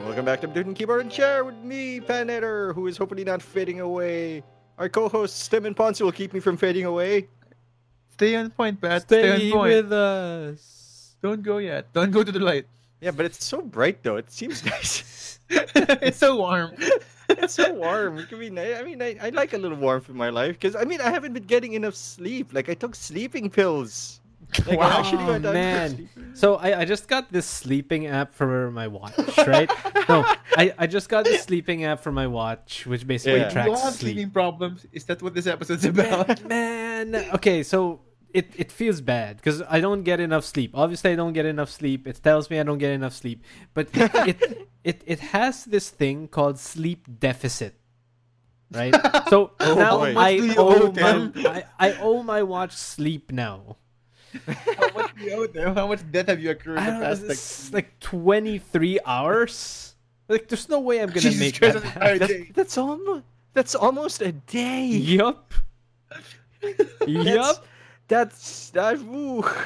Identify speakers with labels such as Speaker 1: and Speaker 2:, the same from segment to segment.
Speaker 1: Welcome back to Dude Keyboard and Chair with me, Panator, who is hopefully not fading away. Our co-host Stem and Ponce will keep me from fading away.
Speaker 2: Stay on point, Pat. Stay,
Speaker 3: Stay
Speaker 2: on point.
Speaker 3: with us.
Speaker 2: Don't go yet. Don't go to the light.
Speaker 1: Yeah, but it's so bright though. It seems nice.
Speaker 2: it's so warm.
Speaker 1: it's so warm. It could be nice. I mean, I, I like a little warmth in my life because I mean I haven't been getting enough sleep. Like I took sleeping pills. Like, I
Speaker 3: Wow.
Speaker 1: actually
Speaker 3: Oh,
Speaker 1: went out
Speaker 3: man.
Speaker 1: for sleep-
Speaker 3: So I, I just got this sleeping app for my watch, right? no, I, I just got this sleeping app for my watch, which basically
Speaker 1: Yeah. You
Speaker 2: you all
Speaker 3: tracks
Speaker 2: have
Speaker 3: sleep.
Speaker 2: sleeping problems. Is that what this episode's about?
Speaker 3: Man, okay, so it, it feels bad because I don't get enough sleep. Obviously, I don't get enough sleep. It tells me I don't get enough sleep, but it it, it, it has this thing called sleep deficit. Right, so
Speaker 1: Oh,
Speaker 3: now
Speaker 1: boy.
Speaker 3: I
Speaker 2: How much do you
Speaker 3: owe
Speaker 2: owe them?
Speaker 3: my I, I owe my watch sleep now.
Speaker 2: How much do you owe them? How much debt have you accrued in
Speaker 3: I
Speaker 2: the
Speaker 3: don't know,
Speaker 2: past? Like,
Speaker 3: it's like twenty three hours. Like, there's no way I'm gonna
Speaker 2: Jesus
Speaker 3: make
Speaker 2: Christ,
Speaker 3: that.
Speaker 2: that's
Speaker 3: back.
Speaker 2: entire
Speaker 1: That's,
Speaker 2: day.
Speaker 1: that's almost that's almost a day.
Speaker 3: Yup.
Speaker 1: That's-
Speaker 3: yup.
Speaker 1: That's that. Ooh, that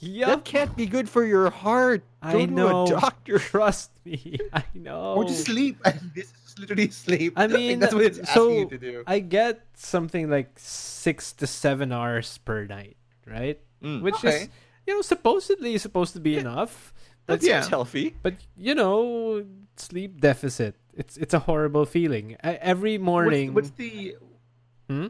Speaker 3: Yup.
Speaker 1: can't be good for your heart. Go
Speaker 3: I know.
Speaker 1: To a doctor.
Speaker 3: Trust me. I know.
Speaker 2: Or just sleep. this is literally sleep.
Speaker 3: Oh. I
Speaker 2: Like,
Speaker 3: mean,
Speaker 2: that's what it's
Speaker 3: so
Speaker 2: asking you to do.
Speaker 3: I get something like six to seven hours per night, right?
Speaker 1: Mm.
Speaker 3: Which is,
Speaker 2: Hmm, Okay.
Speaker 3: you know, supposedly supposed to be enough.
Speaker 1: That
Speaker 3: But
Speaker 2: Yeah.
Speaker 1: seems healthy.
Speaker 3: but you know, sleep deficit. It's it's a horrible feeling. I, every morning.
Speaker 2: What's, what's the
Speaker 3: Hmm?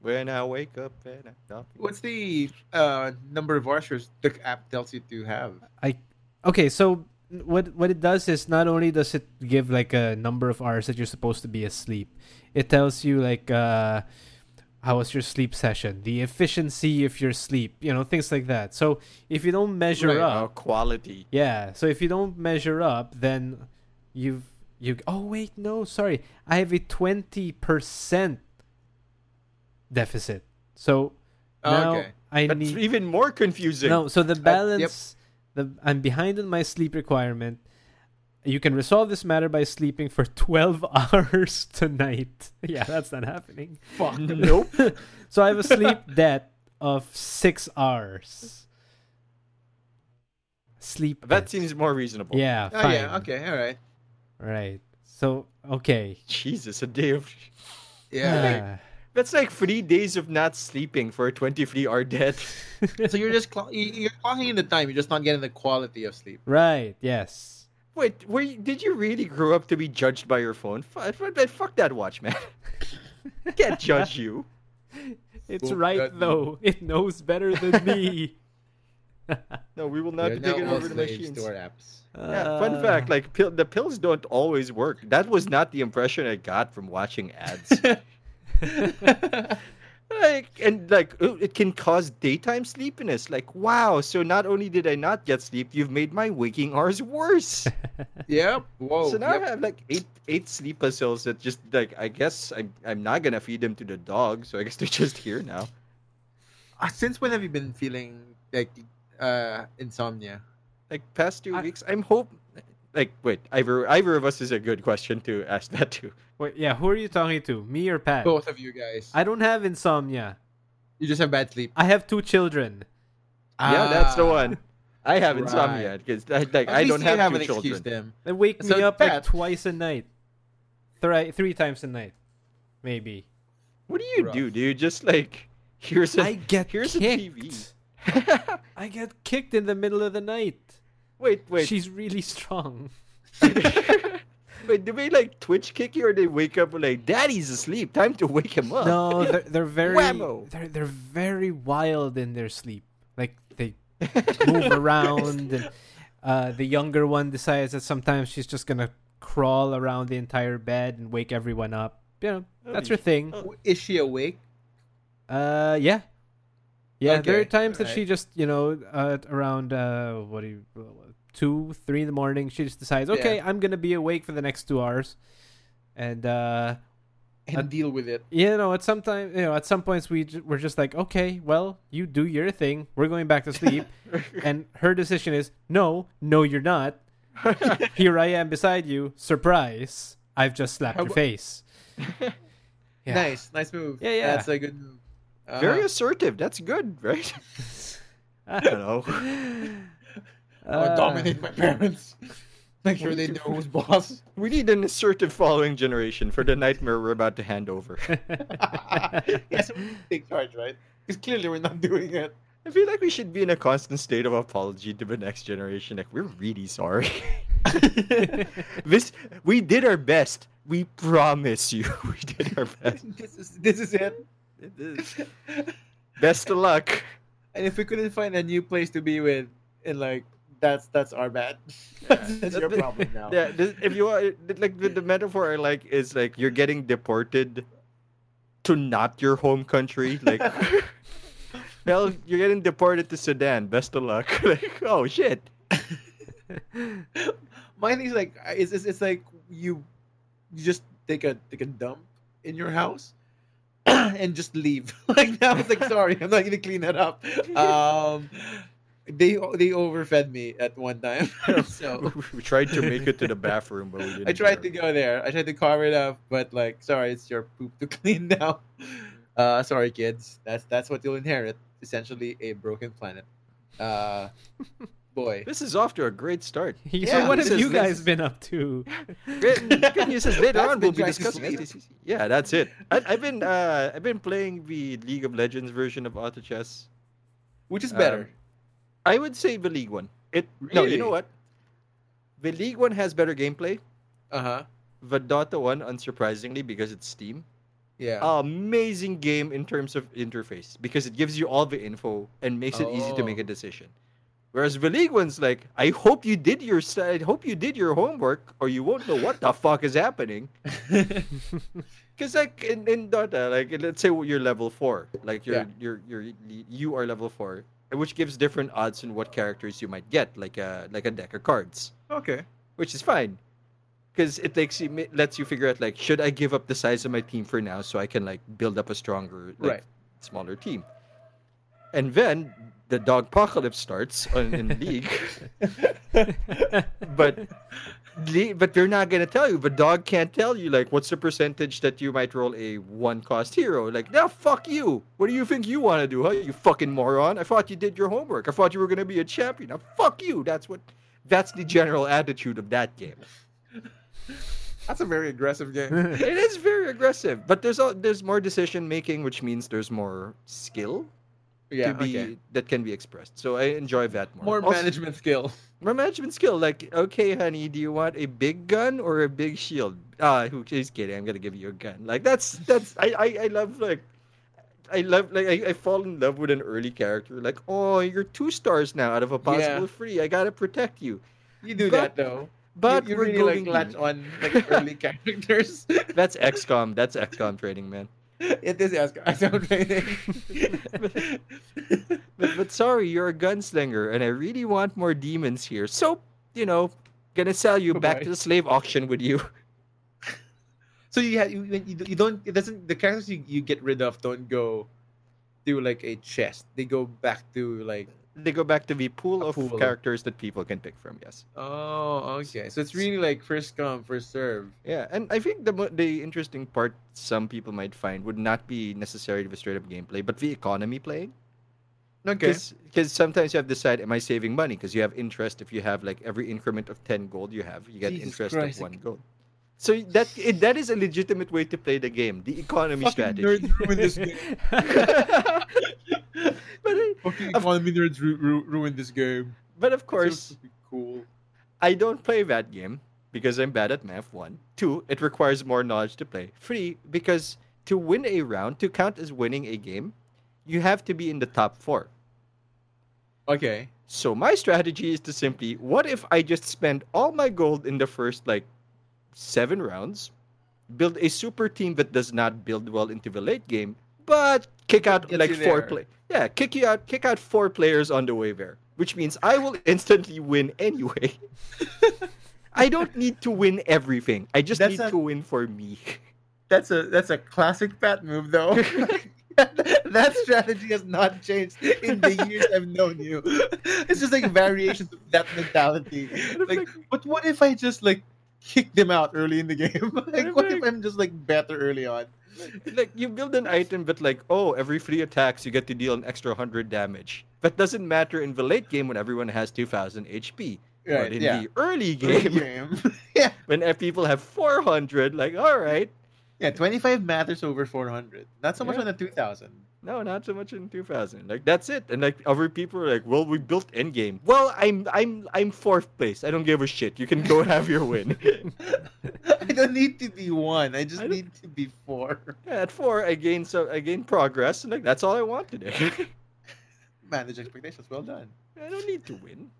Speaker 1: When I wake up and I don't
Speaker 2: what's the uh, number of hours the app tells you to have?
Speaker 3: I okay, so what what it does is not only does it give like a number of hours that you're supposed to be asleep, it tells you like uh how was your sleep session, the efficiency of your sleep, you know, things like that. So if you don't measure
Speaker 2: Right,
Speaker 3: up,
Speaker 1: Oh, quality.
Speaker 3: yeah. So if you don't measure up, then you've you oh wait, no, sorry. I have a 20% deficit. So
Speaker 2: Oh,
Speaker 3: now
Speaker 2: okay.
Speaker 3: I
Speaker 1: That's
Speaker 3: need
Speaker 1: even more confusing.
Speaker 3: no, so the balance, the I'm behind in my sleep requirement. You can resolve this matter by sleeping for 12 hours tonight. Yeah, that's not happening.
Speaker 2: Fuck.
Speaker 1: Nope.
Speaker 3: So I have a sleep debt of 6 hours. Sleep
Speaker 1: that
Speaker 3: debt.
Speaker 1: seems more reasonable.
Speaker 3: Yeah,
Speaker 2: Oh
Speaker 3: fine.
Speaker 2: yeah. Okay. All right.
Speaker 3: Right. So, okay.
Speaker 1: Jesus, a day of.
Speaker 2: Yeah.
Speaker 3: Ah.
Speaker 1: That's like three days of not sleeping for a 23 hour debt.
Speaker 3: Ah.
Speaker 2: so you're just clock you- you're clocking in the time. You're just not getting the quality of sleep.
Speaker 3: right. Yes.
Speaker 1: Wait, were you, did you really grow up to be judged by your phone? Fuck, fuck that watch, man. Can't judge you.
Speaker 3: It's
Speaker 2: Oh,
Speaker 3: right
Speaker 2: God.
Speaker 3: though. It knows better than me.
Speaker 1: No, we will not
Speaker 2: You're
Speaker 1: be taking
Speaker 2: now all
Speaker 1: over the
Speaker 2: slaves
Speaker 1: machines.
Speaker 2: to our apps.
Speaker 1: Yeah,
Speaker 3: Uh.
Speaker 1: fun
Speaker 3: Ah.
Speaker 1: fact, like pill, the pills don't always work. That was not the impression I got from watching ads. like and like oh, it it can cause daytime sleepiness. Like wow, so not only did I not get sleep, you've made my waking hours worse.
Speaker 2: Yep. Whoa.
Speaker 1: so now I
Speaker 2: Oh, yep.
Speaker 1: have like eight eight sleeper cells that just like I guess I'm I'm not gonna feed them to the dog, so I guess they're just here now.
Speaker 2: Uh, Since when have you been feeling like uh insomnia?
Speaker 1: Like past two
Speaker 3: I-
Speaker 1: weeks, I'm hope. Like wait, either either of us is a good question to ask that to.
Speaker 3: Wait, yeah, who are you talking to? Me or Pat?
Speaker 1: Oh,
Speaker 2: Both of you guys.
Speaker 3: I don't have insomnia.
Speaker 2: you just have bad sleep.
Speaker 3: I have two children.
Speaker 1: Yeah, that's the
Speaker 2: Ah.
Speaker 1: one. I have
Speaker 2: Right.
Speaker 1: insomnia because like
Speaker 2: At
Speaker 1: I
Speaker 2: least
Speaker 1: don't
Speaker 2: you
Speaker 1: have,
Speaker 2: have
Speaker 1: two
Speaker 2: an
Speaker 1: children.
Speaker 2: excuse then.
Speaker 3: They wake me
Speaker 2: So,
Speaker 3: up like
Speaker 2: Pat-
Speaker 3: twice a night. Three three times a night. Maybe.
Speaker 1: What do you
Speaker 2: Rough.
Speaker 1: do, dude? Just like here's a
Speaker 3: I get
Speaker 1: here's
Speaker 3: kicked.
Speaker 1: a TV.
Speaker 3: I get kicked in the middle of the night.
Speaker 1: wait, wait,
Speaker 3: She's really strong.
Speaker 1: wait. Do they like twitch kick you, or they wake up and like, "Daddy's asleep. Time to wake him up."
Speaker 3: No, they're, they're very
Speaker 1: Whammo.
Speaker 3: they're they're very wild in their sleep. Like they move around and uh, the younger one decides that sometimes she's just gonna crawl around the entire bed and wake everyone up. You know, that's her thing.
Speaker 2: Is she awake?
Speaker 3: Uh, yeah, yeah. there are
Speaker 2: Okay,
Speaker 3: times that
Speaker 2: alright.
Speaker 3: she just, you know, uh, around uh, what do you, two, three in the morning, she just decides,
Speaker 2: Yeah.
Speaker 3: okay, I'm gonna be awake for the next two hours, and uh,
Speaker 2: and deal with it.
Speaker 3: you know at some time you know at some points we j- we're just like okay well you do your thing we're going back to sleep and her decision is no no you're not here i am beside you surprise i've just slapped
Speaker 2: How
Speaker 3: your
Speaker 2: abo-
Speaker 3: face Yeah.
Speaker 2: Nice, nice move.
Speaker 3: Yeah, yeah.
Speaker 2: That's a good move. Uh,
Speaker 1: Very assertive. That's good, right? I don't know.
Speaker 2: I'll
Speaker 3: Uh,
Speaker 2: dominate my parents. Make sure they know who's boss.
Speaker 1: We need an assertive following generation for the nightmare we're about to hand over.
Speaker 3: Uh,
Speaker 2: yes, we take charge, right? Because clearly we're not doing it.
Speaker 1: I feel like we should be in a constant state of apology to the next generation. Like we're really sorry. this we did our best. We promise you, we did our best.
Speaker 2: this is this is it.
Speaker 1: Best of luck.
Speaker 2: And if we couldn't find a new place to be with, and like that's that's our bad. that's your problem now.
Speaker 1: Yeah, this, if you are like the, the metaphor I like is like you're getting deported to not your home country. Like, well, you're getting deported to Sudan. Best of luck. like, oh shit.
Speaker 2: My thing is like it's, it's it's like you you just take a take a dump in your house and just leave. like now it's like sorry, I'm not gonna clean that up. Um they they overfed me at one time. so
Speaker 1: we tried to make it to the bathroom, but we didn't.
Speaker 2: I tried to
Speaker 1: dare.
Speaker 2: go there. I tried to cover it up, but like sorry, it's your poop to clean now. Uh sorry kids. That's that's what you'll inherit. Essentially a broken planet. Uh boy.
Speaker 1: This is off to a great start.
Speaker 3: so
Speaker 2: Yeah,
Speaker 3: what
Speaker 1: this
Speaker 3: have
Speaker 1: is-
Speaker 3: you
Speaker 1: this
Speaker 3: guys
Speaker 1: is-
Speaker 3: been up to
Speaker 1: Good good news is later
Speaker 2: That's
Speaker 1: on we'll be
Speaker 2: been Drive to
Speaker 1: discussing. ATCC.
Speaker 2: Survive.
Speaker 1: Yeah, that's it. I, I've been uh, I've been playing the League of Legends version of Auto Chess.
Speaker 2: Which is
Speaker 1: Um,
Speaker 2: better.
Speaker 1: I would say the League one. It no, you
Speaker 2: Really?
Speaker 1: know what? The League one has better gameplay.
Speaker 2: uh-huh.
Speaker 1: The Dota one, unsurprisingly, because it's Steam,
Speaker 2: Yeah.
Speaker 1: amazing game in terms of interface because it gives you all the info and makes it easy to
Speaker 2: Oh.
Speaker 1: make a decision. Whereas the league one's like, I hope you did your s- I hope you did your homework, or you won't know what the fuck is happening. Because like in, in Dota, like let's say you're level four, like you're you're you're you are level four, which gives different odds on what characters you might get, like a like a deck of cards
Speaker 2: okay.
Speaker 1: which is fine because it takes you it lets you figure out like should i give up the size of my team for now so i can like build up a stronger like,
Speaker 2: Right.
Speaker 1: smaller team and then the dog apocalypse starts on, in league but le- but they're not going to tell you the dog can't tell you like what's the percentage that you might roll a one cost hero like now fuck you what do you think you want to do huh you fucking moron i thought you did your homework i thought you were going to be a champion now fuck you that's what that's the general attitude of that game
Speaker 2: That's a very aggressive game.
Speaker 1: it is very aggressive, but there's all, there's more decision making, which means there's more skill
Speaker 2: yeah.
Speaker 1: to be
Speaker 2: okay.
Speaker 1: that can be expressed. So I enjoy that more.
Speaker 2: More
Speaker 1: Also-
Speaker 2: management skill.
Speaker 1: more management skill. Like, okay, honey, do you want a big gun or a big shield? Ah, who who's kidding? I'm gonna give you a gun. Like that's that's I I, I love like. I love like I, I fall in love with an early character. Like, oh, you're two stars now out of a possible three. I gotta protect you.
Speaker 2: You do
Speaker 1: But-
Speaker 2: that though.
Speaker 1: But
Speaker 2: you, you
Speaker 1: we're
Speaker 2: really
Speaker 1: going
Speaker 2: like latch on like early characters.
Speaker 1: That's XCOM. That's XCOM training, man.
Speaker 2: it is ask I sound training.
Speaker 1: but, but sorry, you're a gunslinger, and I really want more demons here. So, you know, gonna sell you back to
Speaker 2: Bye-bye.
Speaker 1: the slave auction with you.
Speaker 2: so you have you, you you don't it doesn't the characters you, you get rid of don't go to like a chest. They go back to like
Speaker 1: They go back to the pool
Speaker 2: A
Speaker 1: of
Speaker 2: pool.
Speaker 1: characters that people can pick from. Yes.
Speaker 2: oh okay. So it's really like first come first serve.
Speaker 1: Yeah, and I think the mo- the interesting part some people might find would not be necessarily the straight up gameplay, but the economy playing.
Speaker 2: Okay.
Speaker 1: Because sometimes you have to decide, am I saving money? Because you have interest. If you have like every increment of ten gold you have, you get
Speaker 2: Jesus
Speaker 1: interest
Speaker 2: Christ, I
Speaker 1: of one gold. So that it, that is a legitimate way to play the game. The economy strategy.
Speaker 2: nerds ruin this game.
Speaker 1: but, I-
Speaker 2: Fucking
Speaker 1: Of-
Speaker 2: economy nerds ru- ru- ruin this game.
Speaker 1: but of
Speaker 2: It's supposed
Speaker 1: course,
Speaker 2: to be cool.
Speaker 1: I don't play that game because I'm bad at math. One, two, it requires more knowledge to play. Three, because to win a round, to count as winning a game, you have to be in the top four.
Speaker 2: Okay.
Speaker 1: So my strategy is to simply, what if I just spend all my gold in the first like seven rounds, build a super team that does not build well into the late game, but kick out
Speaker 2: Gets
Speaker 1: like
Speaker 2: you
Speaker 1: four
Speaker 2: there.
Speaker 1: play. Yeah, kick you out, kick out four players on the way there, which means I will instantly win anyway. I don't need to win everything. I just
Speaker 2: That's
Speaker 1: need
Speaker 2: not-
Speaker 1: to win for me.
Speaker 2: that's a that's a classic Pat move, though. that strategy has not changed in the years I've known you. It's just like variations of that mentality.
Speaker 1: What if,
Speaker 2: Like,
Speaker 1: like,
Speaker 2: But what if I just like kick them out early in the game? like, what if
Speaker 1: Perfect.
Speaker 2: I'm just like better early on?
Speaker 1: like you build an item, but like, oh, every three attacks you get to deal an extra hundred damage. That doesn't matter in the late game when everyone has two thousand HP. but
Speaker 2: Right?
Speaker 1: in
Speaker 2: Yeah.
Speaker 1: the early
Speaker 2: Early
Speaker 1: game,
Speaker 2: game. yeah.
Speaker 1: when uh, people have four hundred, like, all right,
Speaker 2: Yeah. Twenty-five matters over four hundred. Not so much
Speaker 1: Yeah.
Speaker 2: on the two thousand.
Speaker 1: no, not so much in two thousand. Like that's it. And like other people are like, well, we built endgame. Well, I'm I'm I'm fourth place. I don't give a shit. You can go have your win.
Speaker 2: I don't need to be one. I just
Speaker 1: I don't-
Speaker 2: need to be four.
Speaker 1: Yeah, At four, I gain so I gain progress, and like that's all I want today.
Speaker 2: Manage expectations. Well done.
Speaker 1: I don't need to win.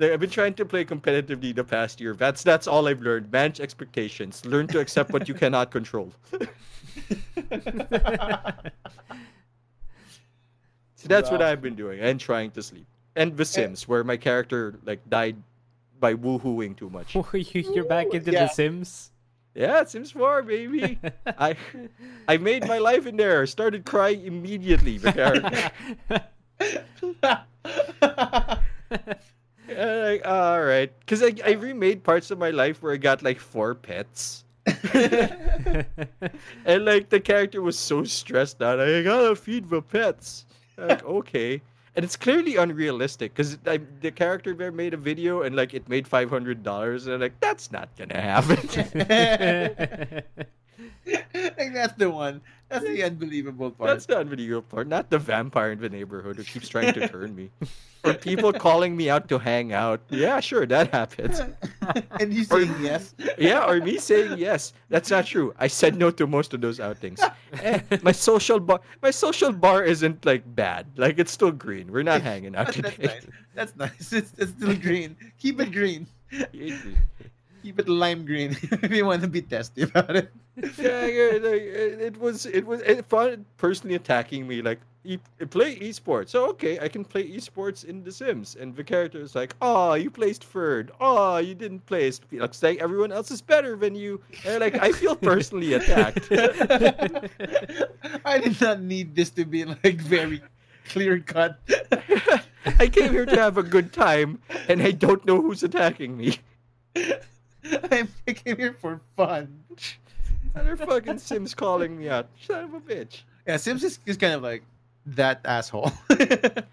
Speaker 1: Like, I've been trying to play competitively the past year. That's that's all I've learned. Manage expectations. Learn to accept what you cannot control. So that's what
Speaker 2: Wow.
Speaker 1: I've been doing and trying to sleep. And The Sims, where my character like died by woohooing too much.
Speaker 3: you, you're back
Speaker 2: Ooh,
Speaker 3: into
Speaker 2: yeah.
Speaker 3: The Sims.
Speaker 1: yeah, Sims 4, baby. I I made my life in there. Started crying immediately. The character. Yeah, like, all right, because I, I remade parts of my life where I got like four pets, and like the character was so stressed out. I gotta feed the pets. I'm like okay, and it's clearly unrealistic because the character there made a video and like it made five hundred dollars, and I'm like that's not gonna happen.
Speaker 2: like that's the one. That's the unbelievable part.
Speaker 1: that's not the real part. Not the vampire in the neighborhood who keeps trying to turn me, or people calling me out to hang out. Yeah, sure, that happens.
Speaker 2: and you saying yes.
Speaker 1: yeah, or me saying yes. That's not true. I said no to most of those outings. Eh, my social bar, my social bar isn't like bad. Like it's still green. We're not hanging out
Speaker 2: That's,
Speaker 1: today.
Speaker 2: that's nice. That's nice. It's, it's still green. Keep it green. Keep it lime green if you want to be testy about it.
Speaker 1: yeah, yeah, like, it it was it was it found personally attacking me like e- play esports. So okay, I can play esports in The Sims, and the character is like, "Oh, you placed third. Oh, you didn't place. Looks like everyone else is better than you." And, like I feel personally attacked.
Speaker 2: I did not need this to be like very clear cut.
Speaker 1: I came here to have a good time, and I don't know who's attacking me.
Speaker 2: I'm I came here for fun.
Speaker 1: Other fucking Sims calling me out. Son of a bitch.
Speaker 2: Yeah, Sims is, is kind of like that asshole.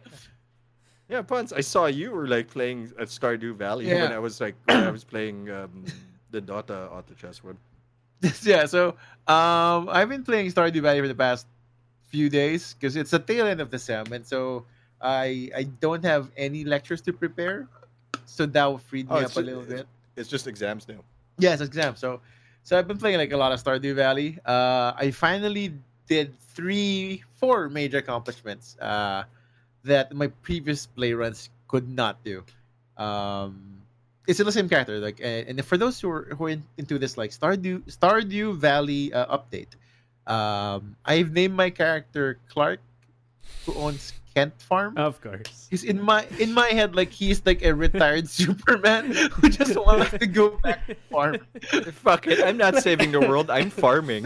Speaker 1: Yeah, Puns, I saw you were like playing at Stardew Valley when
Speaker 2: Yeah.
Speaker 1: I was like when I was playing um, the Dota Auto Chess one.
Speaker 2: yeah, so um, I've been playing Stardew Valley for the past few days because it's the tail end of the sem, and so I I don't have any lectures to prepare, so that freed me
Speaker 1: Oh,
Speaker 2: up
Speaker 1: it's
Speaker 2: a
Speaker 1: ju-
Speaker 2: little bit.
Speaker 1: It's just exams now.
Speaker 2: Yeah, it's exam. So, so I've been playing like a lot of Stardew Valley. Uh, I finally did three, four major accomplishments uh, that my previous play runs could not do. Um, it's still the same character, like, and, and for those who are who are in, into this like Stardew Stardew Valley uh, update, um, I've named my character Clark, who owns Kent Farm.
Speaker 3: of course.
Speaker 2: Because in my in my head, like he's like a retired Superman who just wants to go back to farm.
Speaker 1: Fuck it, I'm not saving the world. I'm farming.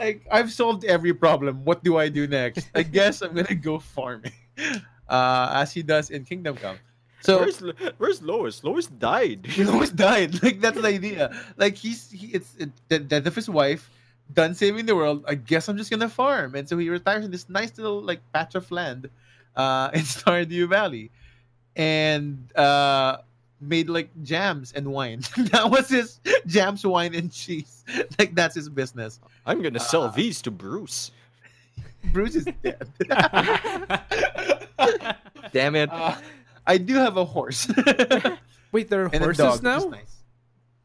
Speaker 2: like I've solved every problem. What do I do next? I guess I'm gonna go farming, uh, as he does in Kingdom Come. So
Speaker 1: where's Lo- where's Lois? Lois died.
Speaker 2: he almost died. Like that's the idea. Like he's he, it's it, the death of his wife, done saving the world. I guess I'm just gonna farm, and so he retires in this nice little like patch of land, uh, in Stardew Valley, and uh, made like jams and wine. that was his jams, wine, and cheese. Like that's his business.
Speaker 1: I'm gonna sell
Speaker 2: Ah.
Speaker 1: these to Bruce.
Speaker 2: Bruce is dead.
Speaker 1: Damn it.
Speaker 2: Uh, I do have a horse
Speaker 3: Wait, there are
Speaker 2: and a
Speaker 3: horses
Speaker 2: dog. which
Speaker 3: now?
Speaker 2: is nice.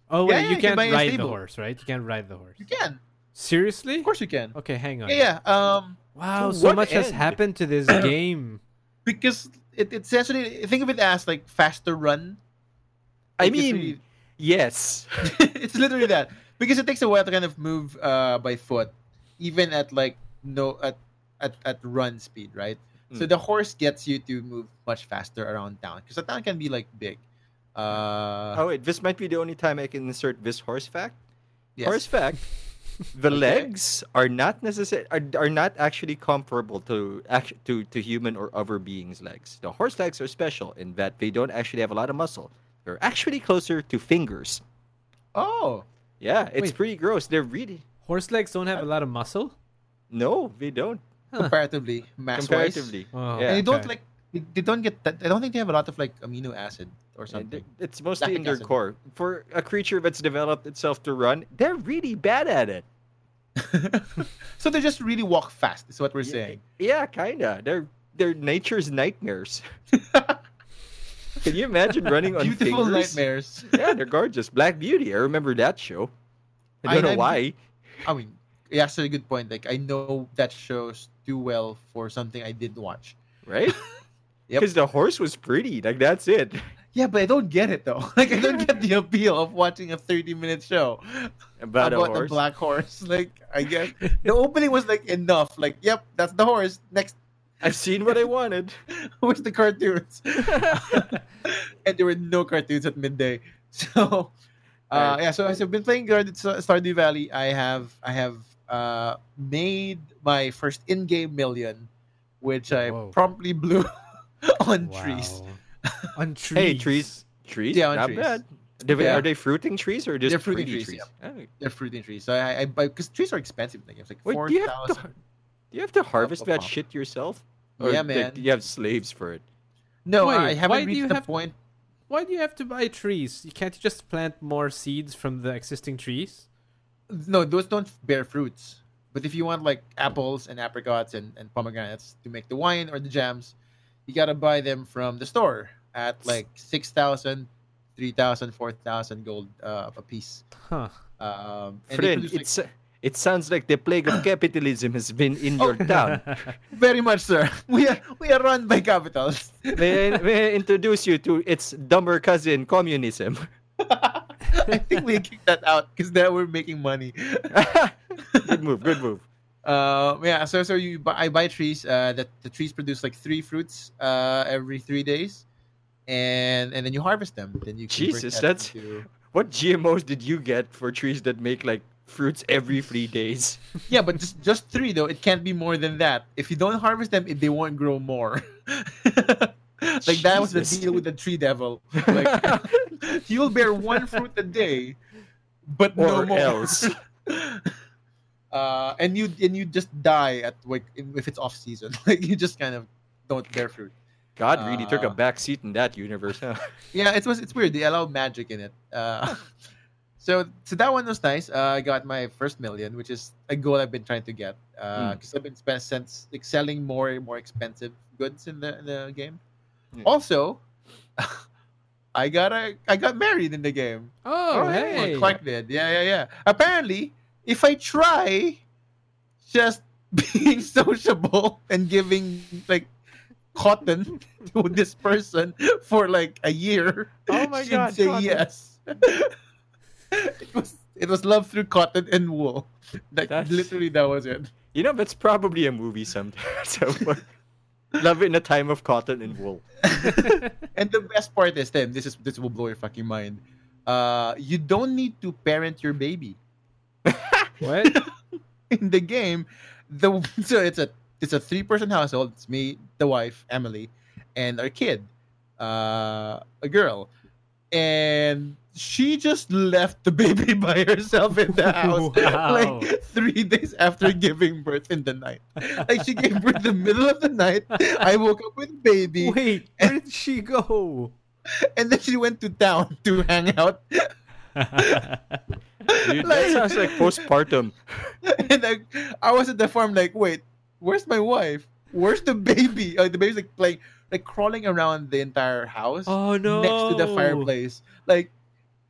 Speaker 3: Oh
Speaker 2: Yeah, yeah,
Speaker 3: wait, you
Speaker 2: you can
Speaker 3: can't
Speaker 2: buy a
Speaker 3: ride the
Speaker 2: stable.
Speaker 3: horse, right? You can't ride the horse.
Speaker 2: You can,
Speaker 3: Seriously?
Speaker 2: of course, you
Speaker 1: Oh,
Speaker 2: can.
Speaker 3: Okay, hang on.
Speaker 2: Yeah, yeah. Um,
Speaker 3: Wow,
Speaker 1: To
Speaker 3: so
Speaker 1: what
Speaker 3: much has
Speaker 1: end?
Speaker 3: happened to this game.
Speaker 2: because it, it's essentially think of it as like faster run.
Speaker 1: I
Speaker 2: Like, it's
Speaker 1: mean,
Speaker 2: really-
Speaker 1: yes.
Speaker 2: it's literally, that because it takes a while to kind of move uh, by foot, even at like no at at, at run speed, right? So
Speaker 1: Mm.
Speaker 2: the horse gets you to move much faster around town because the town can be like big. Uh,
Speaker 1: Oh wait, this might be the only time I can insert this horse fact.
Speaker 2: yes.
Speaker 1: Horse fact. the
Speaker 2: Okay.
Speaker 1: legs are not necessary are, are not actually comparable to act- to to human or other beings legs the horse legs are special in that they don't actually have a lot of muscle they're actually closer to fingers
Speaker 2: Oh,
Speaker 1: yeah it's
Speaker 3: Wait.
Speaker 1: pretty gross they're really
Speaker 3: Horse legs don't have a lot of muscle.
Speaker 1: no they don't
Speaker 2: comparatively, mass
Speaker 1: comparatively
Speaker 3: Oh,
Speaker 1: Yeah.
Speaker 2: and they don't
Speaker 3: okay.
Speaker 2: like they, they don't get that. I don't think they have a lot of like amino acid or something.
Speaker 1: And It's mostly in
Speaker 2: Lactic
Speaker 1: their
Speaker 2: acid.
Speaker 1: core. For a creature that's developed itself to run, they're really bad at it.
Speaker 2: so they just really walk fast. Is what we're
Speaker 1: Yeah,
Speaker 2: saying.
Speaker 1: Yeah, kinda. They're they're nature's nightmares. Can you imagine running on
Speaker 2: Beautiful
Speaker 1: fingers?
Speaker 2: nightmares.
Speaker 1: Yeah, they're gorgeous. Black Beauty. I remember that show. I don't
Speaker 2: I-
Speaker 1: know
Speaker 2: I'm-
Speaker 1: why.
Speaker 2: I mean, yeah, actually, a good point. Like I know that shows do well for something I didn't watch.
Speaker 1: Right?
Speaker 2: Yep.
Speaker 1: Because the horse was pretty. Like that's it.
Speaker 2: Yeah, but I don't get it though. Like I don't get the appeal of watching a thirty-minute show
Speaker 1: About, a
Speaker 2: about
Speaker 1: horse.
Speaker 2: the black horse. Like I guess the opening was like enough. Like, yep, that's the horse. Next,
Speaker 1: I've seen what I wanted.
Speaker 2: where's the cartoons? and there were no cartoons at midday. So, uh,
Speaker 1: Right.
Speaker 2: yeah. So as I've been playing Guard Stardew Valley, I have I have uh, made my first in-game million, which I
Speaker 3: Whoa.
Speaker 2: promptly blew on trees.
Speaker 3: Wow. on trees.
Speaker 1: Hey, trees. Trees?
Speaker 2: Yeah, on
Speaker 1: not
Speaker 2: trees.
Speaker 1: bad. Do they-
Speaker 2: Yeah.
Speaker 1: Are they fruiting trees or just
Speaker 2: They're fruiting
Speaker 1: pretty
Speaker 2: trees,
Speaker 1: Oh.
Speaker 2: They're fruiting trees. So I I because trees are expensive. Like it's like
Speaker 1: Wait, do
Speaker 2: four
Speaker 1: you have to,
Speaker 2: thousand.
Speaker 1: do you have to harvest that
Speaker 2: wow.
Speaker 1: shit yourself? like,
Speaker 2: Yeah, man.
Speaker 1: do you have slaves for it.
Speaker 2: No, I
Speaker 3: Wait, why do
Speaker 2: haven't
Speaker 3: you
Speaker 2: reached the
Speaker 3: have-
Speaker 2: point.
Speaker 3: Why do you have to buy trees? You can't you just plant more seeds from the existing trees?
Speaker 2: No, those don't bear fruits. But if you want like apples and apricots and, and pomegranates to make the wine or the jams, you gotta buy them from the store at like 6,000, 3,000, 4,000 gold uh, a piece.
Speaker 3: Huh.
Speaker 2: Um, and they
Speaker 1: Friend,
Speaker 2: produce, like-
Speaker 1: it's it sounds like the plague of capitalism has been in
Speaker 2: Oh.
Speaker 1: your town.
Speaker 2: very much, sir. We are we are run by capitals.
Speaker 1: may, I, may I introduce you to its dumber cousin, communism?
Speaker 2: I think we kicked that out because now we're making money.
Speaker 1: good move, good move.
Speaker 2: Uh, yeah, so so you buy, I buy trees. Uh, that the trees produce like three fruits uh, every three days, and and then you harvest them. Then you convert
Speaker 1: Jesus,
Speaker 2: that
Speaker 1: that's-
Speaker 2: into-
Speaker 1: What GMOs did you get for trees that make like fruits every three days?
Speaker 2: yeah, but just just three though. It can't be more than that. If you don't harvest them, it, they won't grow more. like that was the
Speaker 1: Jesus.
Speaker 2: deal with the tree devil. Like, you'll bear one fruit a day, but no
Speaker 1: Or
Speaker 2: more.
Speaker 1: else.
Speaker 2: Uh, and you and you just die at like in- if it's off season. Like you just kind of don't bear fruit.
Speaker 1: God really took a
Speaker 2: Uh.
Speaker 1: back seat in that universe. Huh?
Speaker 2: Yeah, it was. It's weird. They allow magic in it. Uh, so so that one was nice. Uh, I got my first million, which is a goal I've been trying to get because I've been spent since like, selling more and more expensive goods in the in the game.
Speaker 1: Yeah.
Speaker 2: Also, I got a I got married in the game.
Speaker 3: Oh,
Speaker 2: Well,
Speaker 3: hey.
Speaker 2: Clark did. Yeah, yeah, yeah. Apparently, if I try, just being sociable and giving like cotton to this person for like a year,
Speaker 1: Oh my
Speaker 2: she'd
Speaker 1: God,
Speaker 2: say
Speaker 1: cotton.
Speaker 2: yes. it was it was love through cotton and wool. Like
Speaker 1: That's-
Speaker 2: literally, that was it.
Speaker 1: You know, that's probably a movie sometime. somewhere. Love in a time of cotton and wool.
Speaker 2: And the best part is, then this is this will blow your fucking mind. Uh, you don't need to parent your baby.
Speaker 3: what?
Speaker 2: in the game, the so it's a it's a three person household. It's me, the wife, Emily, and our kid, uh, a girl, and she just left the baby by herself in the house
Speaker 3: Wow.
Speaker 2: like three days after giving birth in the night. Like she gave birth the middle of the night. I woke up with baby,
Speaker 3: Wait, where did she go?
Speaker 2: and then she went to town to hang out
Speaker 1: Dude, that sounds like postpartum.
Speaker 2: and I, I was at the farm like, wait, where's my wife? Where's the baby? Uh, the baby's like playing, like crawling around the entire house
Speaker 3: oh no.
Speaker 2: next to the fireplace. Like,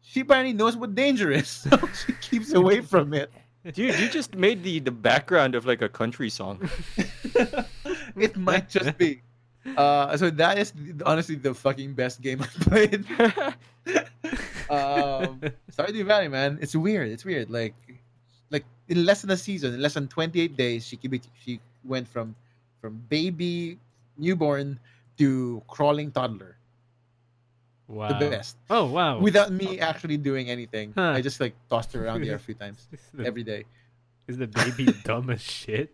Speaker 2: she apparently knows what danger is, so she keeps away from it.
Speaker 1: Dude, you just made the, the background of like a country song.
Speaker 2: It might just be. Uh, so that is honestly the fucking best game I've played. um, Stardew Valley, man, it's weird. It's weird. Like, like in less than a season, in less than 28 days, she keep- she went from from baby newborn to crawling toddler.
Speaker 3: wow.
Speaker 2: The best
Speaker 3: Oh wow.
Speaker 2: without me actually doing anything.
Speaker 3: Huh.
Speaker 2: I just like tossed her around there a few times
Speaker 3: The-
Speaker 2: every day.
Speaker 3: Is the baby dumb as shit?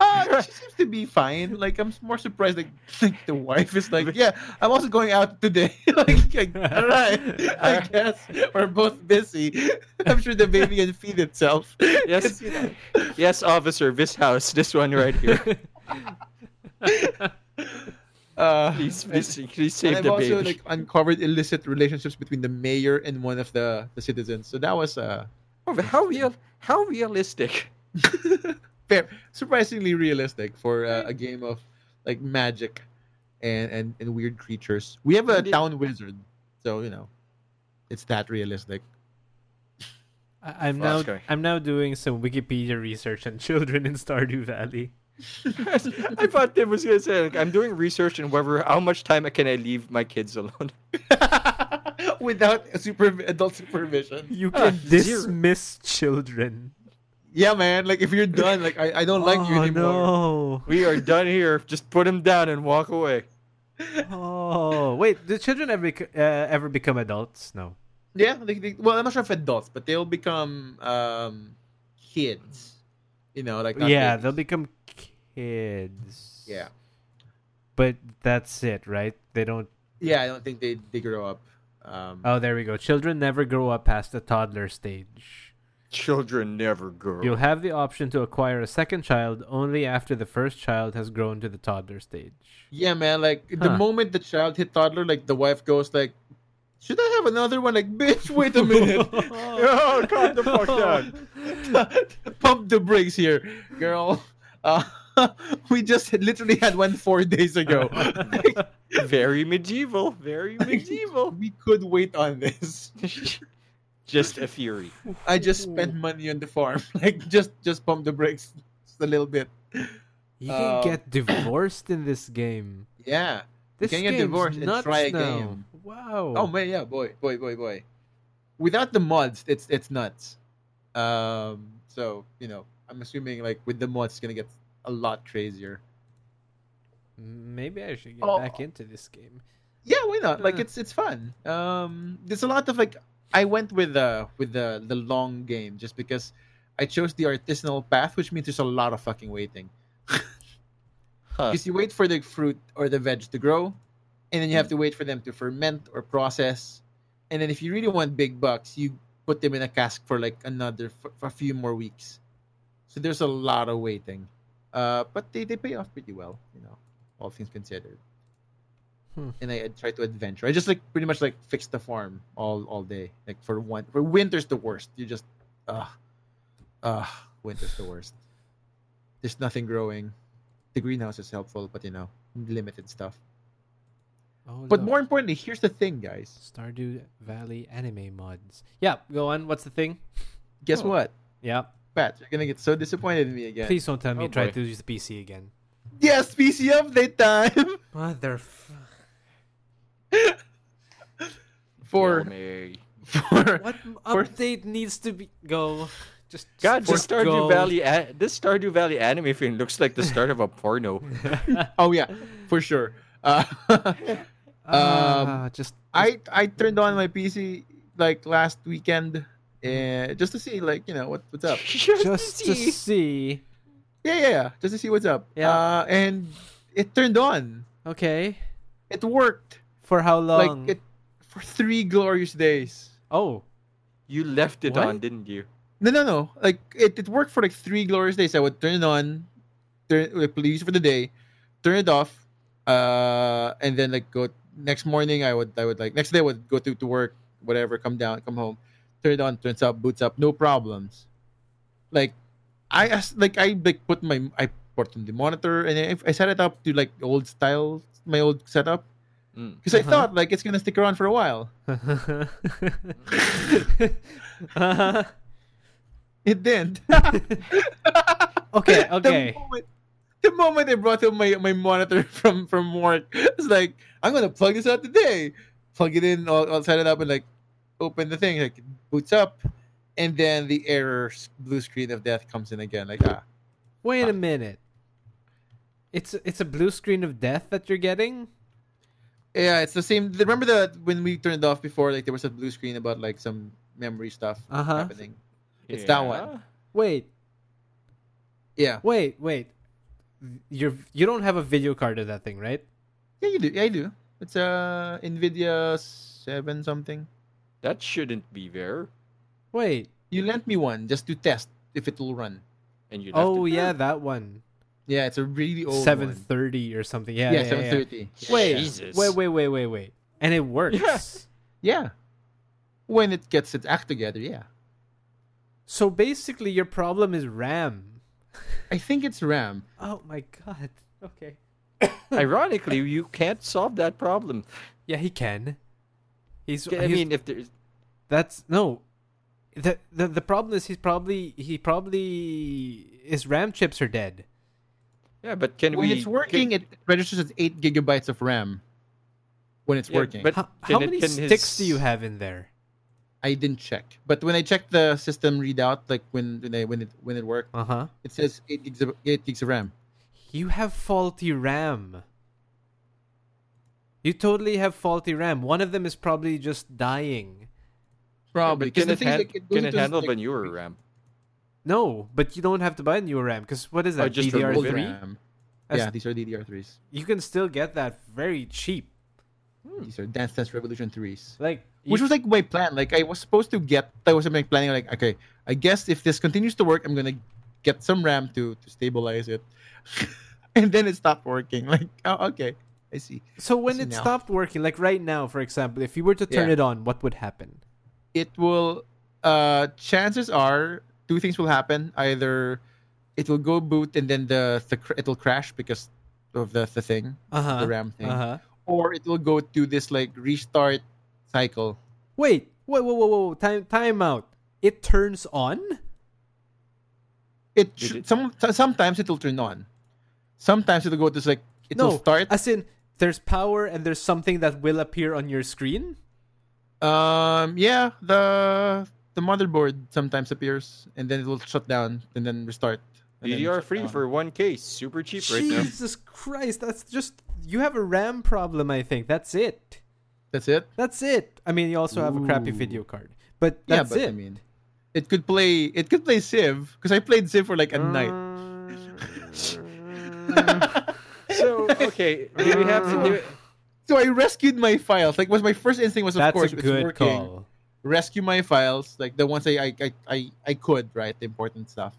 Speaker 2: Uh, she seems to be fine. Like I'm more surprised. Like, like the wife is like, yeah, I'm also going out today. like, like, all right, I guess we're both busy. I'm sure the baby can feed itself.
Speaker 1: Yes. yes, officer, this house, this one right here.
Speaker 2: Uh,
Speaker 1: Please,
Speaker 2: and-
Speaker 1: please, please
Speaker 2: and
Speaker 1: save
Speaker 2: I've
Speaker 1: the
Speaker 2: also
Speaker 1: baby.
Speaker 2: like uncovered illicit relationships between the mayor and one of the, the citizens. So that was uh
Speaker 1: Oh, but how real? How realistic?
Speaker 2: fair, surprisingly realistic for uh, a game of like magic and, and and weird creatures. We have a
Speaker 1: Indeed.
Speaker 2: town wizard, so you know, it's that realistic.
Speaker 3: I- I'm
Speaker 1: Well,
Speaker 3: now
Speaker 1: that's okay.
Speaker 3: I'm now doing some Wikipedia research on children in Stardew Valley.
Speaker 1: I thought Tim was gonna say, like, I'm doing research and whether how much time can I leave my kids alone?
Speaker 2: Without super adult supervision.
Speaker 3: You
Speaker 1: Ah,
Speaker 3: can
Speaker 1: zero.
Speaker 3: dismiss children.
Speaker 2: Yeah, man. Like if you're done, like I, I don't like you
Speaker 3: oh,
Speaker 2: anymore.
Speaker 3: No.
Speaker 1: We are done here. Just put him down and walk away.
Speaker 3: Oh wait, do children ever bec- uh, ever become adults? No.
Speaker 2: Yeah. They, they, well, I'm not sure if adults, but they'll become um kids. You know, like not
Speaker 3: yeah,
Speaker 2: babies.
Speaker 3: they'll become kids.
Speaker 2: Yeah.
Speaker 3: But that's it, right? They don't.
Speaker 2: Yeah, I don't think they they grow up. Um,
Speaker 3: Oh, there we go. Children never grow up past the toddler stage.
Speaker 1: Children never grow.
Speaker 3: You'll have the option to acquire a second child only after the first child has grown to the toddler stage.
Speaker 2: Yeah, man. Like the
Speaker 3: Huh.
Speaker 2: moment the child hit toddler, like the wife goes like, "Should I have another one?" Like, bitch, wait a minute.
Speaker 1: Oh, calm the fuck down.
Speaker 2: Pump the brakes here, girl. Uh, we just literally had one four days ago.
Speaker 1: Very medieval. Very medieval.
Speaker 2: we could wait on this.
Speaker 1: Just a fury.
Speaker 2: I just spent money on the farm. Like, just just pump the brakes just a little bit.
Speaker 3: You can
Speaker 2: Oh.
Speaker 3: get divorced in this game.
Speaker 2: Yeah.
Speaker 3: This
Speaker 2: can
Speaker 3: game's
Speaker 2: get divorced and
Speaker 3: nuts
Speaker 2: try
Speaker 3: now.
Speaker 2: again.
Speaker 3: Wow.
Speaker 2: Oh man, yeah, boy, boy, boy, boy. Without the mods, it's it's nuts. Um, so you know, I'm assuming like with the mods, it's gonna get a lot crazier.
Speaker 3: Maybe I should get
Speaker 2: Oh.
Speaker 3: back into this game.
Speaker 2: Yeah, why not? Like
Speaker 3: Yeah.
Speaker 2: it's it's fun. Um, there's a lot of like I went with uh with the the long game just because I chose the artisanal path, which means there's a lot of fucking waiting.
Speaker 1: Huh.
Speaker 2: Because you wait for the fruit or the veg to grow, and then you have to wait for them to ferment or process. And then if you really want big bucks, you put them in a cask for like another for, for a few more weeks. So there's a lot of waiting, uh, but they, they pay off pretty well, you know, all things considered.
Speaker 3: Hmm.
Speaker 2: And I, I try to adventure. I just like pretty much like fix the farm all all day. Like for one, for winter's the worst. You just, ah, ah, winter's the worst. There's nothing growing the greenhouse is helpful, but you know, limited stuff.
Speaker 3: Oh,
Speaker 2: But
Speaker 3: no.
Speaker 2: more importantly, here's the thing, guys.
Speaker 3: Stardew Valley anime mods. Yeah, go on. What's the thing?
Speaker 2: Guess
Speaker 1: Oh.
Speaker 2: what?
Speaker 3: Yeah.
Speaker 2: Pat, you're gonna get so disappointed in me again.
Speaker 3: Please don't tell me
Speaker 1: Oh,
Speaker 3: you tried
Speaker 1: boy.
Speaker 3: to use the PC again.
Speaker 2: Yes, PC update time
Speaker 3: Motherf.
Speaker 2: for
Speaker 1: Kill me.
Speaker 2: for
Speaker 3: What m-
Speaker 2: For-
Speaker 3: update needs to be go? Just
Speaker 1: God, this
Speaker 3: just
Speaker 1: Stardew
Speaker 3: go.
Speaker 1: Valley, a- this Stardew Valley anime thing looks like the start of a porno.
Speaker 2: oh yeah, for sure. Uh,
Speaker 3: Ah,
Speaker 1: Um,
Speaker 3: just
Speaker 2: I I turned on my PC like last weekend, uh, just to see like you know what what's up.
Speaker 1: Just,
Speaker 3: just to
Speaker 1: see.
Speaker 3: see.
Speaker 2: Yeah, yeah, yeah, just to see what's up.
Speaker 3: Yeah.
Speaker 2: Uh, and it turned on.
Speaker 3: Okay.
Speaker 2: It worked.
Speaker 3: For how long?
Speaker 2: Like it for three glorious days.
Speaker 3: oh,
Speaker 1: You left it
Speaker 3: What?
Speaker 1: on, didn't you?
Speaker 2: No, no, no. Like it, it worked for like three glorious days. I would turn it on, turn like, use it for the day, turn it off, uh, and then like go next morning. I would, I would like next day. I would go to to work, whatever. Come down, come home, turn it on, turns up, boots up, no problems. Like I as- like I like put my I put on the monitor and I, I set it up to like old style, my old setup
Speaker 1: Mm.
Speaker 2: because I
Speaker 3: Uh-huh.
Speaker 2: thought like it's gonna stick around for a while.
Speaker 3: Uh-huh.
Speaker 2: It didn't.
Speaker 3: okay,
Speaker 2: The
Speaker 3: okay.
Speaker 2: moment- The moment, I brought up my, my monitor from, from work, it's like, I'm gonna plug this out today. Plug it in, I'll, I'll set it up and like open the thing, like it boots up, and then the error s- blue screen of death comes in again. Like ah,
Speaker 3: Wait a minute. It's it's a blue screen of death that you're getting.
Speaker 2: yeah, it's the same. Remember that when we turned it off before, like there was a blue screen about like some memory stuff
Speaker 3: Uh-huh.
Speaker 2: happening. It's that one.
Speaker 3: wait,
Speaker 2: Yeah.
Speaker 3: wait, wait. You're you don't have a video card of that thing, right?
Speaker 2: Yeah, you do. Yeah, I do. It's uh Nvidia seven something.
Speaker 1: That shouldn't be there.
Speaker 3: Wait.
Speaker 2: You lent me one just to test if it will run.
Speaker 1: And you left
Speaker 3: Oh
Speaker 1: it there.
Speaker 3: yeah, that one.
Speaker 2: Yeah, it's a really old
Speaker 3: Seven
Speaker 2: one.
Speaker 3: thirty or something.
Speaker 2: Yeah,
Speaker 3: Yeah, yeah, yeah,
Speaker 2: seven
Speaker 3: yeah.
Speaker 2: thirty.
Speaker 3: Wait,
Speaker 1: Jesus.
Speaker 3: wait, wait, wait, wait, wait. And it works.
Speaker 2: Yeah. When it gets its act together, yeah.
Speaker 3: So basically, your problem is RAM.
Speaker 2: I think it's RAM.
Speaker 3: Oh my god. Okay.
Speaker 1: Ironically, you can't solve that problem.
Speaker 3: Yeah, he can. He's.
Speaker 1: I
Speaker 3: he's-
Speaker 1: mean, if there's
Speaker 3: that's no. The, the the problem is he's probably he probably his RAM chips are dead.
Speaker 1: yeah, but can
Speaker 2: when
Speaker 1: we?
Speaker 2: it's working,
Speaker 1: can-
Speaker 2: it registers as eight gigabytes of RAM. When it's
Speaker 1: Yeah,
Speaker 2: working,
Speaker 1: but-
Speaker 3: How,
Speaker 1: Can
Speaker 3: how
Speaker 1: it-
Speaker 3: many
Speaker 1: can
Speaker 3: sticks do
Speaker 1: his-
Speaker 3: you have in there?
Speaker 2: I didn't check. But when I checked the system readout, like when when, I, when it when it worked,
Speaker 3: Uh huh.
Speaker 2: it says eight gigs of eight gigs of RAM.
Speaker 3: You have faulty RAM. You totally have faulty RAM. One of them is probably just dying.
Speaker 1: yeah,
Speaker 2: Probably
Speaker 1: but
Speaker 2: 'cause
Speaker 1: can
Speaker 2: the
Speaker 1: it,
Speaker 2: thing is,
Speaker 1: hand-
Speaker 2: like, it goes
Speaker 1: can it
Speaker 2: into,
Speaker 1: handle
Speaker 2: like,
Speaker 1: manure RAM?
Speaker 3: No, but you don't have to buy a new RAM because what is
Speaker 1: Or
Speaker 3: that?
Speaker 1: just
Speaker 3: DDR3.
Speaker 1: remove
Speaker 2: old
Speaker 1: DDR3?
Speaker 2: RAM.
Speaker 3: That's-
Speaker 2: Yeah, these are DDR3s.
Speaker 3: You can still get that very cheap.
Speaker 2: These are Dance Dance Revolution 3s.
Speaker 3: Like you-
Speaker 2: which was like my plan. Like I was supposed to get, I was like planning like, okay, I guess if this continues to work, I'm gonna get some RAM to to stabilize it, and then it stopped working. Like, oh, okay, I see.
Speaker 3: so when
Speaker 2: see
Speaker 3: it
Speaker 2: now.
Speaker 3: stopped working, like right now, for example, if you were to turn
Speaker 2: Yeah.
Speaker 3: it on, what would happen?
Speaker 2: It will. Uh, chances are two things will happen. Either it will go boot and then the, the cr- it'll crash because of the the thing,
Speaker 3: Uh
Speaker 2: the
Speaker 3: huh.
Speaker 2: RAM thing,
Speaker 3: Uh huh.
Speaker 2: or it will go to this like restart cycle.
Speaker 3: Wait, whoa, whoa, whoa, whoa! Time, time out. It turns on.
Speaker 2: It
Speaker 1: Did
Speaker 2: should,
Speaker 1: it-
Speaker 2: some sometimes it'll turn on. Sometimes it'll go to like it'll
Speaker 3: no,
Speaker 2: start.
Speaker 3: as in there's power and there's something that will appear on your screen.
Speaker 2: Um, yeah, the the motherboard sometimes appears and then it will shut down and then restart. and then shut
Speaker 1: DDR3
Speaker 2: down.
Speaker 1: for one case, super cheap right now.
Speaker 3: Jesus Christ, that's just you have a RAM problem. I think that's it.
Speaker 2: that's it.
Speaker 3: That's it. I mean, you also have a crappy
Speaker 2: Ooh.
Speaker 3: video card, but
Speaker 2: Yeah, but
Speaker 3: that's it.
Speaker 2: I mean, it could play. It could play Civ because I played Civ for like a
Speaker 3: Mm.
Speaker 2: night.
Speaker 3: night.
Speaker 1: So okay, do we have to do it?
Speaker 2: So I rescued my files. Like, was my first instinct was of
Speaker 3: that's
Speaker 2: course
Speaker 3: a
Speaker 2: it's
Speaker 3: good
Speaker 2: working.
Speaker 3: call.
Speaker 2: rescue my files, like the ones I I I, I, I could, right? The important stuff.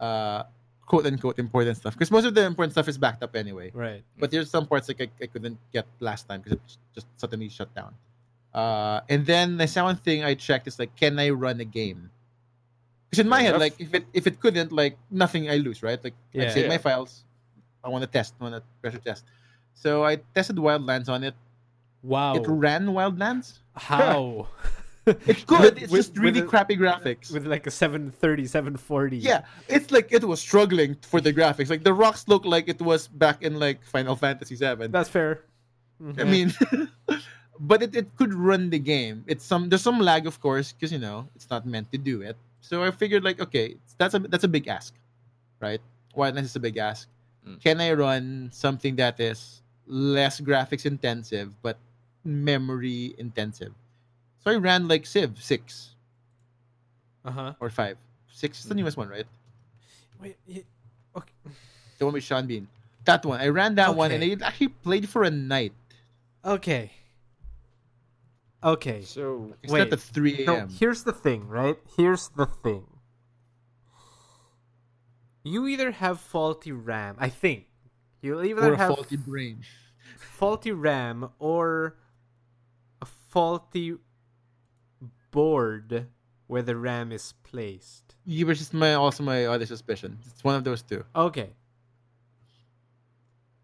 Speaker 2: Uh quote unquote important stuff. Because most of the important stuff is backed up anyway.
Speaker 3: Right.
Speaker 2: But there's some parts like I, I couldn't get last time because it just suddenly shut down. Uh and then the second thing I checked is like can I run a game? Because in my
Speaker 1: Fair
Speaker 2: head,
Speaker 1: enough.
Speaker 2: like if it if it couldn't, like nothing I lose, right? Like
Speaker 3: Yeah.
Speaker 2: I save
Speaker 1: Yeah.
Speaker 2: my files. I want to test, I want to pressure test. So I tested Wildlands on it.
Speaker 3: Wow.
Speaker 2: It ran Wildlands.
Speaker 3: How?
Speaker 2: It's good.
Speaker 3: With-
Speaker 2: it's
Speaker 3: with-
Speaker 2: just really
Speaker 3: with a-
Speaker 2: crappy graphics.
Speaker 3: With like a 730, 740.
Speaker 2: Yeah, it's like it was struggling for the graphics. Like the rocks look like it was back in like Final Fantasy VII.
Speaker 3: That's fair.
Speaker 2: I mean, but it, it could run the game. It's some there's some lag, of course, because you know it's not meant to do it. So I figured like, okay, that's a that's a big ask, right? Wildlands is a big ask.
Speaker 1: Mm.
Speaker 2: Can I run something that is less graphics intensive but memory intensive? So I ran like Civ six
Speaker 3: Uh huh.
Speaker 2: or five. Six is the newest one, right?
Speaker 3: Wait. y- Okay.
Speaker 2: The one with Sean Bean. That one. I ran that one and
Speaker 3: Okay.
Speaker 2: it actually played for a night.
Speaker 3: Okay. Okay.
Speaker 1: So
Speaker 2: It's not
Speaker 3: Wait.
Speaker 2: the 3
Speaker 3: No,
Speaker 2: a.m.
Speaker 3: here's the thing, right? Here's the thing. You either have faulty RAM, I think. You either
Speaker 2: or a
Speaker 3: have
Speaker 2: faulty brain.
Speaker 3: faulty RAM or a faulty board where the RAM is placed.
Speaker 2: You were just my also my other suspicion. It's one of those two.
Speaker 3: Okay.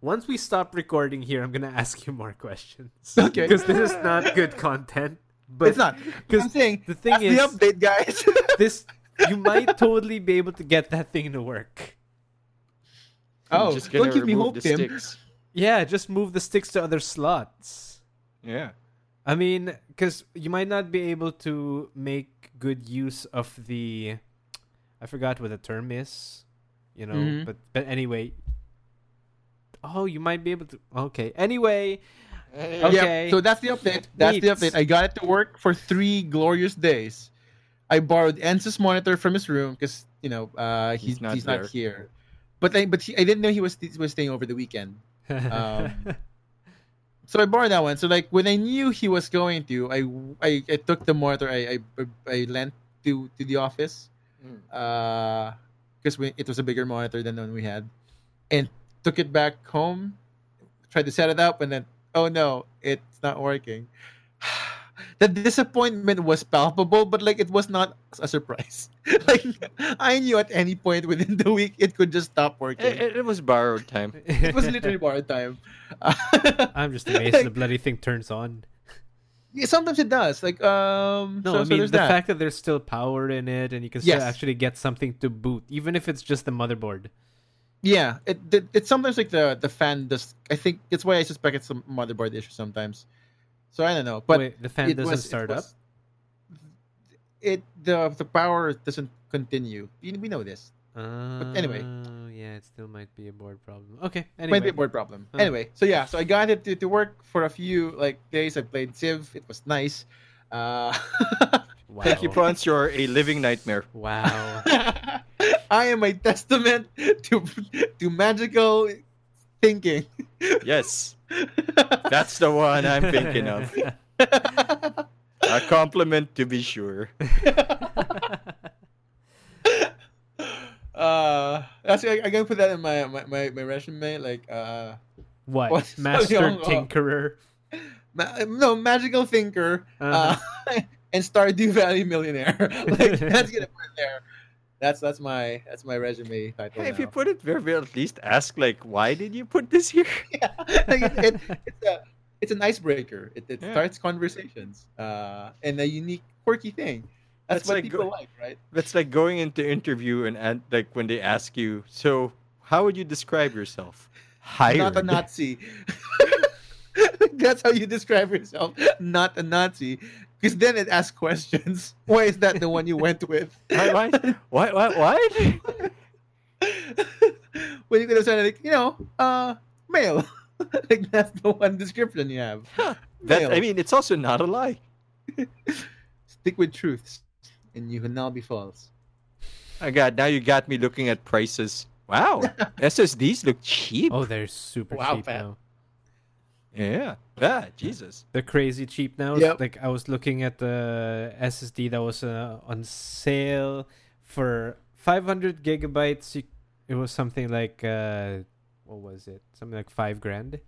Speaker 3: Once we stop recording here, I'm gonna ask you more questions.
Speaker 2: Okay.
Speaker 3: Because this is not good content. But
Speaker 2: it's not. I'm
Speaker 3: 'cause
Speaker 2: saying
Speaker 3: the thing
Speaker 2: that's
Speaker 3: is-
Speaker 2: the update, guys.
Speaker 3: this you might totally be able to get that thing to work.
Speaker 1: I'm
Speaker 2: oh,
Speaker 1: just gonna
Speaker 2: don't give me
Speaker 1: remove
Speaker 2: hope,
Speaker 1: the
Speaker 2: Tim.
Speaker 1: sticks.
Speaker 3: Yeah, just move the sticks to other slots.
Speaker 1: Yeah.
Speaker 3: I mean, because you might not be able to make good use of the. I forgot what the term is, you know.
Speaker 2: Mhm.
Speaker 3: But but anyway. Oh, you might be able to. Okay. Anyway,
Speaker 1: Uh,
Speaker 3: Okay.
Speaker 2: Eh, Yeah, so that's the update. That's the
Speaker 3: Neat.
Speaker 2: update. I got it to work for three glorious days. I borrowed Ansys monitor from his room because you know uh, he's he's not, here. But I, but he, I didn't know he was he was staying over the weekend. Um, So I borrowed that one. So like when I knew he was going to, I I, I took the monitor. I I, I lent to to the office
Speaker 1: Mm.
Speaker 2: because we it was a bigger monitor than the one we had, and took it back home, tried to set it up, and then oh no, it's not working. The disappointment was palpable, but like it was not a surprise. like I knew at any point within the week it could just stop working.
Speaker 1: It,
Speaker 2: It,
Speaker 1: it, it was borrowed time.
Speaker 2: was literally borrowed time.
Speaker 3: I'm just amazed the bloody thing turns on.
Speaker 2: Yeah, sometimes it does. Like um, so-
Speaker 3: No, I
Speaker 2: so
Speaker 3: mean the
Speaker 2: there's that.
Speaker 3: fact that there's still power in it, and you can still
Speaker 2: Yes.
Speaker 3: actually get something to boot, even if it's just the motherboard.
Speaker 2: yeah, it, it it's sometimes like the the fan does. I think that's why I suspect it's a motherboard issue sometimes. So I don't know, but
Speaker 3: Wait, the fan
Speaker 2: it
Speaker 3: doesn't
Speaker 2: was- it
Speaker 3: start up.
Speaker 2: was- It the the power doesn't continue. We we know this. anyway.
Speaker 3: Oh, yeah, it still might be a board problem. Okay,
Speaker 2: It
Speaker 3: anyway,
Speaker 2: Might be a board problem.
Speaker 3: Huh.
Speaker 2: Anyway, so yeah, so I got it to, to work for a few like days. I played Civ. It was nice. Uh,
Speaker 3: Wow.
Speaker 1: Thank you, Franz. You're a living nightmare.
Speaker 3: Wow.
Speaker 2: I am a testament to to magical thinking.
Speaker 1: Yes, that's the one I'm thinking of. A compliment to be sure.
Speaker 2: uh, that's I, I gotta put that in my my, my, my resume. Like uh,
Speaker 3: what?
Speaker 2: What's
Speaker 3: Master
Speaker 2: going on?
Speaker 3: Tinkerer.
Speaker 2: ma- no magical thinker uh
Speaker 3: Uh-huh.
Speaker 2: and Stardew Valley millionaire. like that's gonna put it there. That's that's my that's my resume title.
Speaker 1: Hey, if you
Speaker 2: now.
Speaker 1: put it there, we'll at least ask, like, why did you put this here?
Speaker 2: Like, it- it- it's a it's an icebreaker. It, it
Speaker 1: Yeah.
Speaker 2: starts conversations uh, and a unique quirky thing. That's,
Speaker 1: That's
Speaker 2: what
Speaker 1: like
Speaker 2: people
Speaker 1: go-
Speaker 2: like, right?
Speaker 1: That's like going into interview and, and like when they ask you, so how would you describe yourself? Hired.
Speaker 2: Not a Nazi. That's how you describe yourself. Not a Nazi. Because then it asks questions. Why is that the one you went with?
Speaker 1: Why? Why? Why? Why? what?
Speaker 2: when you could have said like, you know, uh, male. like that's the one description you have.
Speaker 1: That,
Speaker 2: Male.
Speaker 1: I mean, it's also not a lie.
Speaker 2: Stick with truths, and you will not be false.
Speaker 1: Oh God, now you got me looking at prices. Wow, SSDs look cheap.
Speaker 3: Oh, they're super
Speaker 2: Wow,
Speaker 3: cheap
Speaker 2: Pat.
Speaker 3: now.
Speaker 1: Yeah, yeah, Jesus.
Speaker 3: They're crazy cheap now.
Speaker 2: Yep.
Speaker 3: Like I was looking at the SSD that was uh, on sale for 500 gigabytes. You, it was something like uh, what was it? Something like five grand.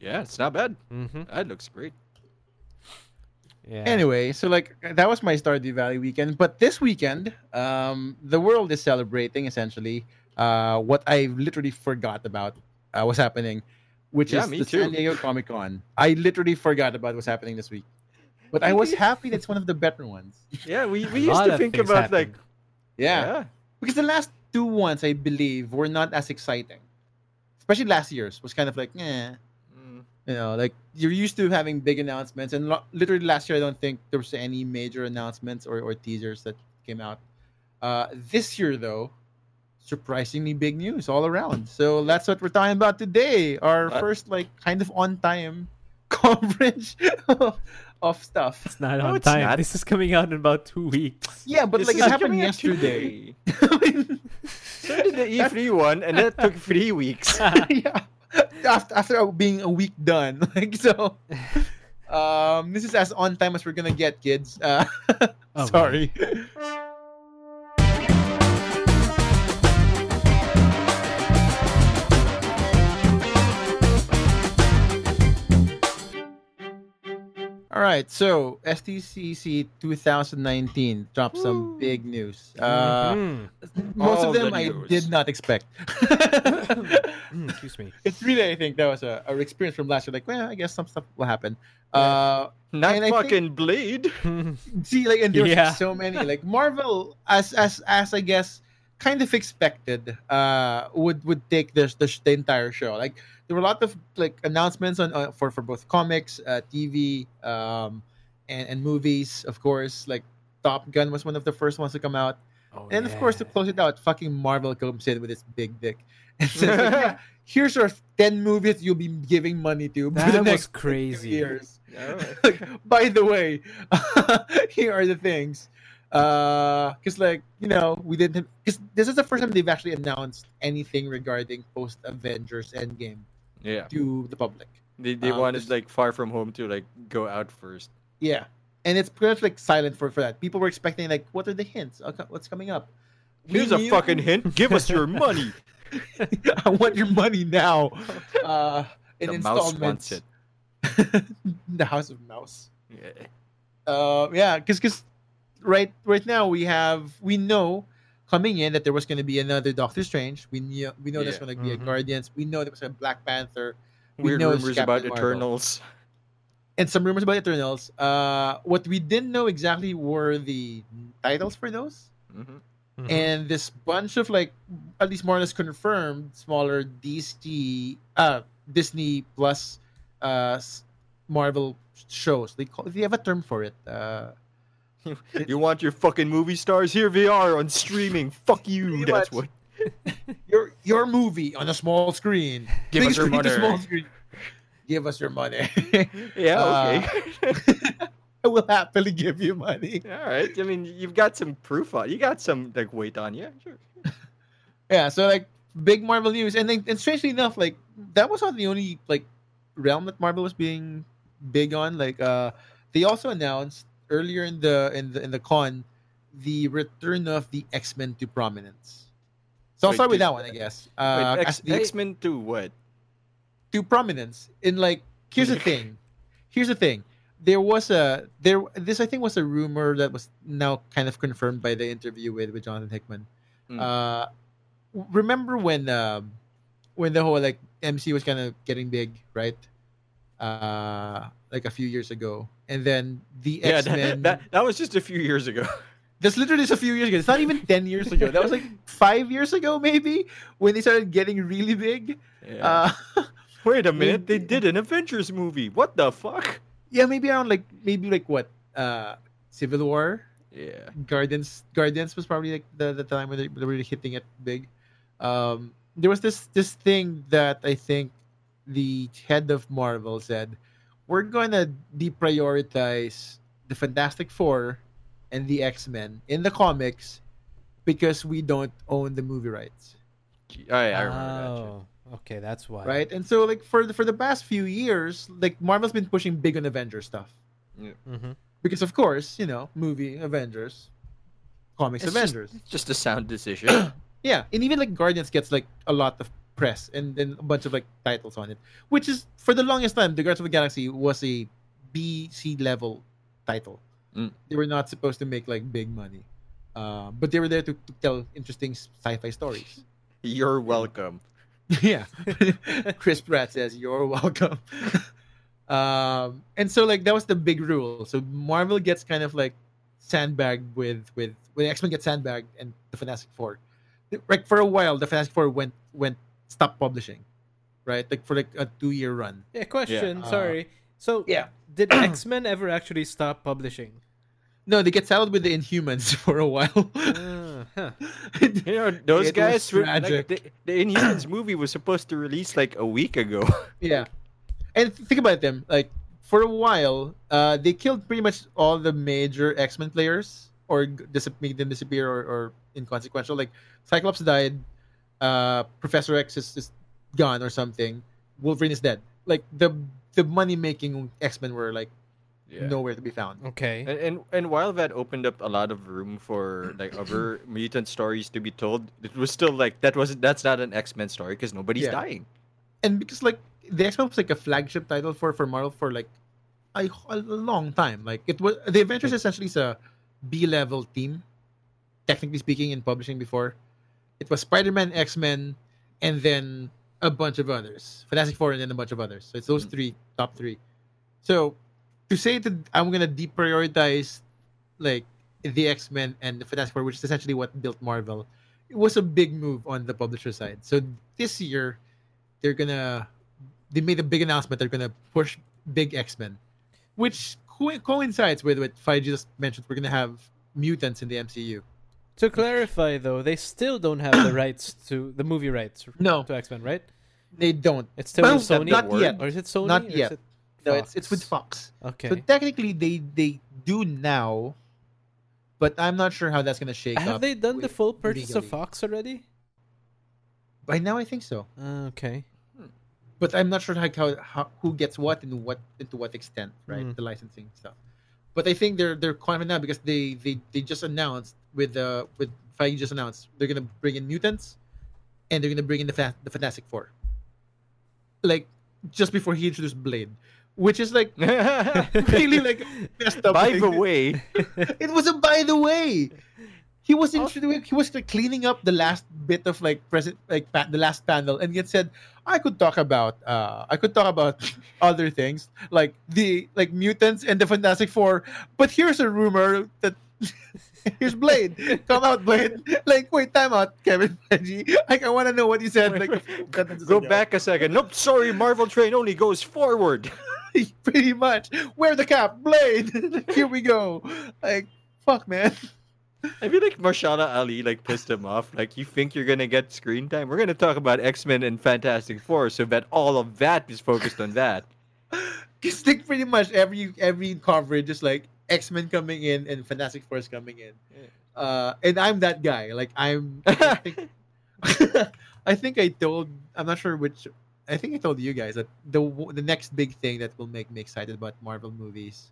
Speaker 1: Yeah, it's not bad.
Speaker 3: Mm-hmm.
Speaker 1: That looks great.
Speaker 3: Yeah.
Speaker 2: Anyway, so like that was my Stardew Valley weekend, but this weekend, um, the world is celebrating essentially uh, what I literally forgot about uh, was happening, which
Speaker 1: Yeah,
Speaker 2: is
Speaker 1: me
Speaker 2: the
Speaker 1: too.
Speaker 2: San Diego Comic Con. I literally forgot about what's happening this week, but I was happy that's one of the better ones.
Speaker 1: Yeah, we,
Speaker 3: A
Speaker 1: we used
Speaker 3: lot
Speaker 1: to
Speaker 3: of
Speaker 1: think
Speaker 3: things
Speaker 1: about
Speaker 3: happen.
Speaker 1: like
Speaker 2: Yeah, because the last two ones I believe were not as exciting, especially last year's was kind of like, eh.
Speaker 1: Mm.
Speaker 2: you know like you're used to having big announcements and lo- literally last year i don't think there was any major announcements or, or teasers that came out uh, this year though surprisingly big news all around so that's what we're talking about today our
Speaker 1: What?
Speaker 2: first like kind of on time coverage of stuff
Speaker 3: It's not
Speaker 1: No,
Speaker 3: on
Speaker 1: it's
Speaker 3: time.
Speaker 1: not.
Speaker 3: This is coming out in about two weeks.
Speaker 2: yeah but
Speaker 1: This
Speaker 2: like
Speaker 1: is
Speaker 2: it happened
Speaker 1: coming out
Speaker 2: yesterday
Speaker 1: today.
Speaker 2: I mean,
Speaker 1: So did the E3 one, and that took three weeks.
Speaker 2: yeah after, after being a week done like so um this is as on time as we're gonna get kids uh
Speaker 3: Oh,
Speaker 2: sorry All right, so STCC 2019 dropped some big news. Uh,
Speaker 3: Mhm.
Speaker 2: Most
Speaker 1: Mm-hmm. All
Speaker 2: of them
Speaker 1: the
Speaker 2: I
Speaker 1: news.
Speaker 2: did not expect.
Speaker 3: Mm, excuse me.
Speaker 2: it's really, I think, that was a, our experience from last year. Like, well, I guess some stuff will happen. Uh,
Speaker 1: Not
Speaker 2: And I think-
Speaker 1: fucking Blade.
Speaker 2: see like and there's
Speaker 3: Yeah.
Speaker 2: so many like marvel as as as i guess kind of expected uh would would take this, this the entire show like there were a lot of like announcements on uh, for for both comics uh tv um and and movies of course like top gun was one of the first ones to come out
Speaker 3: Oh,
Speaker 2: and of course to
Speaker 3: yeah.
Speaker 2: close it out fucking marvel comes in with its big dick and says like, yeah, here's our 10 movies you'll be giving money to for the
Speaker 3: that was
Speaker 2: next few
Speaker 3: crazy.
Speaker 2: years by the way, here are the things. because like you know we didn't because this is the first time they've actually announced anything regarding post Avengers Endgame
Speaker 1: Yeah,
Speaker 2: to the public.
Speaker 1: they they
Speaker 2: Um,
Speaker 1: wanted
Speaker 2: this-
Speaker 1: like Far From Home to like go out first.
Speaker 2: Yeah, and it's pretty much like silent for for that. People were expecting like, what are the hints? Okay, What's coming up? We
Speaker 1: Here's a
Speaker 2: knew-
Speaker 1: fucking hint. Give us your money.
Speaker 2: I want your money now. Uh, in
Speaker 1: the mouse
Speaker 2: installments.
Speaker 1: wants it.
Speaker 2: the House of Mouse.
Speaker 1: Yeah.
Speaker 2: uh yeah because right right now we have we know coming in that there was going to be another doctor strange we knew we know there's
Speaker 1: Yeah.
Speaker 2: going to be
Speaker 3: Mhm.
Speaker 2: a guardians we know there was a black panther We
Speaker 1: Weird
Speaker 2: know it's
Speaker 1: rumors about
Speaker 2: Captain Marvel.
Speaker 1: Eternals.
Speaker 2: and some rumors about eternals uh what we didn't know exactly were the titles for those
Speaker 1: hmm
Speaker 3: Mhm.
Speaker 2: and this bunch of like at least more or less confirmed smaller DC uh Disney plus uh s- Marvel shows. They call they have a term for it. Uh
Speaker 1: You want your fucking movie stars here? VR on streaming. Fuck you.
Speaker 2: Pretty
Speaker 1: That's
Speaker 2: much.
Speaker 1: what.
Speaker 2: your your movie on a small screen.
Speaker 1: Give us
Speaker 2: Things
Speaker 1: your
Speaker 2: with a
Speaker 1: money.
Speaker 2: small screen. Give us your money.
Speaker 1: Yeah.
Speaker 2: Uh,
Speaker 1: Okay.
Speaker 2: I will happily give you money.
Speaker 1: All right. I mean, you've got some proof on. You got some like weight on you. Sure.
Speaker 2: Yeah, so like big Marvel news, and then, and strangely enough, like that was not the only like realm that Marvel was being big on. Like uh, they also announced earlier in the in the in the con the return of the X Men to prominence. So I'll
Speaker 1: Wait,
Speaker 2: start with
Speaker 1: did-
Speaker 2: that one, I guess. Uh,
Speaker 1: Wait,
Speaker 2: as
Speaker 1: X
Speaker 2: the X-
Speaker 1: Men do what?
Speaker 2: to prominence in like here's the thing, here's the thing. There was a there. This I think was a rumor that was now kind of confirmed by the interview with with Jonathan Hickman.
Speaker 1: Mm.
Speaker 2: Uh, remember when um, when the whole like MC was kind of getting big, right? Uh, like a few years ago, and then the
Speaker 1: Yeah,
Speaker 2: X
Speaker 1: that,
Speaker 2: Men.
Speaker 1: that that was just a few years ago.
Speaker 2: That's literally just a few years ago. It's not even ten years ago. That was like five years ago, maybe, when they started getting really big.
Speaker 1: Yeah.
Speaker 2: Uh,
Speaker 1: Wait a minute, they
Speaker 2: maybe-
Speaker 1: did an Avengers movie. What the fuck?
Speaker 2: yeah, maybe around like maybe like what uh, Civil War.
Speaker 1: Yeah.
Speaker 2: Guardians Guardians was probably like the, the time when they, they were hitting it big. Um, there was this this thing that I think the head of Marvel said, we're gonna deprioritize the Fantastic Four and the X Men in the comics because we don't own the movie rights,
Speaker 1: Gee, I, I remember that. shit.
Speaker 3: oh, okay, that's why.
Speaker 2: right? And so like for the, for the past few years, like Marvel's been pushing big on Avengers stuff
Speaker 3: hmm
Speaker 2: because of course you know movie Avengers, comics
Speaker 1: It's
Speaker 2: Avengers.
Speaker 1: Just, it's just a sound decision.
Speaker 2: Yeah, and even like Guardians gets like a lot of press and then a bunch of like titles on it, which is for the longest time, the Guardians of the Galaxy was a B C level title.
Speaker 1: Mm.
Speaker 2: They were not supposed to make like big money, uh, but they were there to, to tell interesting sci-fi stories.
Speaker 1: You're welcome.
Speaker 2: yeah, Chris Pratt says you're welcome. um, and so like that was the big rule. So Marvel gets kind of like sandbagged with with when X Men gets sandbagged and the Fantastic Four. Like for a while, the Fantastic Four went went stopped publishing, right? Like for like a two year run.
Speaker 3: Yeah. Question.
Speaker 2: Yeah.
Speaker 3: Sorry. So
Speaker 2: Yeah.
Speaker 3: did X Men ever actually stop publishing?
Speaker 2: No, they get saddled with the Inhumans for a while.
Speaker 3: Ah, huh.
Speaker 1: You know, those
Speaker 2: Uh, It was
Speaker 1: guys were like,
Speaker 2: tragic.
Speaker 1: the, the Inhumans movie was supposed to release like a week ago.
Speaker 2: Yeah. And th- think about them. Like for a while, uh, they killed pretty much all the major X Men players, or g- dis- made them disappear, or, or inconsequential. Like Cyclops died, uh, Professor X is, is gone, or something. Wolverine is dead. Like the the money making X Men were like nowhere to be found.
Speaker 3: Okay.
Speaker 1: And, and and while that opened up a lot of room for like other mutant stories to be told, it was still like that wasn't that's not an X Men story because nobody's
Speaker 2: Yeah.
Speaker 1: dying.
Speaker 2: And because like the X Men was like a flagship title for for Marvel for like a, a long time. Like it was the Avengers essentially is a B level team, technically speaking, in publishing before. It was Spider Man, X Men, and then a bunch of others. Fantastic Four and then a bunch of others. So it's those
Speaker 1: Mm.
Speaker 2: three top three. So to say that I'm gonna deprioritize like the X Men and the Fantastic Four, which is essentially what built Marvel, it was a big move on the publisher side. So this year they're gonna they made a big announcement they're gonna push big X-Men. Which co- coincides with what Faye just mentioned. We're gonna have mutants in the MCU.
Speaker 3: To clarify, though, they still don't have the rights to the movie rights
Speaker 2: No,
Speaker 3: to X Men, right?
Speaker 2: they don't.
Speaker 3: It's still
Speaker 2: Well,
Speaker 3: with Sony,
Speaker 2: not
Speaker 1: Word.
Speaker 2: yet.
Speaker 3: or is it Sony?
Speaker 2: Not
Speaker 3: or
Speaker 2: yet.
Speaker 3: Is it
Speaker 2: No, it's it's with
Speaker 3: Fox?
Speaker 2: Fox.
Speaker 3: Okay.
Speaker 2: So technically, they they do now, But I'm not sure how that's gonna shake up.
Speaker 3: Have they done the
Speaker 2: with-
Speaker 3: full purchase
Speaker 2: legally.
Speaker 3: of Fox already?
Speaker 2: By now, I think so.
Speaker 3: Uh, okay.
Speaker 2: but I'm not sure like how, how who gets what and what and to what extent, right?
Speaker 1: Mm.
Speaker 3: Mhm.
Speaker 2: The licensing stuff. But I think they're they're climbing now because they they, they just announced with uh with Feige just announced they're gonna bring in mutants, and they're gonna bring in the fa- the Fantastic Four. Like just before he introduced Blade, which is like really like messed up.
Speaker 1: By
Speaker 2: thing.
Speaker 1: the way,
Speaker 2: it was a by the way. He was
Speaker 1: Oh.
Speaker 2: introducing. He was like, cleaning up the last bit of like present, like pa- the last panel, and yet said, "I could talk about, uh, I could talk about other things like the like mutants and the Fantastic Four, but here's a rumor that here's Blade. Come out, Blade. Like, wait, time out, Kevin Feige. Like, I want to know what he said. Like, a few sentences
Speaker 1: go
Speaker 2: ago.
Speaker 1: back a second. Nope, sorry, Marvel train only goes forward.
Speaker 2: pretty much. Wear the cap, Blade. Here we go. Like, fuck, man.
Speaker 1: I feel like Marshala Ali like pissed him off. Like, you think you're gonna get screen time? We're gonna talk about X Men and Fantastic Four, so that all of that is focused on that.
Speaker 2: Cause like pretty much every every coverage is like X Men coming in and Fantastic Four is coming in, uh, and I'm that guy. Like I'm, I think, I think I told I'm not sure which. I think I told you guys that the the next big thing that will make me excited about Marvel movies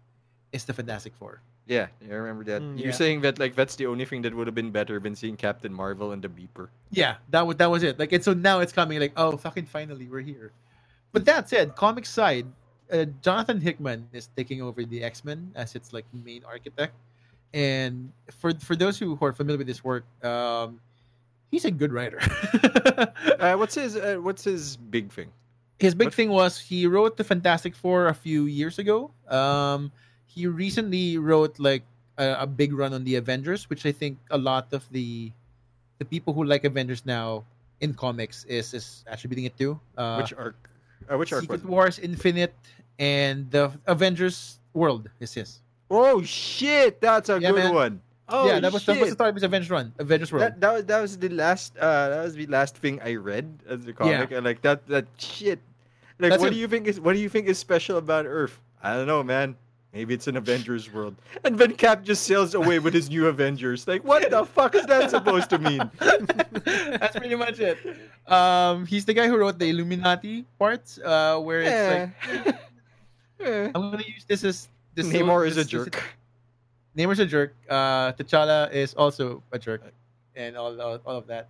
Speaker 2: is the Fantastic Four.
Speaker 1: Yeah, I remember that.
Speaker 3: Mm,
Speaker 1: You're
Speaker 2: yeah.
Speaker 1: saying that like that's the only thing that would have been better than seeing Captain Marvel and the Beeper.
Speaker 2: Yeah, that was that was it. Like, and so now it's coming. Like, oh, fucking finally, we're here. But that said, comic side, uh, Jonathan Hickman is taking over the X Men as its like main architect. And for for those who, who are familiar with his work, um, he's a good writer.
Speaker 1: Uh, what's his uh, What's his big thing?
Speaker 2: his big
Speaker 1: What-
Speaker 2: thing was he wrote the Fantastic Four a few years ago. Um, he recently wrote like a, a big run on the Avengers, which I think a lot of the the people who like Avengers now in comics is is attributing it to. Uh,
Speaker 1: Which arc? Uh, which arc? Was
Speaker 2: Secret
Speaker 1: it?
Speaker 2: Wars, Infinite, and the Avengers World is his.
Speaker 1: Oh shit! That's a
Speaker 2: Yeah,
Speaker 1: good one.
Speaker 2: man.
Speaker 1: Oh
Speaker 2: yeah, that was
Speaker 1: shit.
Speaker 2: that was the start of his Avengers run. Avengers World.
Speaker 1: That, that was that was the last uh, that was the last thing I read as a comic. And like that that shit. Like
Speaker 2: That's
Speaker 1: what do
Speaker 2: it.
Speaker 1: you think is what do you think is special about Earth? I don't know, man. Maybe it's an Avengers world. And then Cap just sails away with his new Avengers. Like what the fuck is that supposed to mean?
Speaker 2: That's pretty much it. Um, he's the guy who wrote the Illuminati parts, uh, where it's like
Speaker 1: Eh.
Speaker 2: I'm gonna use this as this
Speaker 1: Namor is a
Speaker 2: this- this-
Speaker 1: jerk.
Speaker 2: Namor's a jerk. Uh, T'Challa is also a jerk, and all, all, all of that.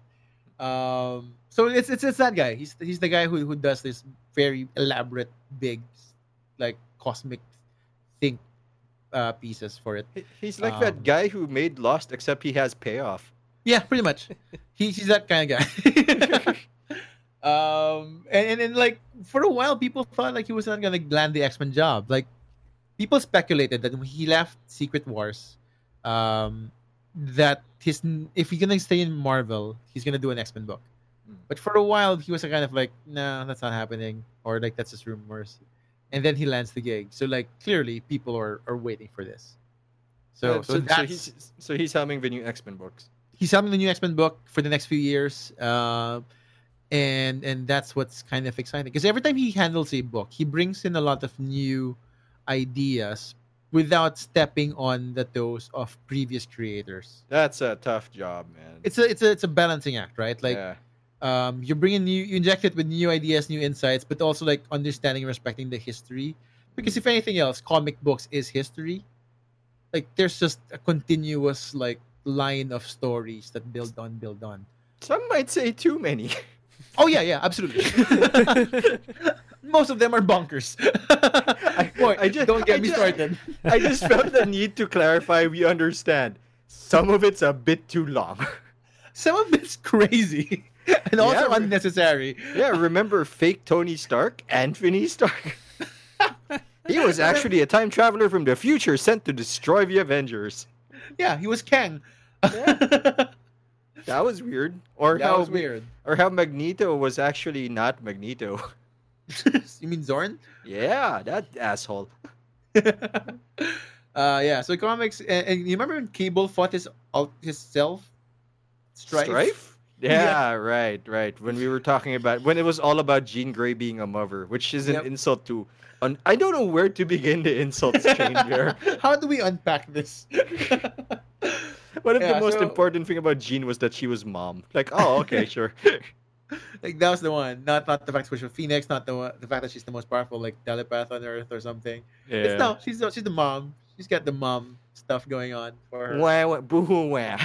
Speaker 2: Um, so it's it's it's that guy. He's he's the guy who who does this very elaborate, big, like cosmic think uh, pieces for it.
Speaker 1: He- He's like
Speaker 2: Um,
Speaker 1: that guy who made Lost, except he has payoff.
Speaker 2: Yeah, pretty much. He, he's that kind of guy. um, and, and and like for a while, people thought like he was not gonna land the X Men job. Like people speculated that when he left Secret Wars, um, that his if he's gonna stay in Marvel, he's gonna do an X Men book.
Speaker 1: Mm.
Speaker 2: But for a while, he was kind of like, no, that's not happening, or like that's just rumors. And then he lands the gig. So like clearly, people are, are waiting for this. So
Speaker 1: Uh,
Speaker 2: so, that's,
Speaker 1: he's so he's helming the new X Men books.
Speaker 2: he's having the new X Men book for the next few years, uh, and and that's what's kind of exciting because every time he handles a book, he brings in a lot of new ideas without stepping on the toes of previous creators.
Speaker 1: That's a tough job, man.
Speaker 2: It's a it's a it's a balancing act, right? Like
Speaker 1: Yeah.
Speaker 2: um, you're bringing new, you inject it with new ideas, new insights, but also like understanding and respecting the history. Because if anything else, comic books is history. Like there's just a continuous like line of stories that build on, build on.
Speaker 1: Some might say too many.
Speaker 2: Oh yeah, yeah, absolutely. Most of them are bonkers. Boy,
Speaker 1: I ju-
Speaker 2: don't get
Speaker 1: I
Speaker 2: me
Speaker 1: ju-
Speaker 2: started.
Speaker 1: I just felt the need to clarify we understand. Some of it's a bit too long.
Speaker 2: Some of it's crazy and also
Speaker 1: Yeah.
Speaker 2: unnecessary.
Speaker 1: yeah, remember fake Tony Stark? Anthony Stark? he was actually a time traveler from the future sent to destroy the Avengers.
Speaker 2: Yeah, he was Kang.
Speaker 1: That was weird. Or
Speaker 2: that
Speaker 1: how
Speaker 2: was weird.
Speaker 1: Or how Magneto was actually not Magneto.
Speaker 2: you mean Zorn?
Speaker 1: yeah, that asshole.
Speaker 2: uh, yeah. So comics, and, and you remember when Cable fought his alt his self, Strife?
Speaker 1: Yeah,
Speaker 2: Yeah.
Speaker 1: right, right. When we were talking about when it was all about Jean Grey being a mother, which is an
Speaker 2: Yep.
Speaker 1: insult to. Un- I don't know where to begin the insults chain there.
Speaker 2: How do we unpack this?
Speaker 1: What if
Speaker 2: Yeah,
Speaker 1: the most
Speaker 2: so-
Speaker 1: important thing about Jean was that she was mom? Like, oh, okay, sure.
Speaker 2: Like that was the one, not not the fact that she was Phoenix, not the one, the fact that she's the most powerful like telepath on Earth or something.
Speaker 1: Yeah.
Speaker 2: It's no, she's the- she's the mom. She's got the mom stuff going on for her.
Speaker 1: Wah, wah, boo-hoo, wah.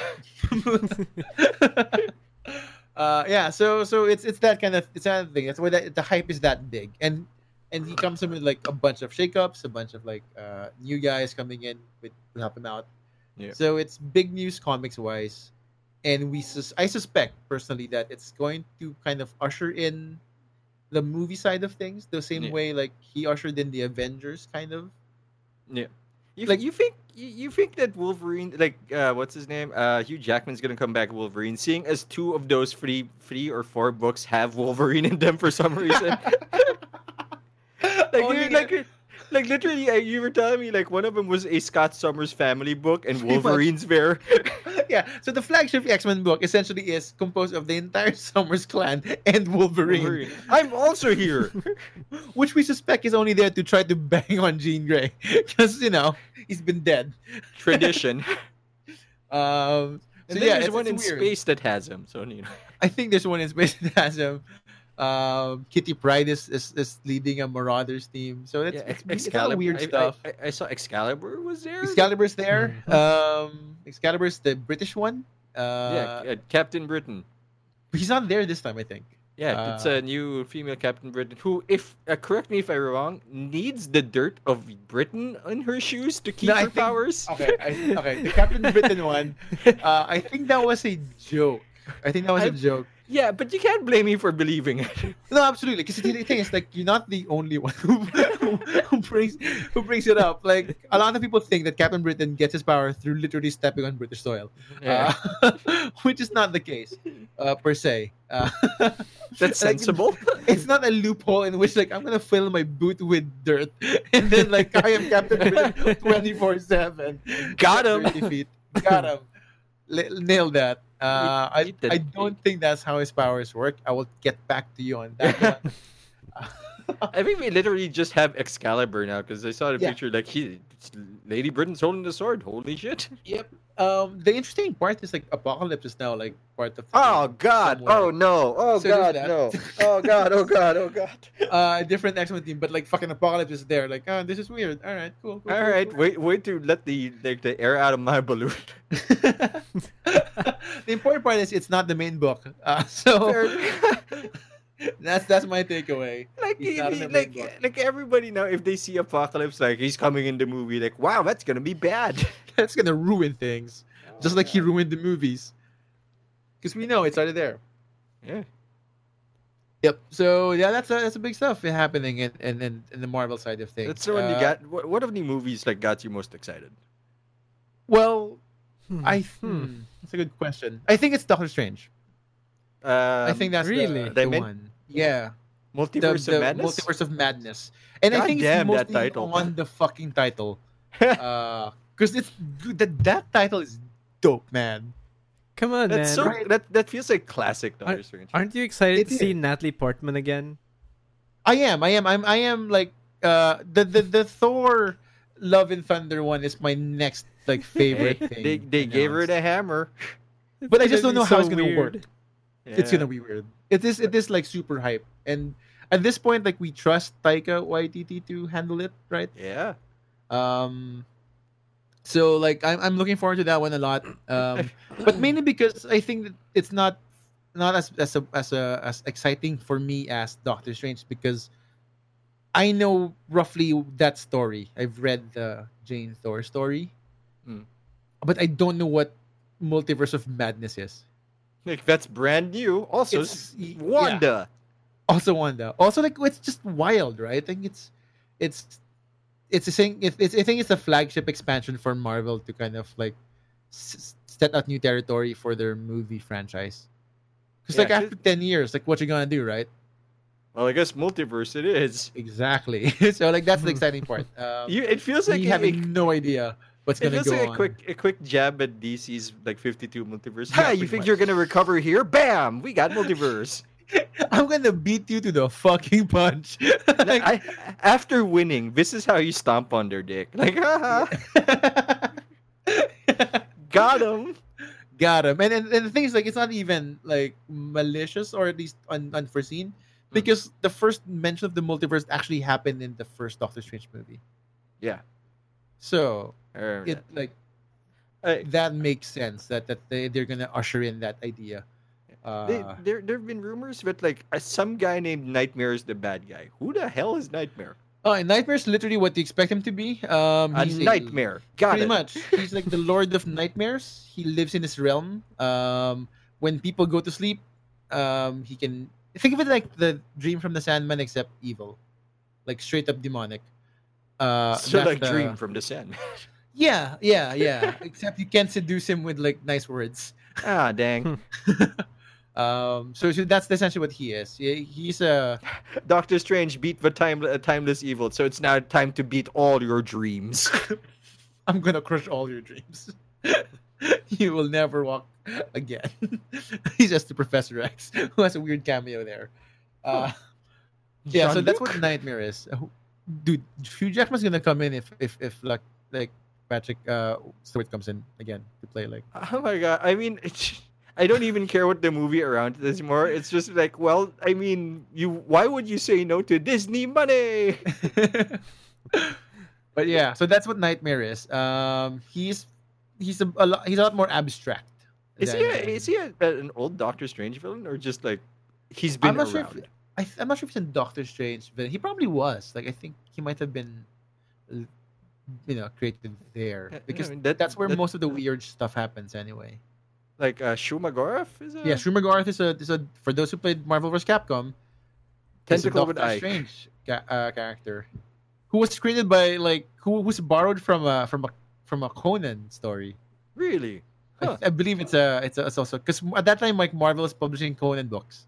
Speaker 2: uh, yeah, so so it's it's that kind of it's that thing. That's why that, the hype is that big, and and he comes in with like a bunch of shakeups, a bunch of like uh, new guys coming in with to help him out.
Speaker 1: Yeah.
Speaker 2: So it's big news comics wise, and we sus- I suspect personally that it's going to kind of usher in the movie side of things the same
Speaker 1: Yeah.
Speaker 2: way like he ushered in the Avengers kind of.
Speaker 1: You,
Speaker 2: Like-
Speaker 1: like, you think you, you think that Wolverine, like, uh, what's his name? Uh, Hugh Jackman's gonna come back Wolverine, seeing as two of those three, three or four books have Wolverine in them for some reason. Like,
Speaker 2: Only-
Speaker 1: you, like, you- like literally, uh, you were telling me like one of them was a Scott Summers family book, and
Speaker 2: Pretty much.
Speaker 1: Wolverine's there.
Speaker 2: yeah, so the flagship X Men book essentially is composed of the entire Summers clan and Wolverine,
Speaker 1: Wolverine. I'm also here.
Speaker 2: which we suspect is only there to try to bang on Jean Grey because you know he's been dead.
Speaker 1: Tradition.
Speaker 2: Um,
Speaker 1: And
Speaker 2: so
Speaker 1: then
Speaker 2: yeah,
Speaker 1: there's
Speaker 2: it's,
Speaker 1: one
Speaker 2: it's
Speaker 1: in
Speaker 2: weird.
Speaker 1: space that has him. So you know.
Speaker 2: I think there's one in space that has him. Um, Kitty Pride is, is is leading a Marauders team, so it's
Speaker 1: Yeah,
Speaker 2: it's,
Speaker 1: Ex-
Speaker 2: it's, a lot of weird
Speaker 1: I- I-
Speaker 2: stuff.
Speaker 1: I, I saw Excalibur was there.
Speaker 2: Excalibur's there.
Speaker 3: Mhm.
Speaker 2: Um, Excalibur's the British one.
Speaker 1: yeah, uh,
Speaker 2: Uh,
Speaker 1: Captain Britain.
Speaker 2: he's not there this time, I think.
Speaker 1: Yeah, it's a
Speaker 2: uh,
Speaker 1: new female Captain Britain who, if uh, correct me if I'm wrong, needs the dirt of Britain in her shoes to keep
Speaker 2: No,
Speaker 1: her
Speaker 2: I think- Oh.
Speaker 1: powers.
Speaker 2: Okay, I, okay, the Captain Britain one. Uh, I think that was a joke. I think that was a
Speaker 1: I-
Speaker 2: joke.
Speaker 1: Yeah, but you can't blame me for believing it.
Speaker 2: No, absolutely. Because the thing is, like, you're not the only one who, who, who brings who brings it up. Like, a lot of people think that Captain Britain gets his power through literally stepping on British soil,
Speaker 1: Yeah,
Speaker 2: uh, which is not the case uh, per se. Uh,
Speaker 1: that's
Speaker 2: like,
Speaker 1: sensible.
Speaker 2: it's not a loophole in which, like, I'm gonna fill my boot with dirt, and then like I am Captain Britain twenty four seven.
Speaker 1: Got him.
Speaker 2: Feet. Got him. L- nailed that.
Speaker 1: You-
Speaker 2: Uh, I,
Speaker 1: you did
Speaker 2: I
Speaker 1: it.
Speaker 2: don't think that's how his powers work. I will get back to you on that. one.
Speaker 1: I think we literally just have Excalibur now because I saw the
Speaker 2: Yeah.
Speaker 1: picture. Like, he, it's Lady Britain's holding the sword. Holy shit!
Speaker 2: um the interesting part is like apocalypse is now like part of the
Speaker 1: God!
Speaker 2: Somewhere. Oh,
Speaker 1: no! Oh
Speaker 2: So there's God, that. no.
Speaker 1: Oh God! Oh God! Oh God!
Speaker 2: uh different x-men team but like fucking apocalypse is there like oh this is weird all right cool, cool,
Speaker 1: All
Speaker 2: cool,
Speaker 1: right,
Speaker 2: cool.
Speaker 1: wait, wait to let the like the air out of my balloon.
Speaker 2: the important part is it's not the main book uh so that's that's my takeaway
Speaker 1: like,
Speaker 2: He's
Speaker 1: if
Speaker 2: not in
Speaker 1: he-
Speaker 2: the main
Speaker 1: like,
Speaker 2: book.
Speaker 1: like everybody now, if they see Apocalypse, like he's coming in the movie, like wow, that's gonna be bad.
Speaker 2: that's gonna ruin things just like he ruined the movies because Oh, we know it started there
Speaker 1: Yeah.
Speaker 2: yep so yeah that's a, that's a big stuff happening in, in, in, in the marvel side of things
Speaker 1: That's the one
Speaker 2: Uh,
Speaker 1: you got. What, what of the movies like got you most excited?
Speaker 2: well
Speaker 3: Hmm.
Speaker 2: I hmm. that's a good question. I think it's Doctor Strange.
Speaker 1: Um,
Speaker 2: I think that's
Speaker 3: really?
Speaker 2: the, the
Speaker 1: They meant-
Speaker 2: one. Yeah, the,
Speaker 1: Multiverse
Speaker 2: the
Speaker 1: of Madness.
Speaker 2: multiverse of madness, and I think
Speaker 1: Goddamn,
Speaker 2: it's
Speaker 1: that
Speaker 2: mostly
Speaker 1: title.
Speaker 2: on the fucking title, because it's good- that that title is dope, man.
Speaker 3: Come on,
Speaker 1: That's
Speaker 3: man.
Speaker 1: so
Speaker 2: Right.
Speaker 1: that that feels like classic Doctor Strange.
Speaker 3: Aren't you excited
Speaker 2: It
Speaker 3: to see Natalie Portman again?
Speaker 2: I am, I am, I'm, I am like uh, the the the Thor Love and Thunder one is my next like favorite
Speaker 1: Hey,
Speaker 2: thing.
Speaker 1: they they gave her the hammer.
Speaker 2: But I just don't know
Speaker 3: gonna be
Speaker 2: how
Speaker 3: so
Speaker 2: it's gonna work.
Speaker 3: weird.
Speaker 2: it's gonna be weird. It is it is like super hype, and at this point, like we trust Taika Waititi to handle it, right?
Speaker 1: Yeah.
Speaker 2: Um, so like I'm I'm looking forward to that one a lot, um, but mainly because I think that it's not not as as a, as a, as exciting for me as Doctor Strange because I know roughly that story. I've read the Jane Thor story,
Speaker 1: Mm.
Speaker 2: but I don't know what Multiverse of Madness is.
Speaker 1: Like that's brand new. Also,
Speaker 2: It's- y- yeah.
Speaker 1: Wanda.
Speaker 2: Also Wanda. Also like it's just wild, right? I think it's it's it's a thing. It, it's, I think it's a flagship expansion for Marvel to kind of like s- set out new territory for their movie franchise. Because like
Speaker 1: Yeah,
Speaker 2: after ten years, like what you gonna do, right?
Speaker 1: Well, I guess multiverse it is.
Speaker 2: Exactly. so like that's the exciting part. Um,
Speaker 1: You, it feels like
Speaker 2: we
Speaker 1: a-
Speaker 2: have
Speaker 1: a-
Speaker 2: no idea what's
Speaker 1: It
Speaker 2: gonna
Speaker 1: feels
Speaker 2: go
Speaker 1: like
Speaker 2: on.
Speaker 1: a quick, a quick jab at DC's like 52 multiverse.
Speaker 2: Yeah,
Speaker 1: ha! You
Speaker 2: pretty
Speaker 1: think
Speaker 2: much.
Speaker 1: you're gonna recover here? Bam! We got multiverse.
Speaker 2: I'm gonna beat you to the fucking punch. Like-
Speaker 1: I, after winning, this is how you stomp on their dick. Like, haha, got him.
Speaker 2: got him. And, and and the thing is, like, it's not even like malicious or at least un- unforeseen
Speaker 1: Mm.
Speaker 2: because the first mention of the multiverse actually happened in the first Doctor Strange movie.
Speaker 1: Yeah.
Speaker 2: So
Speaker 1: I remember
Speaker 2: it like
Speaker 1: that. I-
Speaker 2: that makes sense that that they they're gonna usher in that idea. Uh,
Speaker 1: they- there, there have been rumors that like uh, some guy named Nightmare is the bad guy. Who the hell is Nightmare?
Speaker 2: oh, and Nightmare's literally what you expect him to be. Um,
Speaker 1: A
Speaker 2: he's
Speaker 1: nightmare. Got it.
Speaker 2: pretty much. He's like the lord of nightmares. He lives in his realm. Um, when people go to sleep, um, he can think of it like the dream from the Sandman, except evil, like straight up demonic. Uh,
Speaker 1: so
Speaker 2: that's
Speaker 1: like
Speaker 2: the-
Speaker 1: Dream from the Sandman.
Speaker 2: Yeah, yeah, yeah. except you can't seduce him with like nice words.
Speaker 1: ah, dang.
Speaker 2: Hmm. Um, so, so that's essentially what he is. He- He's uh, a
Speaker 1: Doctor Strange beat the time, uh, timeless evil, so it's now time to beat all your dreams.
Speaker 2: I'm gonna crush all your dreams. you will never walk again. He's just the Professor X, who has a weird cameo there. Uh, yeah, so that's what
Speaker 1: Jean-Luc?
Speaker 2: Nightmare is. Uh, who- Dude, Hugh Jackman's gonna come in if if if like like Patrick uh, Stewart comes in again to play like.
Speaker 1: Oh my god! I mean, I don't even care what the movie around it is more. It's just like, well, I mean, you. Why would you say no to Disney money?
Speaker 2: but yeah, so that's what Nightmare is. Um, he's he's a, a lot he's a lot more abstract.
Speaker 1: Is he? A,
Speaker 2: than-
Speaker 1: is he a, an old Doctor Strange villain, or just like he's been
Speaker 2: I'm not sure if-
Speaker 1: around?
Speaker 2: I th- I'm not sure if it's in Doctor Strange, but he probably was. Like I think he might have been, l- you know, created
Speaker 1: Yeah,
Speaker 2: there
Speaker 1: I
Speaker 2: because
Speaker 1: mean, that-
Speaker 2: that's where
Speaker 1: that-
Speaker 2: most of the weird stuff happens anyway.
Speaker 1: Like uh, Shumagorov is a
Speaker 2: Yeah, Schumer Garth is a is a for those who played Marvel vs. Capcom, is a
Speaker 1: tentacle with
Speaker 2: Doctor
Speaker 1: eye.
Speaker 2: Strange ca- uh, character, who was created by like who who's borrowed from a from a from a Conan story.
Speaker 1: Really?
Speaker 2: I-
Speaker 1: Huh.
Speaker 2: I, believe it's a it's, a, it's also because at that time like Marvel is publishing Conan books.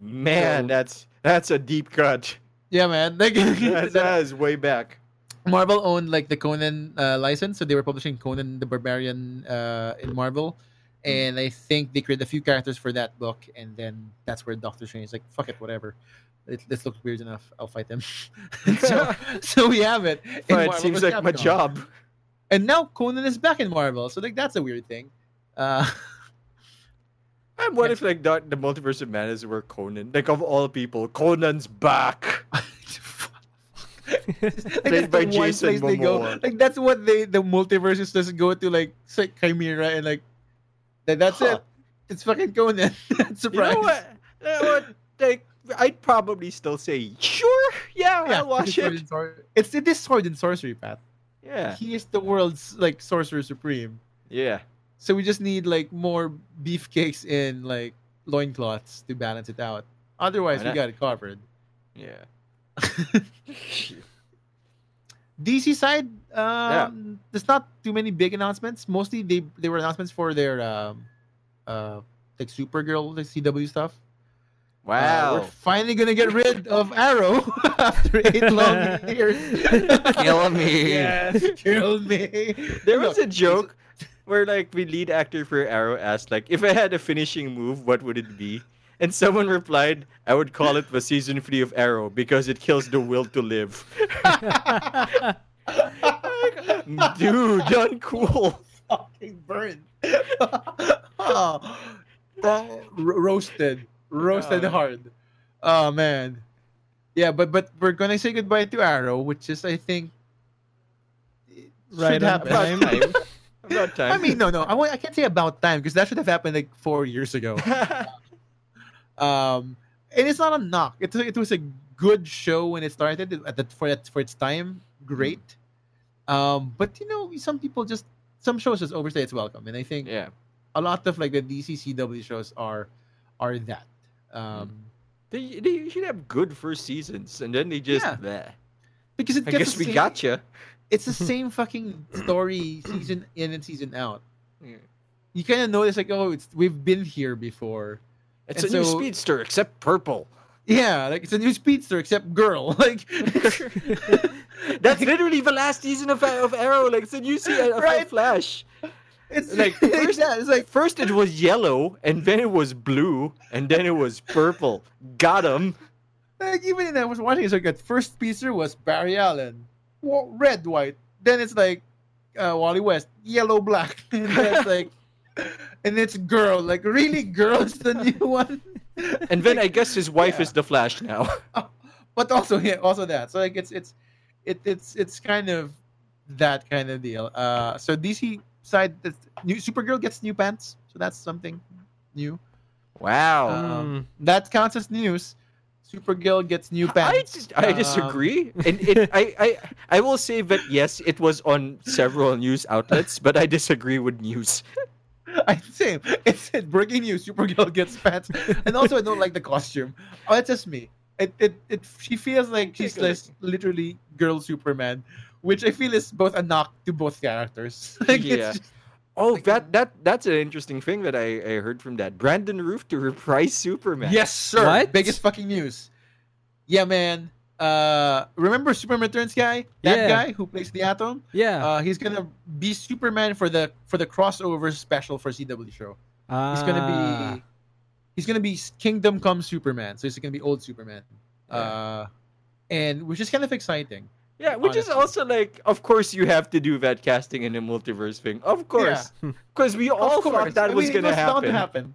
Speaker 1: Man,
Speaker 2: So-
Speaker 1: that's that's a deep cut.
Speaker 2: Yeah, man. Like,
Speaker 1: That, that is way back.
Speaker 2: Marvel owned like the Conan uh, license, so they were publishing Conan the Barbarian uh, in Marvel,
Speaker 1: Hmm.
Speaker 2: and I think they created a few characters for that book, and then that's where Doctor Strange is like, "Fuck it, whatever, it, this looks weird enough. I'll fight them." so, so we have it. in
Speaker 1: But it
Speaker 2: Marvel
Speaker 1: seems
Speaker 2: vs.
Speaker 1: like my
Speaker 2: Capcom.
Speaker 1: job.
Speaker 2: And now Conan is back in Marvel, so like that's a weird thing. Uh,
Speaker 1: And what if like doc- the multiverse of madness were Conan? Like of all people, Conan's back.
Speaker 2: like,
Speaker 1: Played
Speaker 2: that's
Speaker 1: by
Speaker 2: the one
Speaker 1: Jason
Speaker 2: place they go.
Speaker 1: Momoa.
Speaker 2: Like that's what they the multiverses just go to like it's like Chimera and like that, that's
Speaker 1: Huh.
Speaker 2: it. It's fucking Conan.
Speaker 1: You
Speaker 2: Surprise.
Speaker 1: know what? You know what? Like I'd probably still say sure. Yeah,
Speaker 2: Yeah,
Speaker 1: I'll watch
Speaker 2: it's Sword
Speaker 1: it.
Speaker 2: and Sor- It's it is sword and sorcery, Pat.
Speaker 1: Yeah,
Speaker 2: He is the world's like sorcerer supreme.
Speaker 1: yeah.
Speaker 2: So we just need like more beefcakes in like loincloths to balance it out. Otherwise,
Speaker 1: Why
Speaker 2: we
Speaker 1: not?
Speaker 2: got it covered.
Speaker 1: Yeah.
Speaker 2: DC side, um, there's not too many big announcements. Mostly they they were announcements for their um, uh, like Supergirl, like CW stuff. Uh,
Speaker 1: Wow.
Speaker 2: we're finally gonna get rid of Arrow after eight long years.
Speaker 1: Kill me.
Speaker 2: Yes, kill me.
Speaker 1: there was
Speaker 2: Look,
Speaker 1: a joke where like the lead actor for Arrow asked like, if I had a finishing move, what would it be? And someone replied, I would call it the season three of Arrow because it kills the will to live. Dude, uncool.
Speaker 2: fucking burned. oh, ro- roasted, roasted
Speaker 1: Yeah.
Speaker 2: hard. Oh man, yeah. But but we're gonna say goodbye to Arrow, which is I think it
Speaker 3: Right
Speaker 2: should
Speaker 3: on
Speaker 2: happen.
Speaker 1: About time. About time.
Speaker 2: I mean, no, no. I, wa- I can't say about time because that should have happened like four years ago. Um, and it's not a knock. It, it was a good show when it started at the, for that for its time, great. Um, but you know, some people just some shows just overstay its welcome, and I think
Speaker 1: yeah.
Speaker 2: a lot of like the DC CW shows are are that. Um,
Speaker 1: They, they usually have good first seasons, and then they just,
Speaker 2: Yeah.
Speaker 1: bleh.
Speaker 2: Because it
Speaker 1: I
Speaker 2: gets
Speaker 1: guess
Speaker 2: the
Speaker 1: we
Speaker 2: same-
Speaker 1: gotcha.
Speaker 2: It's the same fucking story season in and season out.
Speaker 1: Yeah.
Speaker 2: You kind of notice like, oh, it's we've been here before.
Speaker 1: It's
Speaker 2: And
Speaker 1: a new
Speaker 2: so-
Speaker 1: speedster, except purple.
Speaker 2: Yeah, like it's a new speedster except girl. Like
Speaker 1: That's literally the last season of, of Arrow. Like, it's a new season of
Speaker 2: Right.
Speaker 1: Flash.
Speaker 2: it's
Speaker 1: Like,
Speaker 2: like
Speaker 1: first-
Speaker 2: yeah, it's like
Speaker 1: First it was yellow, and then it was blue, and then it was purple. Got him.
Speaker 2: Like even in I was watching, it's like at first speedster was Barry Allen, wa- red, white. Then it's like uh, Wally West, yellow, black. and then it's like and it's girl. Like really, girl's the new one.
Speaker 1: And then I guess his wife is the Flash now.
Speaker 2: but also yeah, also that. So like it's it's it, it's it's kind of that kind of deal. Uh, so DC side, the new Supergirl gets new pants, so that's something new.
Speaker 1: Wow.
Speaker 2: Um, that counts as news. Supergirl gets new
Speaker 1: I,
Speaker 2: pants.
Speaker 1: dis- I disagree, and it, I, I I will say that yes, it was on several news outlets, but I disagree with news.
Speaker 2: I same. It said breaking news: Supergirl gets pants, and also I don't like the costume. Oh, it's just me. It it, it She feels like she's
Speaker 1: Take a look.
Speaker 2: just literally girl Superman, which I feel is both a knock to both characters. Like,
Speaker 1: Yeah.
Speaker 2: it's just-
Speaker 1: Oh, that that that's an interesting thing that I, I heard from that Brandon Roof to reprise Superman.
Speaker 2: yes, sir.
Speaker 3: What?
Speaker 2: Biggest fucking news. Yeah, man. Uh, remember Superman Returns guy? That
Speaker 3: Yeah.
Speaker 2: guy who plays the Atom.
Speaker 3: Yeah.
Speaker 2: Uh, he's gonna be Superman for the for the crossover special for CW show. He's gonna be
Speaker 1: Ah.
Speaker 2: he's gonna be Kingdom Come Superman. So he's gonna be old Superman. Uh, and which is kind of exciting.
Speaker 1: yeah, which is
Speaker 2: Honestly.
Speaker 1: also like, of course you have to do that casting in a multiverse thing, of course,
Speaker 3: Yeah.
Speaker 1: because we all
Speaker 2: of course,
Speaker 1: thought Oh, that
Speaker 2: I
Speaker 1: was
Speaker 2: mean,
Speaker 1: gonna
Speaker 2: it bound to
Speaker 1: happen.
Speaker 2: happen.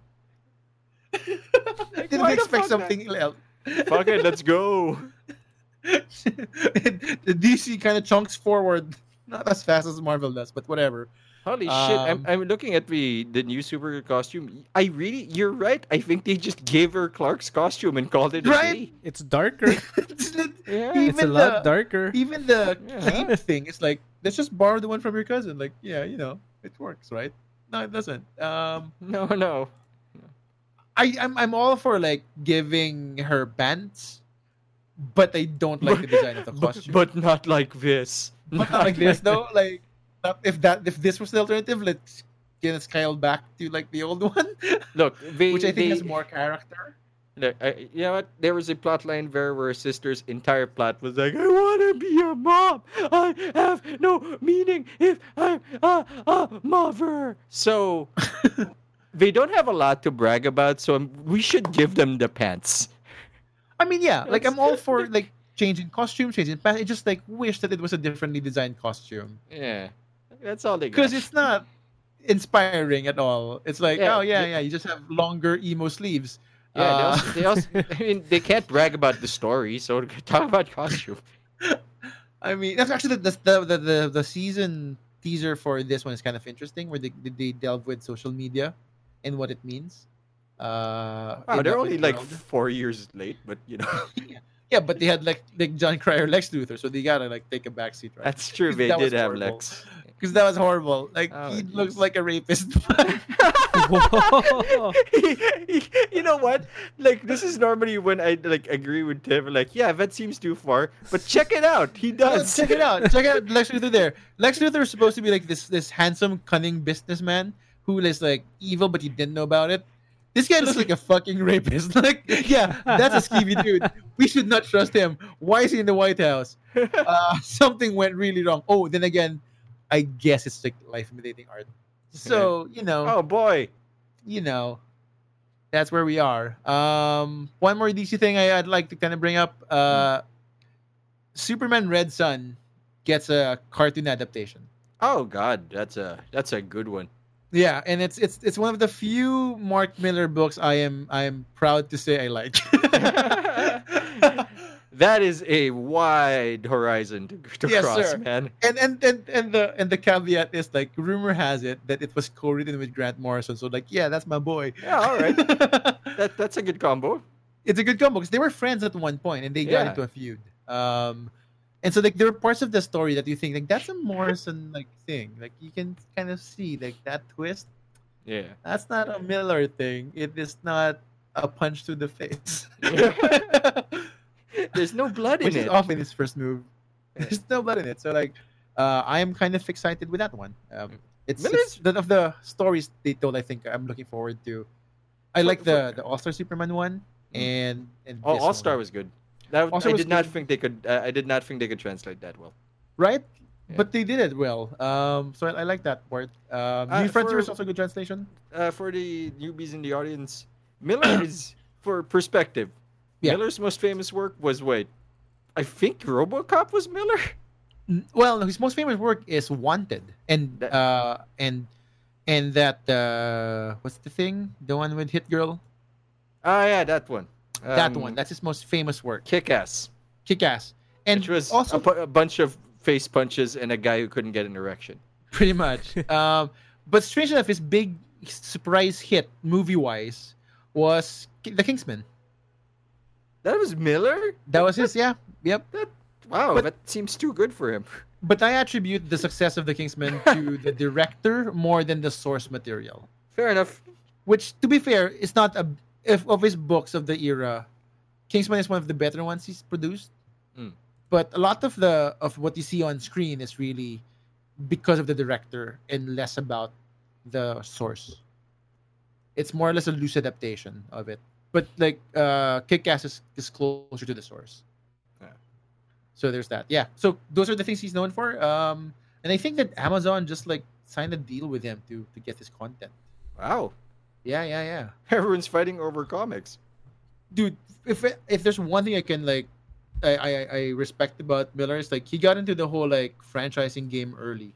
Speaker 1: Like,
Speaker 2: Didn't
Speaker 1: why the
Speaker 2: expect
Speaker 1: fuck not?
Speaker 2: something else.
Speaker 1: Fuck it, let's go.
Speaker 2: the DC kind of chunks forward, not as fast as Marvel does, but whatever.
Speaker 1: Holy shit! I'm,
Speaker 2: Um,
Speaker 1: I'm looking at the the new Supergirl costume. I really, you're right. I think they just gave her Clark's costume and called it a
Speaker 2: Right?
Speaker 1: day.
Speaker 3: It's darker.
Speaker 1: Yeah.
Speaker 2: Even
Speaker 3: it's a lot
Speaker 2: the-
Speaker 3: darker.
Speaker 2: Even the
Speaker 1: Yeah.
Speaker 2: cape thing is like, let's just borrow the one from your cousin. Like, yeah, you know, it works, right? No, it doesn't. Um,
Speaker 1: No, no.
Speaker 2: I, I'm I'm all for like giving her pants, but I don't like the design of the
Speaker 1: But-
Speaker 2: costume.
Speaker 1: But, not like this.
Speaker 2: But not like this though. Like that- if that if this was the alternative, let's get it scaled back to like the old one,
Speaker 1: Look, they,
Speaker 2: which I
Speaker 1: they,
Speaker 2: think has more character.
Speaker 1: Look, I, you know what? There was a plot line where where sister's entire plot was like, "I want to be a mom. I have no meaning if I'm a, a mother." So they don't have a lot to brag about. So we should give them the pants.
Speaker 2: I mean, yeah, like
Speaker 1: That's-
Speaker 2: I'm all for like changing costume, changing pants. I just like wish that it was a differently designed costume
Speaker 1: Yeah, that's all they got.
Speaker 2: because it's not inspiring at all. It's like,
Speaker 1: Yeah,
Speaker 2: oh yeah,
Speaker 1: the-
Speaker 2: yeah, you just have longer emo sleeves.
Speaker 1: Yeah,
Speaker 2: Uh,
Speaker 1: they, also, they also, I mean, they can't brag about the story, so talk about costume.
Speaker 2: I mean, that's actually the the the, the, the season teaser for this one is kind of interesting, where they, they- they delve with social media and what it means. Uh,
Speaker 1: Wow,
Speaker 2: in
Speaker 1: they're
Speaker 2: that
Speaker 1: only like
Speaker 2: world.
Speaker 1: four years late, but you know
Speaker 2: yeah, but they had like like John Cryer, Lex Luthor, so they gotta like take a backseat, right?
Speaker 1: that's true. They
Speaker 2: That was
Speaker 1: did have
Speaker 2: horrible.
Speaker 1: Lex.
Speaker 2: Because that was horrible. Like
Speaker 1: Oh,
Speaker 2: he
Speaker 1: jeez.
Speaker 2: looks like a rapist.
Speaker 3: Whoa.
Speaker 1: you know what? Like this is normally when I like agree with Tim. Like, yeah, that seems too far, but check it out. He
Speaker 2: No,
Speaker 1: does.
Speaker 2: check it out. Check out Lex Luthor there. Lex Luthor is supposed to be like this this handsome, cunning businessman who is like evil, but he didn't know about it. This guy looks like a fucking rapist. Like, yeah, that's a skeevy dude. We should not trust him. Why is he in the White House? Uh, something went really wrong. Oh, then again, I guess it's like life imitating art. So you know,
Speaker 1: Oh boy.
Speaker 2: you know, that's where we are. Um, one more DC thing I, I'd like to kind of bring up: uh, Superman Red Sun gets a cartoon adaptation.
Speaker 1: Oh god, that's a that's a good one.
Speaker 2: Yeah, and it's it's it's one of the few Mark Miller books I am I am proud to say I like.
Speaker 1: That is a wide horizon to, to
Speaker 2: Yes,
Speaker 1: cross,
Speaker 2: sir.
Speaker 1: man.
Speaker 2: and, and and and the and the caveat is like rumor has it that it was co-written with Grant Morrison, so like yeah, that's my boy.
Speaker 1: Yeah, all right. That that's a good combo.
Speaker 2: it's a good combo because they were friends at one point and they got
Speaker 1: Yeah.
Speaker 2: into a feud. Um, and so like there are parts of the story that you think like that's a Morrison like thing. Like you can kind of see like that twist.
Speaker 1: Yeah.
Speaker 2: That's not a Miller thing. It is not a punch to the face,
Speaker 1: There's no blood
Speaker 2: which
Speaker 1: in
Speaker 2: is
Speaker 1: it.
Speaker 2: often his first move. There's no blood in it, so like uh, I am kind of excited with that one. Um, it's,
Speaker 1: Mm. Miller's-
Speaker 2: it's that of the stories they told. I think I'm looking forward to. I
Speaker 1: For-
Speaker 2: like the
Speaker 1: for-
Speaker 2: the All Star Superman one and and
Speaker 1: Oh,
Speaker 2: this
Speaker 1: All Star
Speaker 2: one.
Speaker 1: was good. That,
Speaker 2: All-Star
Speaker 1: I
Speaker 2: was
Speaker 1: did not
Speaker 2: good.
Speaker 1: think they could. Uh, I did not think they could translate that well.
Speaker 2: right?
Speaker 1: Yeah.
Speaker 2: But they did it well. Um, so I, I like that part. Um,
Speaker 1: Uh,
Speaker 2: New Frontier
Speaker 1: for-
Speaker 2: is also a good translation.
Speaker 1: Uh, for the newbies in the audience, Miller is for perspective.
Speaker 2: Yeah.
Speaker 1: Miller's most famous work was wait, I think RoboCop was Miller.
Speaker 2: N- Well, his most famous work is Wanted, and
Speaker 1: That-
Speaker 2: uh, and and that uh, what's the thing? The one with Hit Girl.
Speaker 1: Ah, yeah, that one.
Speaker 2: that
Speaker 1: Um,
Speaker 2: one. That's his most famous work.
Speaker 1: Kick ass.
Speaker 2: Kick ass. And
Speaker 1: Which was
Speaker 2: also
Speaker 1: a, pu- a bunch of face punches and a guy who couldn't get an erection.
Speaker 2: pretty much. um, but strange enough, his big surprise hit movie wise was Ki- The Kingsman.
Speaker 1: That was Miller?
Speaker 2: That was his. Yeah. Yep.
Speaker 1: Wow,
Speaker 2: But-
Speaker 1: that seems too good for him.
Speaker 2: But I attribute the success of The Kingsman to the director more than the source material.
Speaker 1: Fair enough.
Speaker 2: Which, to be fair, is not a if of his books of the era. Kingsman is one of the better ones he's produced.
Speaker 1: Mm.
Speaker 2: But a lot of the of what you see on screen is really because of the director and less about the source. It's more or less a loose adaptation of it. But like uh Kick Ass is, is closer to the source.
Speaker 1: Yeah.
Speaker 2: So there's that. Yeah. So those are the things he's known for. Um and I think that Amazon just like signed a deal with him to to get his content.
Speaker 1: Wow.
Speaker 2: Yeah, yeah, yeah.
Speaker 1: Everyone's fighting over comics.
Speaker 2: Dude, if if there's one thing I can like I, I I respect about Miller is like he got into the whole like franchising game early.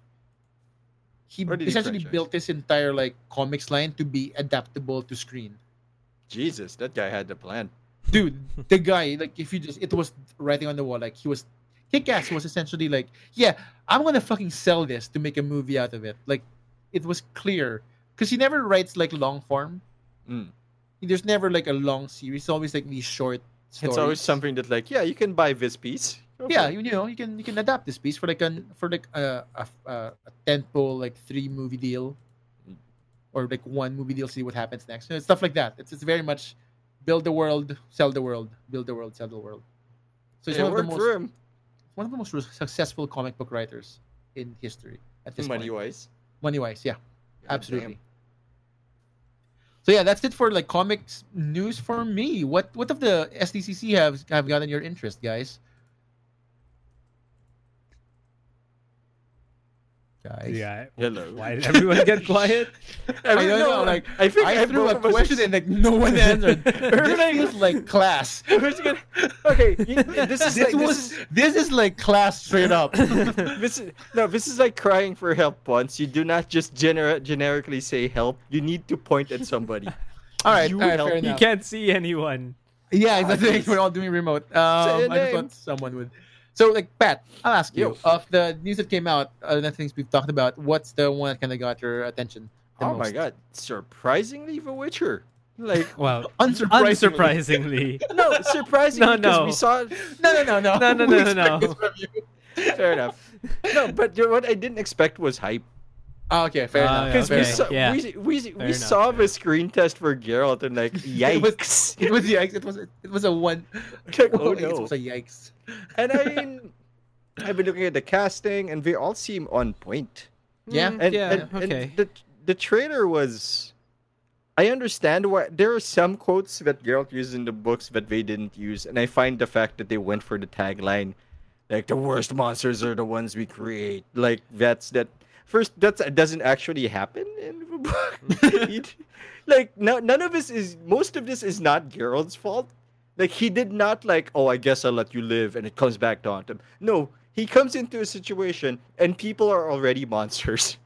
Speaker 2: He
Speaker 1: Where did he
Speaker 2: essentially
Speaker 1: franchise?
Speaker 2: built his entire like comics line to be adaptable to screen.
Speaker 1: Jesus, that guy had the plan.
Speaker 2: Dude, the guy like if you just it was writing on the wall like he was Kick Ass was essentially like, yeah, I'm gonna fucking sell this to make a movie out of it. Like it was clear because he never writes like long form.
Speaker 1: Mm.
Speaker 2: There's never like a long series. It's always like these short. Stories.
Speaker 1: It's always something that, like, yeah, you can buy this piece. Go
Speaker 2: yeah
Speaker 1: for it.
Speaker 2: you, you know you can you can adapt this piece for like an for like a a, a, a tentpole like three movie deal
Speaker 1: Mm.
Speaker 2: or like one movie deal see what happens next you know, stuff like that it's, it's very much build the world sell the world build the world sell the world so it's
Speaker 1: it
Speaker 2: one, of the
Speaker 1: worked
Speaker 2: most,
Speaker 1: for him,
Speaker 2: one of the most res- successful comic book writers in history at this
Speaker 1: money
Speaker 2: point
Speaker 1: wise.
Speaker 2: money wise yeah absolutely so yeah that's it for like comics news for me what what of the sdcc have have gotten your interest guys guys
Speaker 3: Yeah.
Speaker 1: Hello.
Speaker 3: Why did everyone get quiet?
Speaker 1: I,
Speaker 2: don't know, like, I threw a question and like no one answered. this
Speaker 1: Everybody-
Speaker 2: feels like class.
Speaker 1: Who's gonna... Okay, you- this is
Speaker 2: this
Speaker 1: like,
Speaker 2: was
Speaker 1: this is,
Speaker 2: this is like class straight up.
Speaker 1: this is no, this is like crying for help. Once you do not just gener- generically say help, you need to point at somebody.
Speaker 2: All right,
Speaker 1: You
Speaker 2: all right
Speaker 1: help
Speaker 2: fair
Speaker 1: me
Speaker 3: You
Speaker 2: enough.
Speaker 3: can't see anyone.
Speaker 2: Yeah, it's the thing.
Speaker 1: Jeez.
Speaker 2: We're all doing remote. Um,
Speaker 1: your
Speaker 2: I just
Speaker 1: name.
Speaker 2: thought someone would. So, like, Pat, I'll ask you.
Speaker 1: Yo.
Speaker 2: Of the news that came out, uh, the things we've talked about, what's the one that kind of got your attention? the
Speaker 1: oh my
Speaker 2: most?
Speaker 1: god! Surprisingly, The Witcher. Like
Speaker 3: Well,
Speaker 2: Unsurprisingly.
Speaker 3: unsurprisingly.
Speaker 1: no, surprisingly
Speaker 3: No,
Speaker 1: because
Speaker 3: no.
Speaker 1: we saw it.
Speaker 2: No, no, no, no.
Speaker 3: No, no,
Speaker 2: We
Speaker 3: no, no,
Speaker 2: expect
Speaker 3: no.
Speaker 2: this from you.
Speaker 1: Fair enough. No, but you know, what I didn't expect was hype.
Speaker 2: Ah, okay, fair enough.
Speaker 3: Ah, yeah,
Speaker 1: Because
Speaker 2: fair
Speaker 1: we
Speaker 3: okay.
Speaker 2: enough.
Speaker 1: saw,
Speaker 3: yeah.
Speaker 1: we, we, we
Speaker 3: enough,
Speaker 1: saw
Speaker 3: fair
Speaker 1: the screen test for Geralt and like
Speaker 2: It was-
Speaker 1: yikes.
Speaker 2: It was yikes. It was it was a one.
Speaker 1: Like, oh
Speaker 2: It
Speaker 1: no.
Speaker 2: was a yikes.
Speaker 1: And I mean, I've been looking at the casting, and they all seem on point.
Speaker 2: Yeah.
Speaker 3: Mm,
Speaker 1: And,
Speaker 3: yeah.
Speaker 1: and- and
Speaker 3: okay.
Speaker 1: the the trailer was. I understand why there are some quotes that Geralt uses in the books that they didn't use, and I find the fact that they went for the tagline, like the worst monsters are the ones we create. Like that's that. First, that's that doesn't actually happen in the book. It- like no, none of this is. Most of this is not Geralt's fault. Like he did not like. Oh, I guess I'll let you live, and it comes back to haunt him. No, he comes into a situation, and people are already monsters.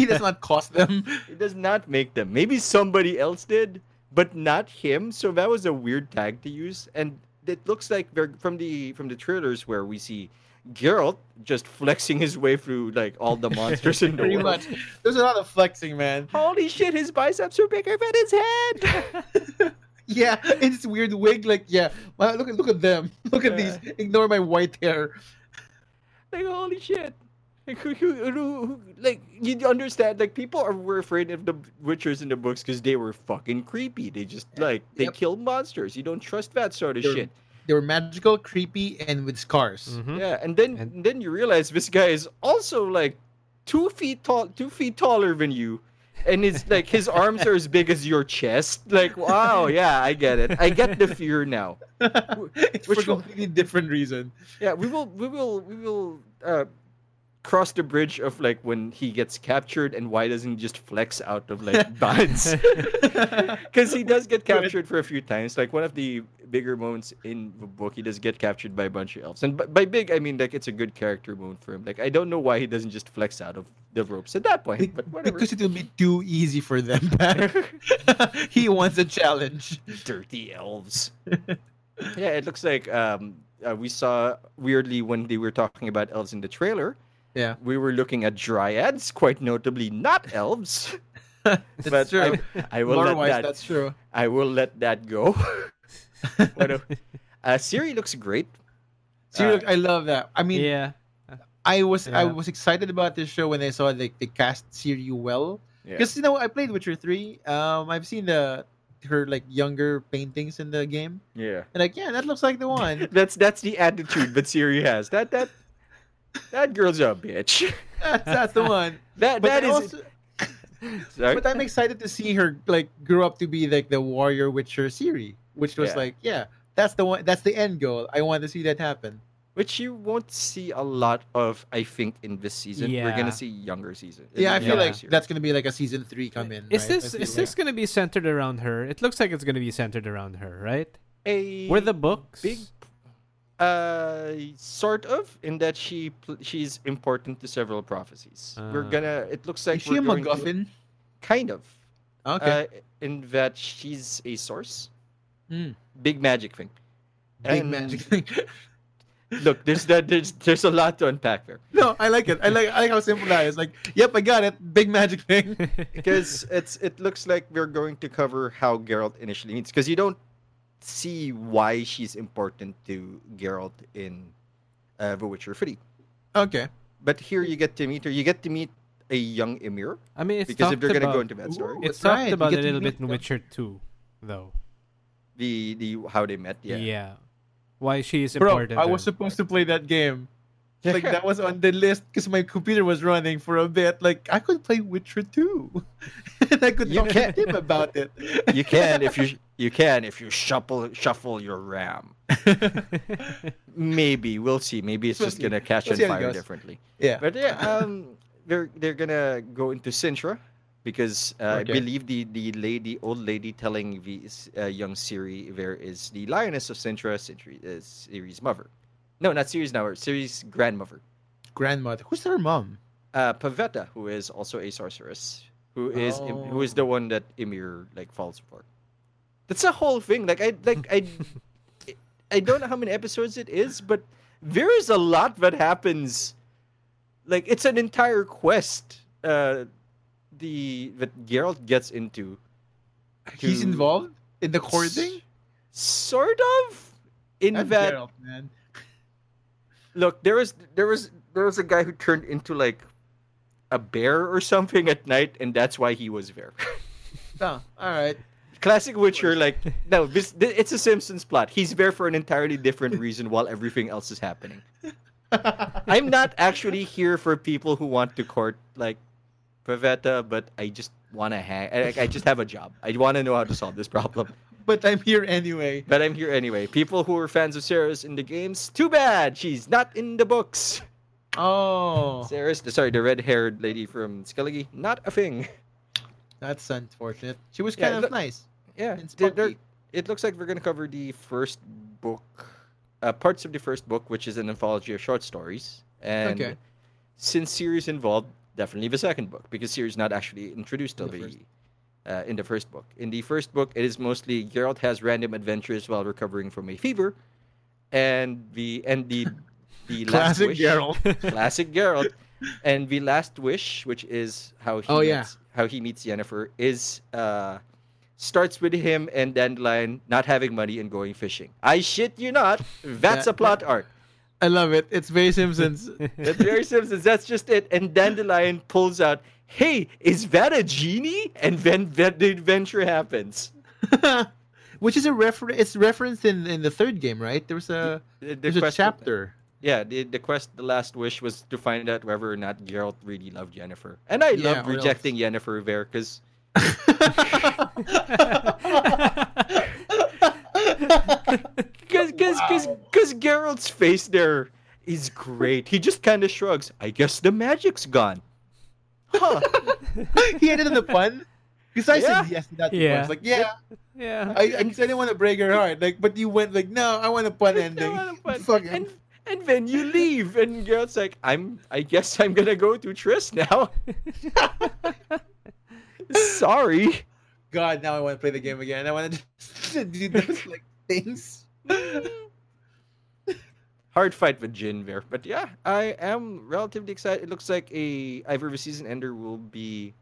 Speaker 2: he does not cost them.
Speaker 1: It does not make them. Maybe somebody else did, but not him. So that was a weird tag to use. And it looks like they're from the from the trailers where we see Geralt just flexing his way through like all the monsters in the
Speaker 2: Pretty
Speaker 1: world.
Speaker 2: much. There's a lot of flexing, man.
Speaker 1: Holy shit, his biceps are bigger than his head.
Speaker 2: Yeah, in this weird wig. Like, yeah. Wow, look at look at them. Look at
Speaker 1: Yeah.
Speaker 2: these. Ignore my white hair.
Speaker 1: like holy shit. Like, who, who, who, who, like you understand like people are were afraid of the witchers in the books because they were fucking creepy they just like they
Speaker 2: Yep.
Speaker 1: kill monsters you don't trust that sort of
Speaker 2: Sure.
Speaker 1: shit
Speaker 2: They were magical, creepy, and with scars.
Speaker 3: Mhm.
Speaker 1: Yeah, and then
Speaker 3: And-
Speaker 1: then you realize this guy is also like two feet tall, two feet taller than you, and it's like his arms are as big as your chest. Like, wow, yeah, I get it. I get the fear now.
Speaker 2: it's
Speaker 1: Which
Speaker 2: for a completely different reason.
Speaker 1: Yeah, we will, we will, we will uh, cross the bridge of like when he gets captured and why doesn't he just flex out of like bounds? Because he does get captured for a few times. Like one of the bigger moments in the book, he does get captured by a bunch of elves. And b- by big, I mean like it's a good character moment for him. Like I don't know why he doesn't just flex out of the ropes at that point, but whatever.
Speaker 2: because it will be too easy for them. Pat. he wants a challenge.
Speaker 1: dirty elves. yeah, it looks like um, uh, we saw weirdly when they were talking about elves in the trailer.
Speaker 2: Yeah.
Speaker 1: we were looking at dryads, quite notably not elves.
Speaker 2: That's
Speaker 1: but
Speaker 2: true.
Speaker 1: I, I will let
Speaker 2: Lore-wise,
Speaker 1: that. uh,
Speaker 2: that's true.
Speaker 1: I will let that go. What a- uh, Siri looks great.
Speaker 2: See,
Speaker 1: Uh,
Speaker 2: look, I love that. I mean,
Speaker 3: yeah.
Speaker 2: I was I
Speaker 3: Yeah.
Speaker 2: was excited about this show when I saw like they cast Siri well
Speaker 1: Yeah.
Speaker 2: because you know I played Witcher three. Um, I've seen the her like younger paintings in the game,
Speaker 1: yeah,
Speaker 2: and like yeah, that looks like the one.
Speaker 1: that's that's the attitude that Siri has. That that that girl's a bitch.
Speaker 2: that's, that's the one.
Speaker 1: That
Speaker 2: But
Speaker 1: that
Speaker 2: I
Speaker 1: is.
Speaker 2: also-
Speaker 1: sorry.
Speaker 2: but I'm excited to see her like grow up to be like the warrior witcher Siri, which was
Speaker 1: Yeah.
Speaker 2: like, yeah, that's the one that's the end goal. I want to see that happen.
Speaker 1: Which you won't see a lot of, I think, in this season. We're
Speaker 3: Yeah.
Speaker 1: gonna see younger season.
Speaker 2: Yeah, I feel
Speaker 1: younger
Speaker 2: like
Speaker 1: series.
Speaker 2: that's gonna be like a season three come in.
Speaker 3: Is
Speaker 2: right?
Speaker 3: this
Speaker 2: I
Speaker 3: is
Speaker 2: feel
Speaker 3: this gonna be centered around her? It looks like it's gonna be centered around her, right?
Speaker 1: a
Speaker 3: Were the books?
Speaker 1: big uh sort of in that she pl- she's important to several prophecies we're
Speaker 3: Ah.
Speaker 1: gonna it looks like
Speaker 2: like- Uh. Is she
Speaker 1: we're
Speaker 2: a
Speaker 1: going to-
Speaker 2: MacGuffin?
Speaker 1: kind of
Speaker 2: Okay.
Speaker 1: uh, in that she's a source
Speaker 2: Mm.
Speaker 3: Hmm.
Speaker 1: big magic thing
Speaker 2: Big
Speaker 1: and-
Speaker 2: magic thing.
Speaker 1: look there's that there's there's a lot to unpack there
Speaker 2: no, I like it. I like I like how simple that is. Like, yep, I got it. Big magic thing.
Speaker 1: because it's it looks like we're going to cover how Geralt initially meets because you don't see why she's important to Geralt in uh, The Witcher 3
Speaker 2: Okay.
Speaker 1: but here you get to meet her you get to meet a young Emir
Speaker 3: I mean, it's
Speaker 1: because if they're
Speaker 3: talked
Speaker 1: going to
Speaker 3: about-
Speaker 1: go into that story,
Speaker 2: Ooh.
Speaker 3: it's
Speaker 2: That's right,
Speaker 3: talked
Speaker 2: you
Speaker 3: about a
Speaker 2: get to
Speaker 3: little
Speaker 2: meet
Speaker 3: bit in
Speaker 2: them.
Speaker 3: Witcher Two, though.
Speaker 1: the the how they met, yeah,
Speaker 3: Yeah. Why she is
Speaker 2: Bro,
Speaker 3: important?
Speaker 2: I was
Speaker 3: and-
Speaker 2: supposed to play that game. Like that was on the list because my computer was running for a bit. Like I could play Witcher 2. and I could
Speaker 1: You
Speaker 2: talk to
Speaker 1: can't-
Speaker 2: Tim about it.
Speaker 1: you can if you you can if you shuffle shuffle your RAM. Maybe we'll see. Maybe it's
Speaker 2: We'll
Speaker 1: just
Speaker 2: see.
Speaker 1: gonna catch
Speaker 2: We'll
Speaker 1: on
Speaker 2: see how it
Speaker 1: fire
Speaker 2: goes.
Speaker 1: differently.
Speaker 2: yeah.
Speaker 1: But yeah, um, they're they're gonna go into Sintra because uh,
Speaker 2: Okay.
Speaker 1: I believe the the lady old lady telling the uh, young Siri there is the lioness of Sintra, Siri, uh, Siri's mother. No, not Siri's mother. Siri's grandmother.
Speaker 2: grandmother. Who's her mom?
Speaker 1: uh, Pavetta, who is also a sorceress, who is Im- who is the one that Emir like falls for. That's a whole thing. Like I like I, I don't know how many episodes it is, but there is a lot that happens. Like it's an entire quest. Uh, the that Geralt gets into.
Speaker 2: He's
Speaker 1: to-
Speaker 2: involved in the courting.
Speaker 1: Sort of. In
Speaker 2: That's
Speaker 1: that
Speaker 2: Geralt, man.
Speaker 1: Look, there was there was there was a guy who turned into like a bear or something at night, and that's why he was there.
Speaker 2: Oh, all right.
Speaker 1: Classic Witcher, like no, this, th- it's a Simpsons plot. He's there for an entirely different reason while everything else is happening. I'm not actually here for people who want to court like Pavetta, but I just want to hang. I, I just have a job. I want to know how to solve this problem.
Speaker 2: but I'm here anyway.
Speaker 1: But I'm here anyway. People who are fans of Sarah's in the games, too bad she's not in the books.
Speaker 2: Oh,
Speaker 1: Sarah's, the- sorry, the red-haired lady from Skellige, not a thing.
Speaker 2: that's unfortunate. She was
Speaker 1: Yeah,
Speaker 2: kind of
Speaker 1: look-
Speaker 2: nice.
Speaker 1: Yeah,
Speaker 2: It's
Speaker 1: they're- they're-
Speaker 2: funky.
Speaker 1: it looks like we're gonna cover the first book, uh, parts of the first book, which is an anthology of short stories. And
Speaker 2: Okay.
Speaker 1: since series involved, definitely the second book because series not actually introduced till
Speaker 2: The
Speaker 1: the.
Speaker 2: first.
Speaker 1: Uh, in the first book, in the first book, it is mostly Geralt has random adventures while recovering from a fever, and the and the the last
Speaker 2: Classic
Speaker 1: wish,
Speaker 2: Geralt.
Speaker 1: classic Geralt. And the last wish, which is how he
Speaker 2: Oh, yeah.
Speaker 1: meets, how he meets Jennifer, is uh, starts with him and Dandelion not having money and going fishing. I shit you not, that's a
Speaker 2: That-
Speaker 1: plot art.
Speaker 2: I love it. It's very Simpsons.
Speaker 1: That's very Simpsons. That's just it. And Dandelion pulls out, "Hey, is that a genie?" And then then the adventure happens.
Speaker 2: Which is a reference. It's referenced in, in the third game, right? There was a
Speaker 1: The- the
Speaker 2: there's a
Speaker 1: quest-
Speaker 2: chapter.
Speaker 1: Yeah, the, the quest, the last wish was to find out whether or not Geralt really loved Jennifer. And I
Speaker 2: Yeah,
Speaker 1: love
Speaker 2: or else-
Speaker 1: rejecting Jennifer there because Cause, cause, cause,
Speaker 2: Wow.
Speaker 1: 'cause Geralt's face there is great. He just kind of shrugs. I guess the magic's gone. Huh.
Speaker 2: he had it in the pun. Because I
Speaker 1: Yeah.
Speaker 2: said yes to that.
Speaker 3: Yeah.
Speaker 2: Yeah. like, yeah,
Speaker 3: Yeah.
Speaker 2: I, I, 'cause I didn't want to break her heart. Like, but you went like, no, I want a pun ending.
Speaker 1: Yeah, but-
Speaker 2: Fuck it.
Speaker 1: and and then you leave, and Geralt's like, "I'm. I guess I'm gonna go to Triss now. Sorry."
Speaker 2: God, now I want to play the game again. I want to just do those like things.
Speaker 1: Hard fight with Jin there, but yeah, I am relatively excited. It looks like a Ivory Season Ender will be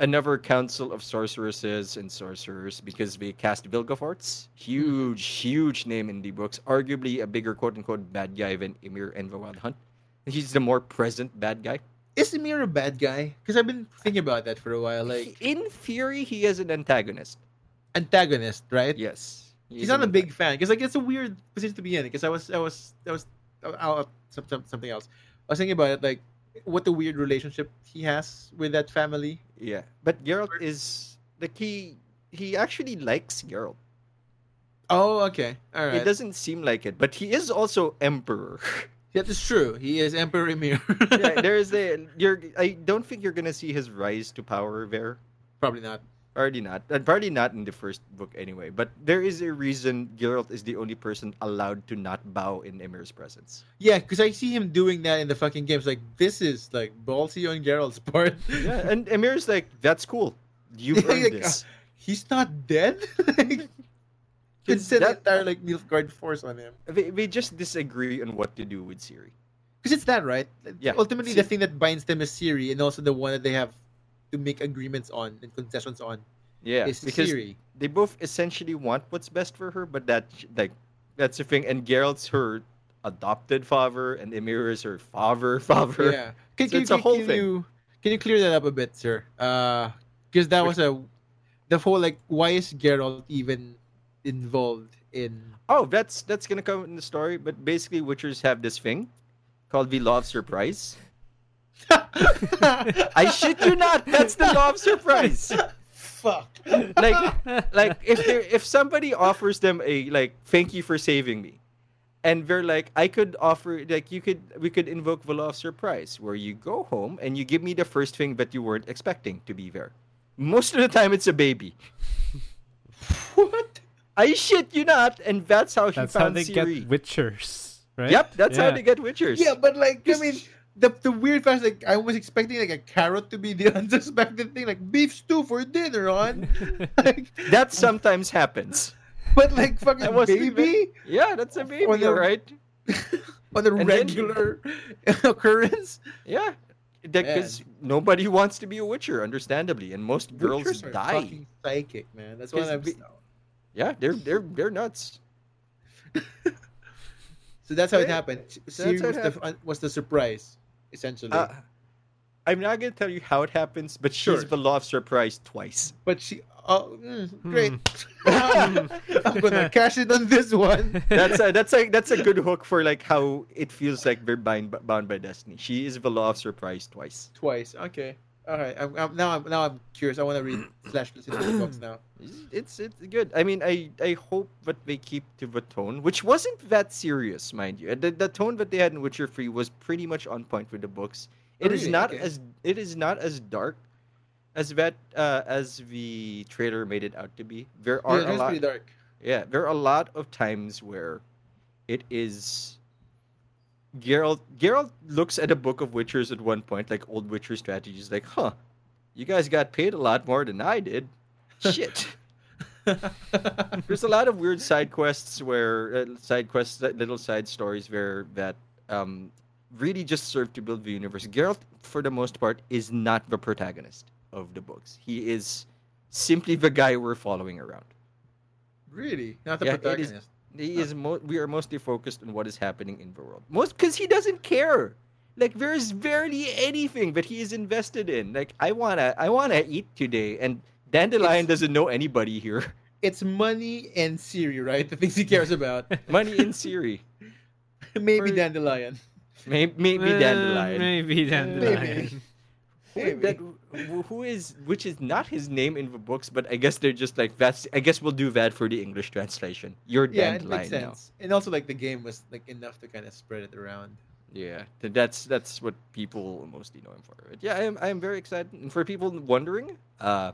Speaker 1: another council of sorceresses and sorcerers because they cast Vilgefortz, huge, huge name in the books, arguably a bigger quote-unquote bad guy than Emir and the Wild Hunt. He's the more present bad guy.
Speaker 2: Is Amir a bad guy? Because I've been thinking about that for a while.
Speaker 1: Like
Speaker 2: Like
Speaker 1: in theory, he is an antagonist.
Speaker 2: antagonist, right?
Speaker 1: Yes,
Speaker 2: He's not a big fan because like it's a weird position to be in. Because I was I was I was out something something else. I was thinking about it like what the weird relationship he has with that family.
Speaker 1: Yeah, but Geralt is like he he actually likes Geralt.
Speaker 2: Oh, okay, all right.
Speaker 1: It doesn't seem like it, but he is also emperor.
Speaker 2: That is true. He is Emperor Emir.
Speaker 1: yeah, there is a you're. I don't think you're gonna see his rise to power there.
Speaker 2: Probably not.
Speaker 1: Already not. uh, Probably not in the first book anyway. But there is a reason Geralt is the only person allowed to not bow in Emir's presence.
Speaker 2: Yeah, because I see him doing that in the fucking games. Like this is like ballsy on Gerald's part.
Speaker 1: Yeah, and Emir's like, "That's cool. You've
Speaker 2: Yeah,
Speaker 1: earned
Speaker 2: like,
Speaker 1: this."
Speaker 2: He's not dead. like,
Speaker 1: Is
Speaker 2: it's an
Speaker 1: that-
Speaker 2: entire like Nilfgaard force on him.
Speaker 1: They, they just disagree on what to do with Siri.
Speaker 2: Because it's that, right?
Speaker 1: Yeah.
Speaker 2: Ultimately, the
Speaker 1: See-
Speaker 2: thing that binds them is Siri, and also the one that they have to make agreements on and concessions on
Speaker 1: Yeah,
Speaker 2: is
Speaker 1: because
Speaker 2: Siri.
Speaker 1: they both essentially want what's best for her, but that like that's the thing. And Geralt's her adopted father, and Emir is her father father.
Speaker 2: Yeah. Can,
Speaker 1: So
Speaker 2: can,
Speaker 1: it's a
Speaker 2: can-
Speaker 1: whole
Speaker 2: can
Speaker 1: thing.
Speaker 2: You, can you clear that up a bit, sir? Because that was a the whole like why is Geralt even involved in
Speaker 1: Oh, that's that's gonna come in the story. But basically, witchers have this thing called the law of surprise. I shit you not. That's the law of surprise.
Speaker 2: Fuck.
Speaker 1: Like like if there if somebody offers them a like thank you for saving me and they're like i could offer like you could we could invoke the law of surprise where you go home and you give me the first thing that you weren't expecting to be there most of the time it's a baby
Speaker 2: What?
Speaker 1: i shit you not and that's how he
Speaker 3: That's how
Speaker 1: found
Speaker 3: they
Speaker 1: Siri.
Speaker 3: get witchers, right?
Speaker 1: yep that's how
Speaker 3: Yeah.
Speaker 1: they get witchers
Speaker 2: Yeah, but like I
Speaker 1: Just-
Speaker 2: mean, the the weird fact like I was expecting like a carrot to be the unsuspected thing, like beef stew for dinner on. like,
Speaker 1: that sometimes happens
Speaker 2: but like fucking
Speaker 1: That was
Speaker 2: baby
Speaker 1: even- yeah that's a baby
Speaker 2: the-
Speaker 1: all right
Speaker 2: on a
Speaker 1: And then-
Speaker 2: regular occurrence.
Speaker 1: yeah because nobody wants to be a witcher understandably and most girls
Speaker 2: Witchers are
Speaker 1: die
Speaker 2: fucking psychic, man. That's what
Speaker 1: Because
Speaker 2: I'm.
Speaker 1: we- yeah they're they're they're nuts
Speaker 2: So eh, that's how it
Speaker 1: Yeah,
Speaker 2: happened.
Speaker 1: how
Speaker 2: Siri
Speaker 1: it
Speaker 2: was the was the surprise, essentially.
Speaker 1: Uh, I'm not gonna tell you how it happens, but
Speaker 2: Sure.
Speaker 1: she's the law of surprise twice.
Speaker 2: but she, oh, mm, great.
Speaker 1: hmm.
Speaker 2: I'm gonna cash it on this one.
Speaker 1: That's a, that's a that's a good hook for like how it feels like we're bind, bound by destiny. She is the law of surprise twice.
Speaker 2: Twice. Okay. All right. I'm, I'm, now I'm now I'm curious. I want to read slash listen to the books now.
Speaker 1: It's it's good. I mean, I I hope that they keep to the tone, which wasn't that serious, mind you. The, the tone that they had in Witcher Three was pretty much on point with the books. It is
Speaker 2: Really?
Speaker 1: not
Speaker 2: Okay.
Speaker 1: as it is not as dark as that uh, as the trailer made it out to be. There are a
Speaker 2: Yeah, it's
Speaker 1: lot.
Speaker 2: pretty dark.
Speaker 1: Yeah, there are a lot of times where it is Geralt Geralt looks at a book of Witchers at one point, like old Witcher strategies, like, huh, you guys got paid a lot more than I did. Shit. There's a lot of weird side quests where uh, side quests, uh, little side stories where that um, really just serve to build the universe. Geralt, for the most part, is not the protagonist of the books. He is simply the guy we're following around.
Speaker 2: really, not the
Speaker 1: Yeah, it is-
Speaker 2: protagonist.
Speaker 1: He is mo- we are mostly focused on what is happening in the world. Most because he doesn't care. Like there is barely anything that he is invested in. Like I wanna I wanna eat today, and Dandelion doesn't know anybody here.
Speaker 2: It's money and Siri, right? The things he cares about.
Speaker 1: Money in Siri,
Speaker 2: Maybe
Speaker 1: For-
Speaker 2: dandelion.
Speaker 1: maybe, maybe
Speaker 3: Uh,
Speaker 1: Dandelion.
Speaker 3: Maybe dandelion.
Speaker 2: Maybe.
Speaker 1: That, wh- who is which is not his name in the books, but I guess they're just like that's. I guess we'll do that for the English translation. You're
Speaker 2: yeah, it
Speaker 1: dandelion
Speaker 2: makes
Speaker 1: now.
Speaker 2: sense. And also, like the game was like enough to kind of spread it around.
Speaker 1: Yeah, th- that's that's what people mostly know him for. But yeah, I am I am very excited. And for people wondering, uh,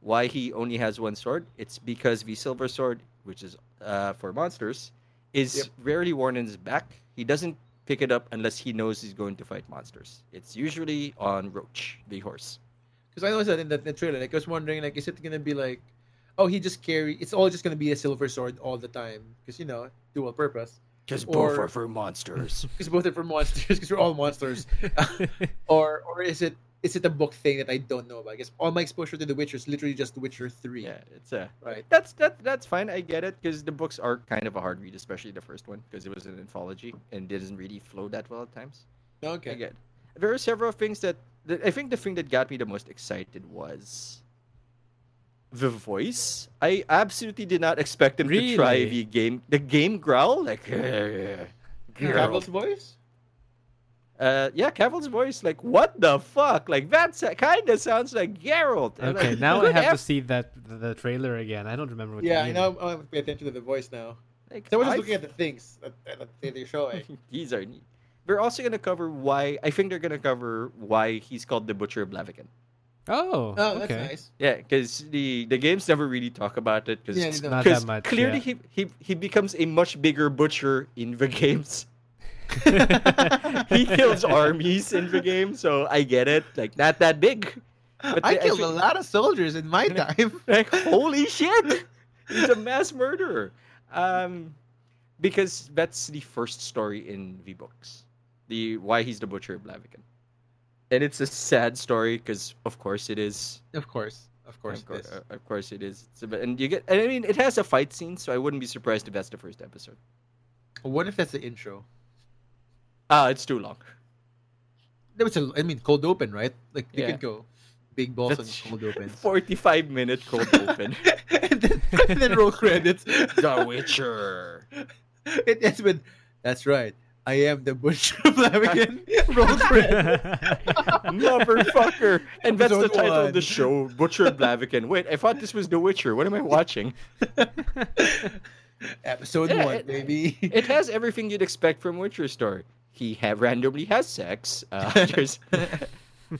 Speaker 1: why he only has one sword, it's because the silver sword, which is uh for monsters, is
Speaker 2: Yep.
Speaker 1: rarely worn in his back. He doesn't pick it up unless he knows he's going to fight monsters. It's usually on Roach, the horse.
Speaker 2: Because I noticed that in the, the trailer, like I was wondering, like, is it gonna be like, oh, he just carry? It's all just gonna be a silver sword all the time, because you know, dual purpose.
Speaker 1: Because
Speaker 2: both
Speaker 1: both
Speaker 2: Or- are
Speaker 1: are for monsters.
Speaker 2: Because both are for monsters, because we're all monsters. or or is it is it a book thing that I don't know about? I guess all my exposure to The Witcher is literally just The Witcher three,
Speaker 1: yeah, it's a
Speaker 2: right?
Speaker 1: that's that that's fine. I get it because the books are kind of a hard read, especially the first one because it was an anthology and didn't really flow that well at times.
Speaker 2: Okay.
Speaker 1: I get. There are several things that, that I think the thing that got me the most excited was the voice. I absolutely did not expect them to try
Speaker 3: Really?
Speaker 1: the game the game growl like
Speaker 2: Cavill's voice.
Speaker 1: Uh, yeah, Cavill's voice like what the fuck? Like that kind of sounds like Geralt. And,
Speaker 3: Okay,
Speaker 1: like,
Speaker 3: now I
Speaker 1: good
Speaker 3: have to
Speaker 1: eff-
Speaker 3: see that the trailer again. I don't remember what. the
Speaker 2: Yeah, I
Speaker 3: name-
Speaker 2: know. I'm gonna pay attention to the voice now.
Speaker 1: like,
Speaker 2: Someone
Speaker 1: I
Speaker 2: is looking at the things that, that they're showing.
Speaker 1: These are neat. They're also gonna cover why I think they're gonna cover why he's called the Butcher of Blaviken.
Speaker 3: Oh,
Speaker 2: Oh, that's
Speaker 3: okay.
Speaker 2: nice.
Speaker 1: Yeah, because the the games never really talk about it because
Speaker 2: Yeah, they don't.
Speaker 3: Not
Speaker 1: Because
Speaker 3: that much.
Speaker 1: Clearly, he, he he becomes a much bigger butcher in the games.
Speaker 3: yeah.
Speaker 1: He kills armies in the game, so I get it. Like not that big. But
Speaker 2: I
Speaker 1: they
Speaker 2: killed
Speaker 1: actually-
Speaker 2: a lot of soldiers in my time.
Speaker 1: Like holy shit, he's a mass murderer. Um, because that's the first story in the books. The why he's the butcher of Blaviken, and it's a sad story because of course it is.
Speaker 2: Of course, of course,
Speaker 1: Of,
Speaker 2: it
Speaker 1: course,
Speaker 2: is.
Speaker 1: of course it is. It's a bit- and you get. And I mean, it has a fight scene, so I wouldn't be surprised if that's the first episode.
Speaker 2: What if that's the intro?
Speaker 1: Ah, it's too long.
Speaker 2: That was a, I mean, cold open, right? Like they
Speaker 1: Yeah.
Speaker 2: could go big balls on
Speaker 1: That's-
Speaker 2: cold open,
Speaker 1: 45 minute cold open.
Speaker 2: and, then, and then roll credits.
Speaker 1: the Witcher.
Speaker 2: it ends with, "That's right, I am the butcher of Lavigan." roll credits.
Speaker 1: Motherfucker. And that's the
Speaker 2: Episode
Speaker 1: title
Speaker 2: one.
Speaker 1: of the show, Butcher of Blaviken. Wait, I thought this was The Witcher. What am I watching?
Speaker 2: Episode
Speaker 1: Yeah,
Speaker 2: one,
Speaker 1: it-
Speaker 2: baby.
Speaker 1: It has everything you'd expect from Witcher story. He ha- randomly has sex. Uh, there's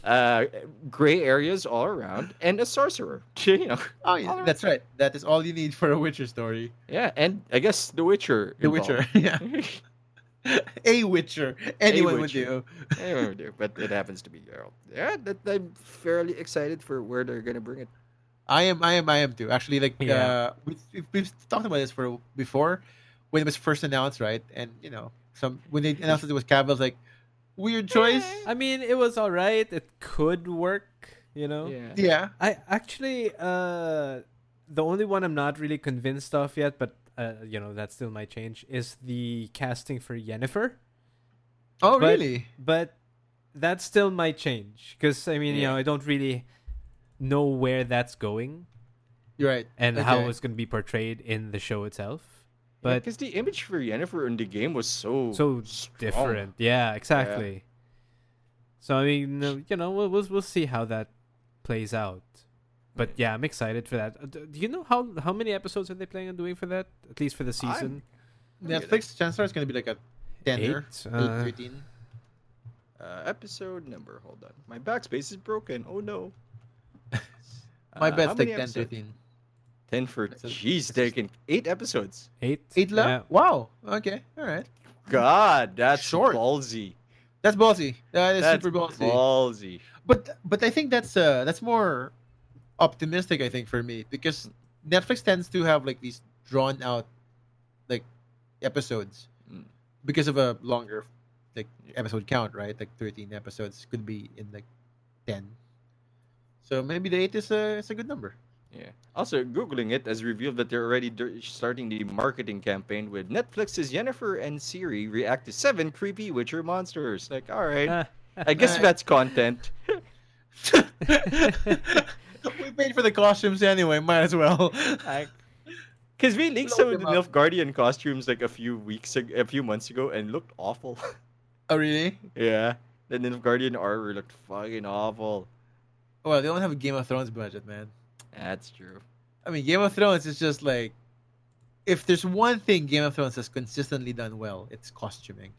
Speaker 1: uh, gray areas all around, and a sorcerer. You know,
Speaker 2: oh yeah,
Speaker 1: Alright.
Speaker 2: that's right. That is all you need for a Witcher story.
Speaker 1: yeah, and I guess The Witcher.
Speaker 2: The Witcher, yeah,
Speaker 1: Witcher.
Speaker 2: a Witcher. Anyone would
Speaker 1: Witcher.
Speaker 2: do.
Speaker 1: I don't remember, dude, but it happens to be Geralt. Yeah, that, I'm fairly excited for where they're gonna bring it.
Speaker 2: I am, I am, I am too. Actually, like uh,
Speaker 3: Yeah.
Speaker 2: we, we've, we've talked about this for before when it was first announced, right? And you know, some when they announced that it was Cavill's, like weird choice.
Speaker 3: I mean, it was all right. It could work, you know.
Speaker 1: Yeah.
Speaker 2: Yeah,
Speaker 3: I actually, uh, the only one I'm not really convinced of yet, but uh, you know that still might change, is the casting for Yennefer.
Speaker 2: Oh,
Speaker 3: But-
Speaker 2: really?
Speaker 3: But that still might change because I mean, you
Speaker 1: Yeah.
Speaker 3: know, I don't really know where that's going
Speaker 2: You're right.
Speaker 3: and how
Speaker 2: Okay.
Speaker 3: it's going to be portrayed in the show itself. But
Speaker 1: because the image for Yennefer in the game was so
Speaker 3: so
Speaker 1: strong.
Speaker 3: different. Yeah, exactly. So I mean, uh, you know, we'll, we'll we'll see how that plays out. But
Speaker 2: Mm.
Speaker 3: yeah, I'm excited for that. Uh, d- Do you know how how many episodes are they planning on doing for that? At least for the
Speaker 1: I'm-
Speaker 3: season.
Speaker 2: Netflix chancellor is going to be like a tender,
Speaker 3: Eight? Uh,
Speaker 2: 13.
Speaker 1: Uh, episode number. Hold on, my backspace is broken. Oh no.
Speaker 2: My
Speaker 1: Uh, how
Speaker 2: bet's like
Speaker 1: many
Speaker 2: 10,
Speaker 1: episodes?
Speaker 2: 13.
Speaker 1: Ten for
Speaker 2: That's a-
Speaker 1: jeez,
Speaker 2: that's a-
Speaker 1: they're taking eight episodes.
Speaker 3: Eight.
Speaker 2: Eight left?
Speaker 3: Yeah.
Speaker 2: Wow. Okay. All right.
Speaker 1: God, that's
Speaker 2: Short.
Speaker 1: ballsy.
Speaker 2: That's ballsy. That is
Speaker 1: That's
Speaker 2: super ballsy.
Speaker 1: ballsy.
Speaker 2: but but I think that's uh that's more optimistic I think for me because Netflix tends to have like these drawn out like episodes
Speaker 1: Mm.
Speaker 2: because of a longer like
Speaker 1: Yeah.
Speaker 2: episode count right like 13 episodes could be in like 10 so maybe the 8 is a is a good number
Speaker 1: Yeah. Also, googling it has revealed that they're already dir- starting the marketing campaign with Netflix's Jennifer and Siri react to seven creepy Witcher monsters. Like, all right,
Speaker 3: Ah.
Speaker 1: I guess
Speaker 2: Alright.
Speaker 1: that's content.
Speaker 2: we paid for the costumes anyway might as well
Speaker 1: Because we leaked
Speaker 2: Blow
Speaker 1: some of the
Speaker 2: them
Speaker 1: Nilf Guardian costumes like a few weeks, ag- a few months ago, and looked awful.
Speaker 2: oh really
Speaker 1: yeah, the Nilf Guardian armor looked fucking awful.
Speaker 2: Well, Oh, they don't have a Game of Thrones budget, man.
Speaker 1: That's true.
Speaker 2: I mean, Game of Thrones is just like, if there's one thing Game of Thrones has consistently done well, it's costuming.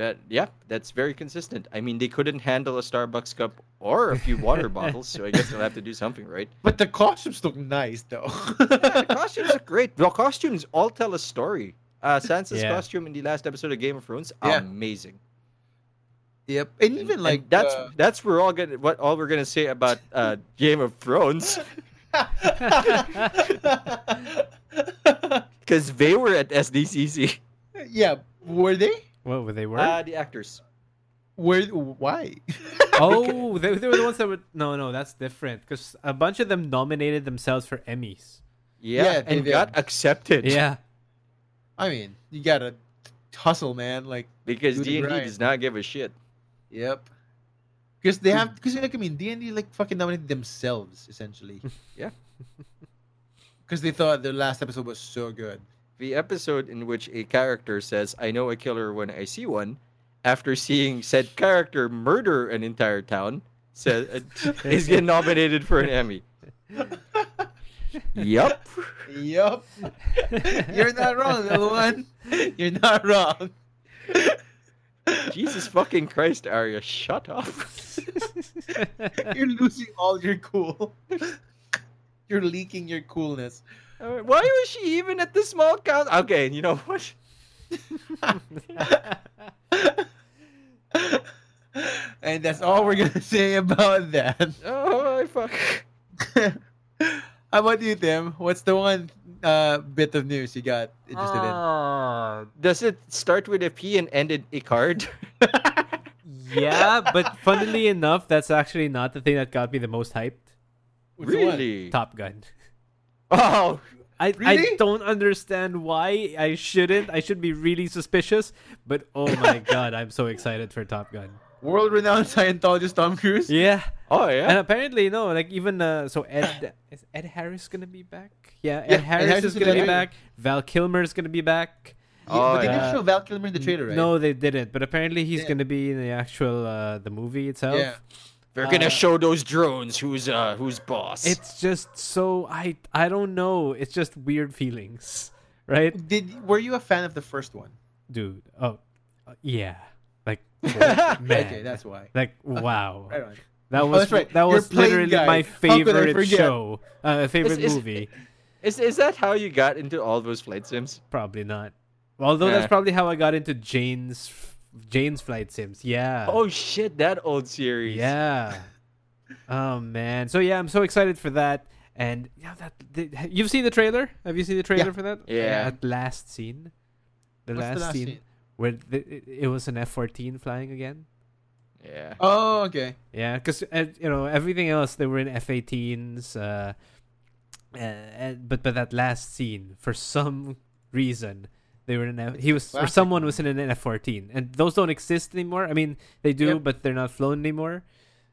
Speaker 1: That yeah, that's very consistent. I mean, they couldn't handle a Starbucks cup or a few water bottles, so I guess they'll have to do something, right?
Speaker 2: But the costumes look nice, though.
Speaker 1: Yeah, the costumes are great. The costumes all tell a story. Uh, Sansa's
Speaker 3: Yeah.
Speaker 1: costume in the last episode of Game of Thrones,
Speaker 2: Yeah.
Speaker 1: amazing.
Speaker 2: yep,
Speaker 1: And-
Speaker 2: and even
Speaker 1: and
Speaker 2: like
Speaker 1: that's
Speaker 2: uh,
Speaker 1: that's we're all gonna what all we're gonna say about uh, Game of Thrones
Speaker 2: uh,
Speaker 1: because they were at SDCC.
Speaker 2: yeah, were they?
Speaker 3: What were they were?
Speaker 1: Uh, the actors.
Speaker 2: Were why?
Speaker 3: oh, they, they were the ones that were. No, no, that's different. Because a bunch of them nominated themselves for Emmys.
Speaker 1: Yeah,
Speaker 2: Yeah, they
Speaker 1: and
Speaker 2: did.
Speaker 1: got accepted.
Speaker 3: Yeah.
Speaker 2: I mean, you gotta hustle, man. Like,
Speaker 1: because
Speaker 2: Do the
Speaker 1: D and D
Speaker 2: grind.
Speaker 1: does not give a shit.
Speaker 2: yep. Because they have, because like I mean, D and D like fucking nominated themselves essentially.
Speaker 1: Yeah.
Speaker 2: Because they thought their last episode was so good.
Speaker 1: The episode in which a character says, "I know a killer when I see one," after seeing said character murder an entire town, says is getting nominated for an Emmy. Yup.
Speaker 2: Yup. You're not wrong, little one. You're not wrong.
Speaker 1: Jesus fucking Christ, Arya, shut up.
Speaker 2: You're losing all your cool. You're leaking your coolness.
Speaker 1: Alright, Uh, Why was she even at the small count? Okay, you know what?
Speaker 2: And that's all we're gonna say about that.
Speaker 1: Oh, I fuck.
Speaker 2: How about you, Tim? What's the one uh, bit of news you got interested
Speaker 1: Does it start with a P and end in Icard?
Speaker 3: yeah, but funnily enough, that's actually not the thing that got me the most hyped.
Speaker 2: in? Which one?
Speaker 1: really?
Speaker 3: Top Gun.
Speaker 1: Oh,
Speaker 3: I, I
Speaker 2: Really?
Speaker 3: don't understand why I shouldn't. I should be really suspicious, but oh my god, I'm so excited for Top Gun.
Speaker 2: World-renowned Scientologist Tom Cruise.
Speaker 3: Yeah.
Speaker 1: oh
Speaker 3: And
Speaker 1: yeah.
Speaker 3: apparently, no, like even uh, so, Ed is Ed Harris gonna be back? Yeah, Ed
Speaker 2: Yeah, Ed
Speaker 3: Harris
Speaker 2: Harris
Speaker 3: is
Speaker 2: is
Speaker 3: gonna be
Speaker 2: gonna be-
Speaker 3: back. Val Kilmer is gonna be back.
Speaker 2: Yeah,
Speaker 1: Oh,
Speaker 2: but they
Speaker 3: yeah.
Speaker 2: didn't show Val Kilmer in the trailer, right?
Speaker 3: No, they didn't. But apparently, he's
Speaker 2: Yeah.
Speaker 3: gonna be in the actual uh, the movie itself.
Speaker 2: Yeah.
Speaker 1: They're gonna
Speaker 3: uh,
Speaker 1: show those drones who's uh who's boss.
Speaker 3: It's just so I I don't know. It's just weird feelings, right,
Speaker 2: Did were you a fan of the first one?
Speaker 3: dude? Oh, uh, yeah. Like Ah, man,
Speaker 2: Okay, that's why.
Speaker 3: like wow.
Speaker 2: Right on.
Speaker 3: That was
Speaker 2: that's right.
Speaker 3: that
Speaker 2: You're
Speaker 3: was
Speaker 2: a plane
Speaker 3: literally
Speaker 2: guy.
Speaker 3: my
Speaker 2: How could I
Speaker 3: favorite
Speaker 2: forget?
Speaker 3: show, uh, favorite
Speaker 1: It's- it's-
Speaker 3: movie.
Speaker 1: Is is that how you got into all those flight sims?
Speaker 3: Probably not. Although
Speaker 1: Yeah.
Speaker 3: that's probably how I got into Jane's Jane's flight sims. Yeah.
Speaker 1: Oh shit, that old series.
Speaker 3: Uh, yeah. oh man. So yeah, I'm so excited for that. And yeah, that the, you've seen the trailer? Have you seen the trailer for that?
Speaker 1: Yeah.
Speaker 3: That last scene. The,
Speaker 2: What's
Speaker 3: last,
Speaker 2: the last
Speaker 3: scene,
Speaker 2: scene?
Speaker 3: where the, it, it was an F-14 flying again.
Speaker 1: Yeah.
Speaker 2: Oh, okay.
Speaker 3: Yeah, because uh, you know everything else they were in F-18s, uh, uh, uh, but but that last scene for some reason they were in an F- he was or
Speaker 2: classic,
Speaker 3: someone was in an F-14, and those don't exist anymore. I mean they do,
Speaker 2: Yep.
Speaker 3: but they're not flown anymore.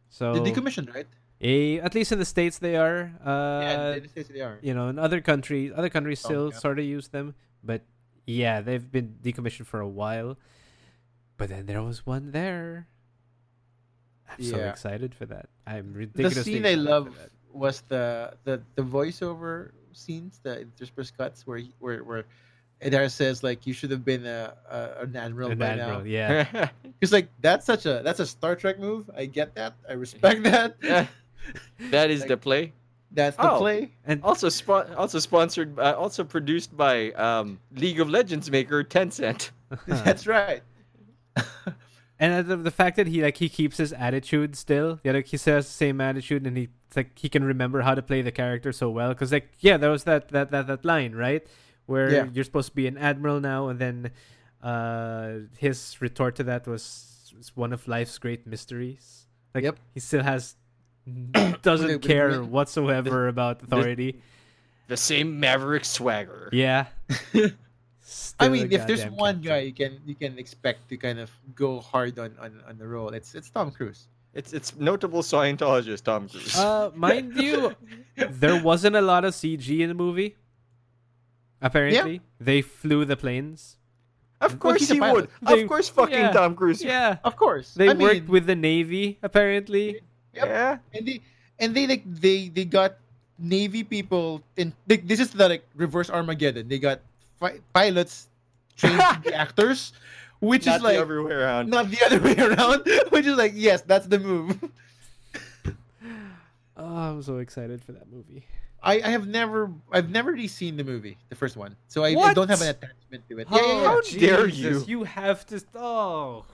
Speaker 3: So
Speaker 2: The decommissioned, right?
Speaker 3: eh, at least in the states they are. Uh,
Speaker 2: yeah, they, they, say they are.
Speaker 3: you know, in other countries, other countries
Speaker 2: Oh,
Speaker 3: still
Speaker 2: yeah.
Speaker 3: sort of use them, but yeah, they've been decommissioned for a while. But then there was one there. I'm so
Speaker 2: Yeah.
Speaker 3: excited for that. I'm
Speaker 2: the
Speaker 3: ridiculously.
Speaker 2: scene I
Speaker 3: excited for
Speaker 2: love
Speaker 3: that.
Speaker 2: was the, the the voiceover scenes, the interspersed cuts where he, where where Edar says like you should have been a, a an admiral
Speaker 3: An
Speaker 2: by
Speaker 3: admiral,
Speaker 2: now.
Speaker 3: yeah.
Speaker 2: Because like that's such a that's a Star Trek move. I get that. I respect that.
Speaker 1: that is the play.
Speaker 2: That's the
Speaker 1: Oh.
Speaker 2: play.
Speaker 3: And
Speaker 1: Also spo- also sponsored uh, also produced by um, League of Legends maker Tencent.
Speaker 2: That's right.
Speaker 3: and uh, the, the fact that he like he keeps his attitude still, yeah, like he says the same attitude, and he it's like he can remember how to play the character so well. Because like yeah, there was that that that that line right where
Speaker 2: Yeah.
Speaker 3: you're supposed to be an admiral now, and then uh his retort to that was "It's one of life's great mysteries. Like
Speaker 2: Yep.
Speaker 3: he still has
Speaker 2: Wait,
Speaker 3: doesn't
Speaker 2: wait,
Speaker 3: care
Speaker 2: wait.
Speaker 3: whatsoever about authority.
Speaker 1: The same maverick swagger.
Speaker 3: Yeah.
Speaker 2: I
Speaker 3: Still
Speaker 2: mean,
Speaker 3: a
Speaker 2: if there's
Speaker 3: goddamn
Speaker 2: one
Speaker 3: captain.
Speaker 2: guy you can you can expect to kind of go hard on on, on the role, it's it's Tom Cruise.
Speaker 1: It's it's notable Scientologist Tom Cruise.
Speaker 3: Uh, mind you, there wasn't a lot of CG in the movie. Apparently, they flew the planes.
Speaker 1: of course
Speaker 2: he's a
Speaker 1: he
Speaker 2: pilot.
Speaker 1: would.
Speaker 3: They-
Speaker 1: of course fucking
Speaker 3: yeah.
Speaker 1: Tom Cruise.
Speaker 3: Yeah,
Speaker 2: Of course,
Speaker 3: they
Speaker 2: I
Speaker 3: worked
Speaker 2: mean,
Speaker 3: with the navy. Apparently,
Speaker 2: Yep.
Speaker 1: Yeah.
Speaker 2: and they and they like they they got navy people in like, this is the like reverse armageddon they got fi- pilots trained to be actors which
Speaker 1: Not
Speaker 2: is
Speaker 1: the
Speaker 2: like
Speaker 1: other way around.
Speaker 2: not the other way around which is like yes that's the move
Speaker 3: Oh, I'm so excited for that movie.
Speaker 2: i i have never i've never really seen the movie the first one so i, I
Speaker 3: What?
Speaker 2: don't have an attachment to it yeah, yeah, yeah.
Speaker 1: How dare
Speaker 3: Oh, Jesus, You have to. Oh,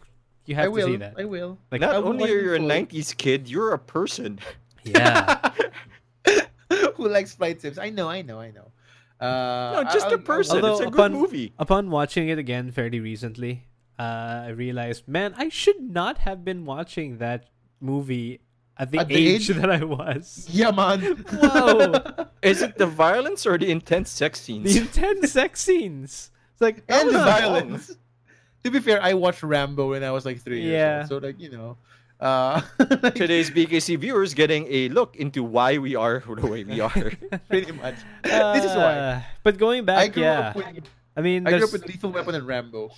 Speaker 3: you have
Speaker 2: i
Speaker 3: to
Speaker 2: will
Speaker 3: see that.
Speaker 2: i will
Speaker 3: Like,
Speaker 1: Not
Speaker 2: I will
Speaker 1: only
Speaker 2: watch
Speaker 1: are you a
Speaker 2: it full.
Speaker 1: '90s kid, you're a person.
Speaker 3: yeah.
Speaker 2: who likes flight sims i know i know i know uh
Speaker 1: no, just a
Speaker 2: I- I'll- I'll-
Speaker 1: person.
Speaker 3: although
Speaker 1: it's a good
Speaker 3: upon-
Speaker 1: movie.
Speaker 3: Upon watching it again fairly recently, uh, I realized, man, I should not have been watching that movie at the,
Speaker 2: At the
Speaker 3: age,
Speaker 2: age-
Speaker 3: that I was.
Speaker 2: yeah man
Speaker 3: Wow.
Speaker 1: Is it the violence or the intense sex
Speaker 3: the
Speaker 1: scenes?
Speaker 3: intense sex scenes. It's like oh,
Speaker 2: and
Speaker 1: was
Speaker 2: the
Speaker 3: violence.
Speaker 1: violent.
Speaker 2: violence. To be fair, I watched Rambo when I was like three
Speaker 3: Yeah.
Speaker 2: years old. So like you know, uh, like,
Speaker 1: Today's BKC viewers getting a look into why we are the way we are.
Speaker 2: pretty much. this is why
Speaker 3: But going back,
Speaker 2: I grew
Speaker 3: Uh, yeah.
Speaker 2: up with
Speaker 3: I mean,
Speaker 2: I grew up
Speaker 3: there's,
Speaker 2: with Lethal Weapon and Rambo.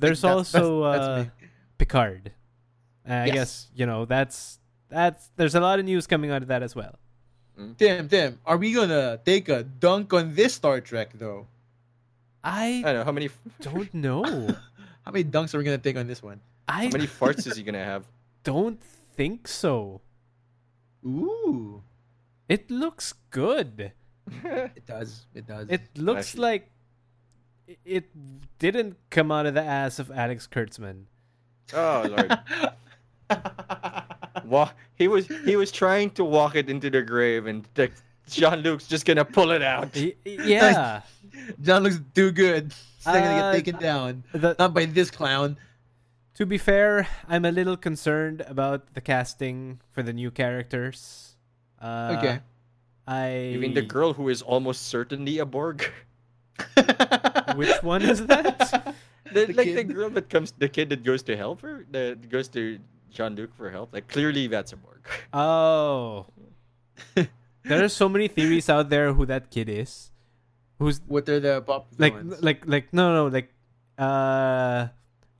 Speaker 3: there's
Speaker 2: That's- that's-
Speaker 3: also uh,
Speaker 2: that's
Speaker 3: Picard. Uh, I
Speaker 2: Yes.
Speaker 3: guess you know that's that's there's a lot of news coming out of that as well.
Speaker 2: Damn, damn. Are we gonna take a dunk on this Star Trek though?
Speaker 1: I
Speaker 2: Uh,
Speaker 3: I
Speaker 1: don't know how many
Speaker 3: don't know.
Speaker 2: How many dunks are we gonna take on this one?
Speaker 1: how many
Speaker 3: I
Speaker 1: farts is he gonna have?
Speaker 3: don't think so.
Speaker 2: Ooh,
Speaker 3: It looks good.
Speaker 2: it does. It does.
Speaker 3: It looks
Speaker 1: Actually-
Speaker 3: like i- it didn't come out of the ass of Alex Kurtzman.
Speaker 1: Oh lord. Wa- he was he was trying to walk it into the grave and the, John Luke's just gonna pull it out.
Speaker 3: Y- y- Yeah,
Speaker 2: John looks too good. He's not gonna
Speaker 3: Uh,
Speaker 2: get taken down.
Speaker 3: the-
Speaker 2: Not by this clown.
Speaker 3: To be fair, I'm a little concerned about the casting for the new characters. Uh,
Speaker 2: Okay.
Speaker 3: I
Speaker 1: You mean the girl who is almost certainly a Borg?
Speaker 3: Which one is that?
Speaker 1: The,
Speaker 2: The
Speaker 1: like the
Speaker 2: kid?
Speaker 1: girl that comes the kid that goes to help her that goes to John Luke for help. Like clearly that's a Borg.
Speaker 3: Oh, there are so many theories out there who that kid is. Who's
Speaker 2: What are the pop
Speaker 3: like
Speaker 2: villains?
Speaker 3: like like no no like uh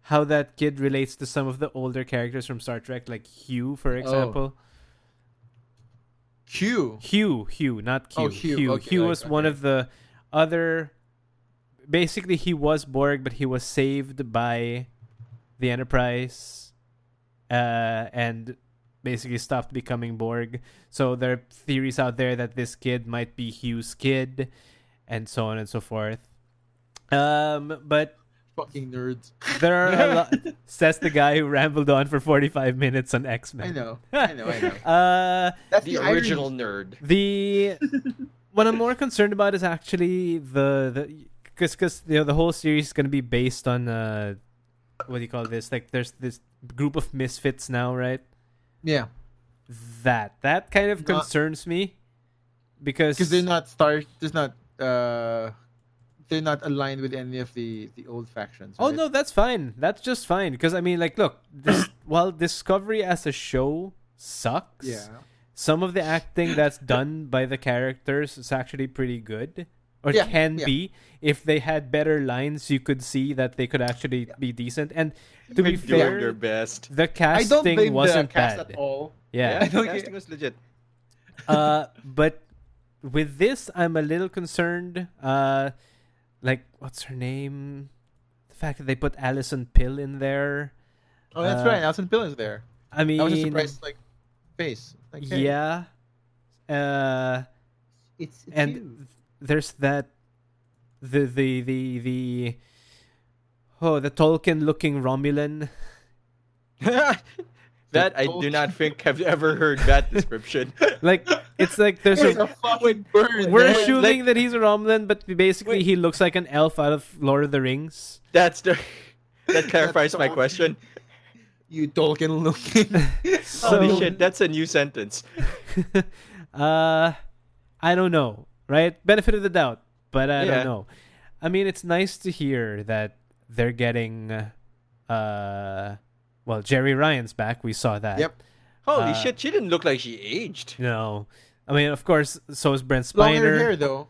Speaker 3: how that kid relates to some of the older characters from Star Trek, like
Speaker 1: Oh.
Speaker 3: Hugh, for example.
Speaker 2: Q?
Speaker 3: Hugh, Hugh, not Q.
Speaker 2: Oh,
Speaker 3: Hugh.
Speaker 2: Hugh,
Speaker 3: Hugh,
Speaker 2: okay,
Speaker 3: was
Speaker 2: okay,
Speaker 3: one
Speaker 2: okay.
Speaker 3: of the other. Basically, he was Borg, but he was saved by the Enterprise, uh, and basically stopped becoming Borg. So there are theories out there that this kid might be Hugh's kid, and so on and so forth. Um, but
Speaker 2: Fucking nerds.
Speaker 3: there are a lot. Says the guy who rambled on for forty-five minutes on X Men.
Speaker 2: I know. I know. I know.
Speaker 3: Uh,
Speaker 2: That's
Speaker 1: The
Speaker 2: the,
Speaker 1: original nerd.
Speaker 3: the what I'm more concerned about is actually the the because because you know the whole series is going to be based on uh what do you call this like there's this group of misfits now right
Speaker 2: Yeah,
Speaker 3: that that kind of
Speaker 2: Not-
Speaker 3: concerns me because
Speaker 2: because they're not star. There's not. Uh, they're not aligned with any of the the old factions.
Speaker 3: oh
Speaker 2: right?
Speaker 3: no that's fine that's just fine because I mean like look this while Discovery as a show sucks
Speaker 2: Yeah.
Speaker 3: some of the acting that's done by the characters is actually pretty good or
Speaker 2: Yeah,
Speaker 3: can
Speaker 2: yeah.
Speaker 3: be if they had better lines you could see that they could actually be decent and to be
Speaker 1: doing their
Speaker 3: fair
Speaker 1: best.
Speaker 3: the
Speaker 2: I don't blame
Speaker 3: casting wasn't
Speaker 2: the cast
Speaker 3: bad
Speaker 2: at all.
Speaker 3: yeah,
Speaker 2: I don't
Speaker 1: casting
Speaker 2: get-
Speaker 1: was legit.
Speaker 3: uh, but with this, I'm a little concerned. Uh, like, what's her name? The fact that they put Allison Pill in there.
Speaker 2: Oh, that's
Speaker 3: Uh,
Speaker 2: right. Alison Pill is there.
Speaker 3: I mean,
Speaker 2: I was just surprised. Like face. Like, hey,
Speaker 3: yeah. Uh,
Speaker 2: It's, it's
Speaker 3: and
Speaker 2: you.
Speaker 3: th- there's that the the the the oh the Tolkien looking Romulan.
Speaker 1: that I do not think have ever heard that description.
Speaker 3: Like it's like there's
Speaker 2: It's
Speaker 3: a
Speaker 2: a fucking bird.
Speaker 3: we're
Speaker 2: man.
Speaker 3: assuming
Speaker 1: like-
Speaker 3: that he's a Romulan, but basically he looks like an elf out of Lord of the Rings.
Speaker 1: That's the that clarifies my
Speaker 2: all.
Speaker 1: question.
Speaker 2: you Tolkien looking.
Speaker 3: So-
Speaker 1: Holy shit, that's a new sentence.
Speaker 3: uh, I don't know, right? Benefit of the doubt, but I
Speaker 1: Yeah.
Speaker 3: don't know. I mean, it's nice to hear that they're getting, uh, well, Jerry Ryan's back. We saw that.
Speaker 2: Yep.
Speaker 1: Holy
Speaker 3: Uh,
Speaker 1: shit, she didn't look like she aged.
Speaker 3: No, I mean, of course, so is Brent
Speaker 2: Longer
Speaker 3: Spiner.
Speaker 2: hair though.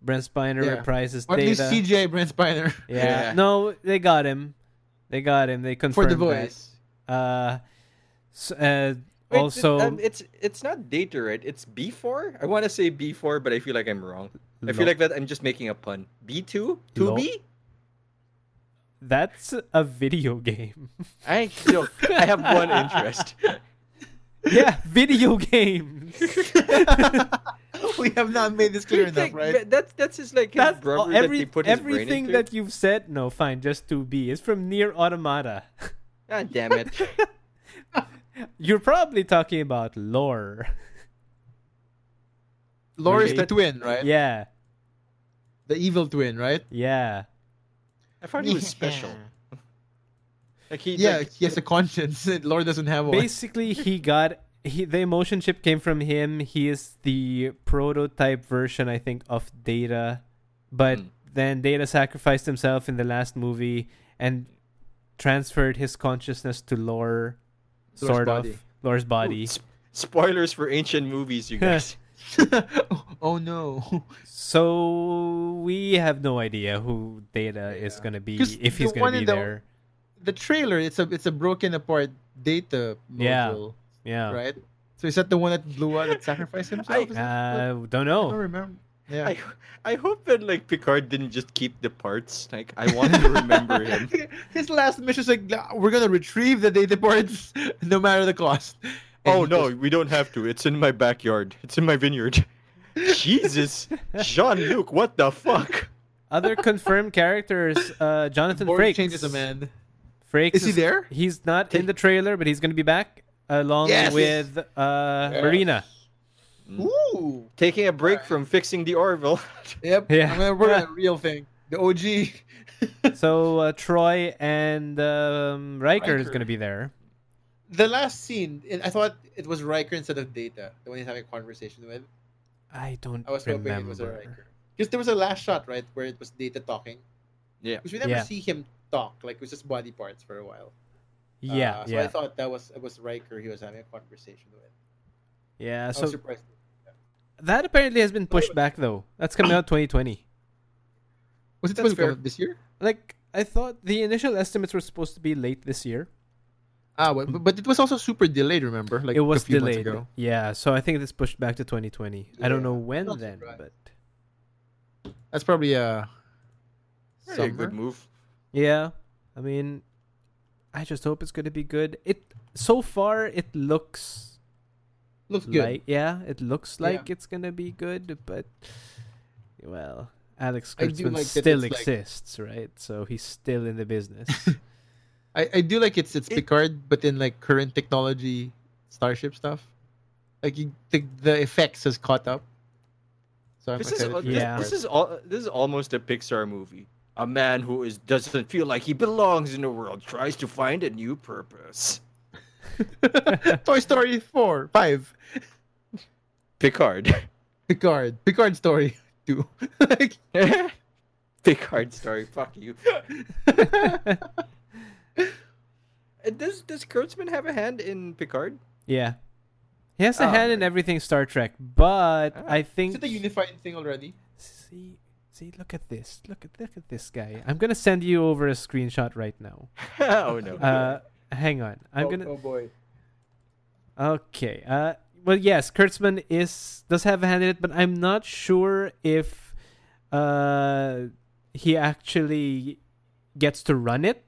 Speaker 3: Brent Spiner
Speaker 2: Yeah.
Speaker 3: reprises
Speaker 2: Or at least
Speaker 3: Data.
Speaker 2: CJ Brent Spiner
Speaker 3: yeah.
Speaker 1: Yeah.
Speaker 3: No, they got him. They got him. They
Speaker 2: for
Speaker 3: confirmed
Speaker 2: the
Speaker 3: that.
Speaker 2: voice.
Speaker 3: Uh, s uh,
Speaker 1: Wait,
Speaker 3: also,
Speaker 1: it, um, it's it's not data, right? It's B four. I want to say B four, but I feel like I'm wrong. I feel
Speaker 3: lo-
Speaker 1: like that I'm just making a pun. B two, two
Speaker 3: Lo-
Speaker 1: B.
Speaker 3: that's a video game.
Speaker 1: I no, I have one interest.
Speaker 3: yeah, video games.
Speaker 2: we have not made this clear enough,
Speaker 1: Like,
Speaker 2: right?
Speaker 1: that- that's that's his like his
Speaker 3: That's all-
Speaker 1: rubber
Speaker 3: every-
Speaker 1: that they put his brain
Speaker 3: everything
Speaker 1: into.
Speaker 3: that you've said. No, fine, just to be. It's from Near Automata.
Speaker 1: Ah, damn it!
Speaker 3: You're probably talking about lore.
Speaker 2: Lore is
Speaker 3: Maybe.
Speaker 2: the twin, right?
Speaker 3: Yeah,
Speaker 2: The evil twin, right?
Speaker 3: yeah.
Speaker 1: I found he was special. Like he,
Speaker 2: Yeah,
Speaker 1: like,
Speaker 2: he has a conscience. Lore doesn't have one.
Speaker 3: Basically, he got he the emotion chip came from him. He is the prototype version, I think, of Data, but
Speaker 2: Hmm.
Speaker 1: Mm.
Speaker 3: then Data sacrificed himself in the last movie and transferred his consciousness to Lore,
Speaker 2: Lore's
Speaker 3: sort
Speaker 2: body.
Speaker 3: of Lore's body.
Speaker 1: Sp- spoilers for ancient movies, you guys.
Speaker 2: oh no.
Speaker 3: So we have no idea who Data is
Speaker 2: Yeah.
Speaker 3: gonna be
Speaker 2: 'Cause
Speaker 3: if
Speaker 2: the
Speaker 3: he's gonna
Speaker 2: one
Speaker 3: be
Speaker 2: in the-
Speaker 3: there.
Speaker 2: The trailer, it's a it's a broken apart data
Speaker 3: Yeah.
Speaker 2: module,
Speaker 3: Yeah.
Speaker 2: right? So is that the one that blew out that sacrificed himself? Is it-
Speaker 3: Uh,
Speaker 2: I don't
Speaker 3: don't know.
Speaker 2: remember. Yeah.
Speaker 1: I, I hope that like Picard didn't just keep the parts. Like I want to remember him.
Speaker 2: His last mission is like, "Nah, we're gonna retrieve the data parts no matter the cost. And
Speaker 1: Oh
Speaker 2: he
Speaker 1: no,
Speaker 2: just-
Speaker 1: we don't have to. It's in my backyard. It's in my vineyard. Jesus, Jean Luc, what the fuck?
Speaker 3: Other confirmed characters: uh, Jonathan
Speaker 2: Board
Speaker 3: Frakes.
Speaker 2: changes a man.
Speaker 3: Frakes
Speaker 2: Is he there?
Speaker 3: He's not
Speaker 1: Take-
Speaker 3: in the trailer, but he's going to be back along
Speaker 2: Yes!
Speaker 3: with uh,
Speaker 2: Yes.
Speaker 3: Marina.
Speaker 2: Ooh.
Speaker 1: Taking a break from fixing the Orville.
Speaker 2: Yep.
Speaker 3: Yeah.
Speaker 2: I'm gonna work on a real thing. The OG.
Speaker 3: So uh, Troy and um, Riker, is
Speaker 2: Riker.
Speaker 3: going to be there.
Speaker 2: the last scene, and I thought it was Riker instead of Data, the one he's having a conversation with.
Speaker 3: I don't
Speaker 2: I was
Speaker 3: remember.
Speaker 2: hoping it was a Riker. Because there was a last shot, right, where it was Data talking.
Speaker 1: Yeah.
Speaker 2: Because we never
Speaker 3: Yeah.
Speaker 2: see him talk. Like, it was just body parts for a while.
Speaker 3: Yeah,
Speaker 2: Uh, so I
Speaker 3: yeah,
Speaker 2: thought that was it was Riker he was having a conversation with.
Speaker 3: yeah.
Speaker 2: I was
Speaker 3: So
Speaker 2: surprised.
Speaker 3: that apparently has been pushed back though. That's coming out 2020.
Speaker 2: Was it
Speaker 1: That's
Speaker 2: supposed to
Speaker 1: fair.
Speaker 2: come out this year?
Speaker 3: Like I thought, the initial estimates were supposed to be late this year.
Speaker 2: Ah, well, but it was also super delayed, remember? Like
Speaker 3: it was
Speaker 2: a few
Speaker 3: delayed.
Speaker 2: Months ago.
Speaker 3: Yeah, so I think it's pushed back to 2020. I don't
Speaker 2: Yeah,
Speaker 3: know when
Speaker 2: not
Speaker 3: then,
Speaker 2: surprised.
Speaker 3: but
Speaker 2: That's probably
Speaker 1: Really
Speaker 2: uh,
Speaker 1: a
Speaker 2: summer?
Speaker 1: good move.
Speaker 3: Yeah, I mean, I just hope it's gonna be good. It so far it looks
Speaker 2: Looks good.
Speaker 3: like yeah, it looks
Speaker 2: Yeah.
Speaker 3: like it's gonna be good, but well, Alex
Speaker 2: I do
Speaker 3: Kurtzman
Speaker 2: like that
Speaker 3: still
Speaker 2: it's like-
Speaker 3: exists, right? So he's still in the business.
Speaker 2: I, I do like it's it's
Speaker 1: It-
Speaker 2: Picard, but in like current technology starship stuff. Like you, the, the effects has caught up. So I'm
Speaker 1: This is
Speaker 2: excited.
Speaker 1: al-
Speaker 2: for
Speaker 1: this,
Speaker 3: Yeah.
Speaker 1: this is all this is almost a Pixar movie. A man who is doesn't feel like he belongs in the world tries to find a new purpose.
Speaker 2: part. Toy Story four, five,
Speaker 1: Picard.
Speaker 2: Picard, Picard story two. like
Speaker 1: Picard story. Fuck you. Uh, Does does Kurtzman have a hand in Picard?
Speaker 3: yeah, he has a
Speaker 1: Oh,
Speaker 3: hand in
Speaker 1: right.
Speaker 3: everything Star Trek, but
Speaker 1: Ah,
Speaker 3: I
Speaker 2: is
Speaker 3: think
Speaker 2: it a unified thing already?
Speaker 3: see. See, look at this. Look at look at this guy. I'm gonna send you over a screenshot right now.
Speaker 1: oh no.
Speaker 3: Uh, hang on. I'm
Speaker 2: oh,
Speaker 3: gonna
Speaker 2: Oh boy.
Speaker 3: Okay. Uh, well, yes, Kurtzman is does have a hand in it, but I'm not sure if uh, he actually gets to run it.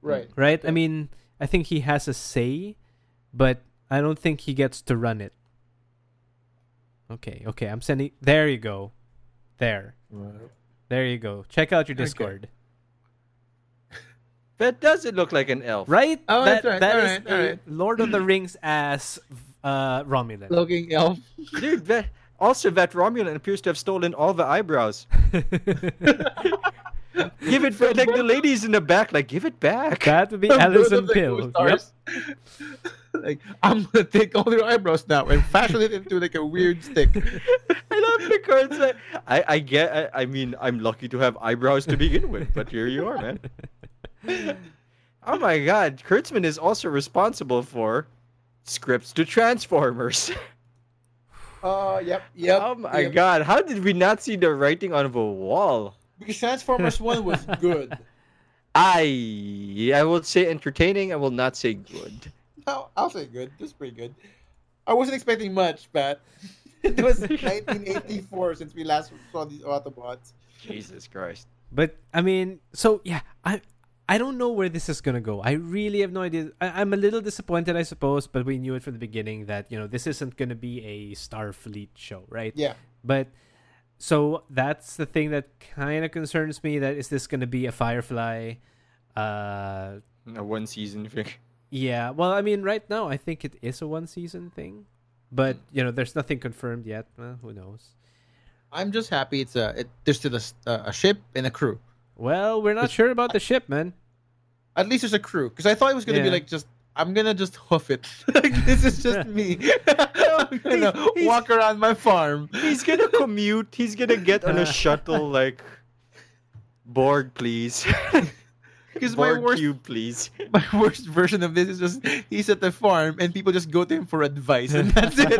Speaker 2: Right.
Speaker 3: Right. I
Speaker 2: Yeah.
Speaker 3: mean, I think he has a say, but I don't think he gets to run it. Okay. Okay. I'm sending. There you go. There. There you go. Check out your
Speaker 2: Okay.
Speaker 3: Discord.
Speaker 1: that doesn't look like an elf.
Speaker 3: Right.
Speaker 2: Oh,
Speaker 3: That-
Speaker 2: that's right,
Speaker 3: that
Speaker 2: all
Speaker 3: is
Speaker 2: right, all
Speaker 3: a
Speaker 2: right.
Speaker 3: Lord of the Rings ass uh, Romulan.
Speaker 2: Looking elf.
Speaker 1: Dude, that, also that Romulan appears to have stolen all the eyebrows. Give it back, like the ladies in the back, like give it back.
Speaker 3: That would be Alison Pill. Yep.
Speaker 2: like I'm gonna take all your eyebrows now and fashion it into like a weird stick.
Speaker 1: I love Picard's like, I, I get, I, I mean, I'm lucky to have eyebrows to begin with, but here you are, man. Oh my god, Kurtzman is also responsible for scripts to Transformers.
Speaker 2: Oh yep, yep.
Speaker 1: oh my
Speaker 2: yep.
Speaker 1: god, how did we not see the writing on the wall?
Speaker 2: Because Transformers One was good.
Speaker 1: I, I will say entertaining, I will not say good.
Speaker 2: I'll, I'll say good. This is pretty good. I wasn't expecting much, but it was 1984 since we last saw these Autobots.
Speaker 1: Jesus Christ.
Speaker 3: But I mean, so yeah, I I don't know where this is gonna go. I really have no idea. I, I'm a little disappointed, I suppose, but we knew it from the beginning that you know this isn't gonna be a Starfleet show, right?
Speaker 2: Yeah.
Speaker 3: But so that's the thing that kind of concerns me. That is this gonna be a Firefly? Uh,
Speaker 1: A one season thing.
Speaker 3: yeah. Well, I mean, right now I think it is a one season thing, but you know, there's nothing confirmed yet. Well, who knows?
Speaker 2: I'm just happy it's a it, there's still a, s- uh, a ship and a crew.
Speaker 3: Well, we're not sure about the ship, man.
Speaker 2: At least there's a crew because I thought it was gonna be
Speaker 3: Yeah.
Speaker 2: like just I'm gonna just hoof it. like, this is just me. I'm gonna
Speaker 1: he's- he's-
Speaker 2: walk around my farm.
Speaker 1: He's gonna commute. He's gonna get on a shuttle like Borg, please.
Speaker 2: Because my
Speaker 1: Borg
Speaker 2: worst
Speaker 1: cube, please.
Speaker 2: my worst version of this is just he's at the farm and people just go to him for advice and that's it.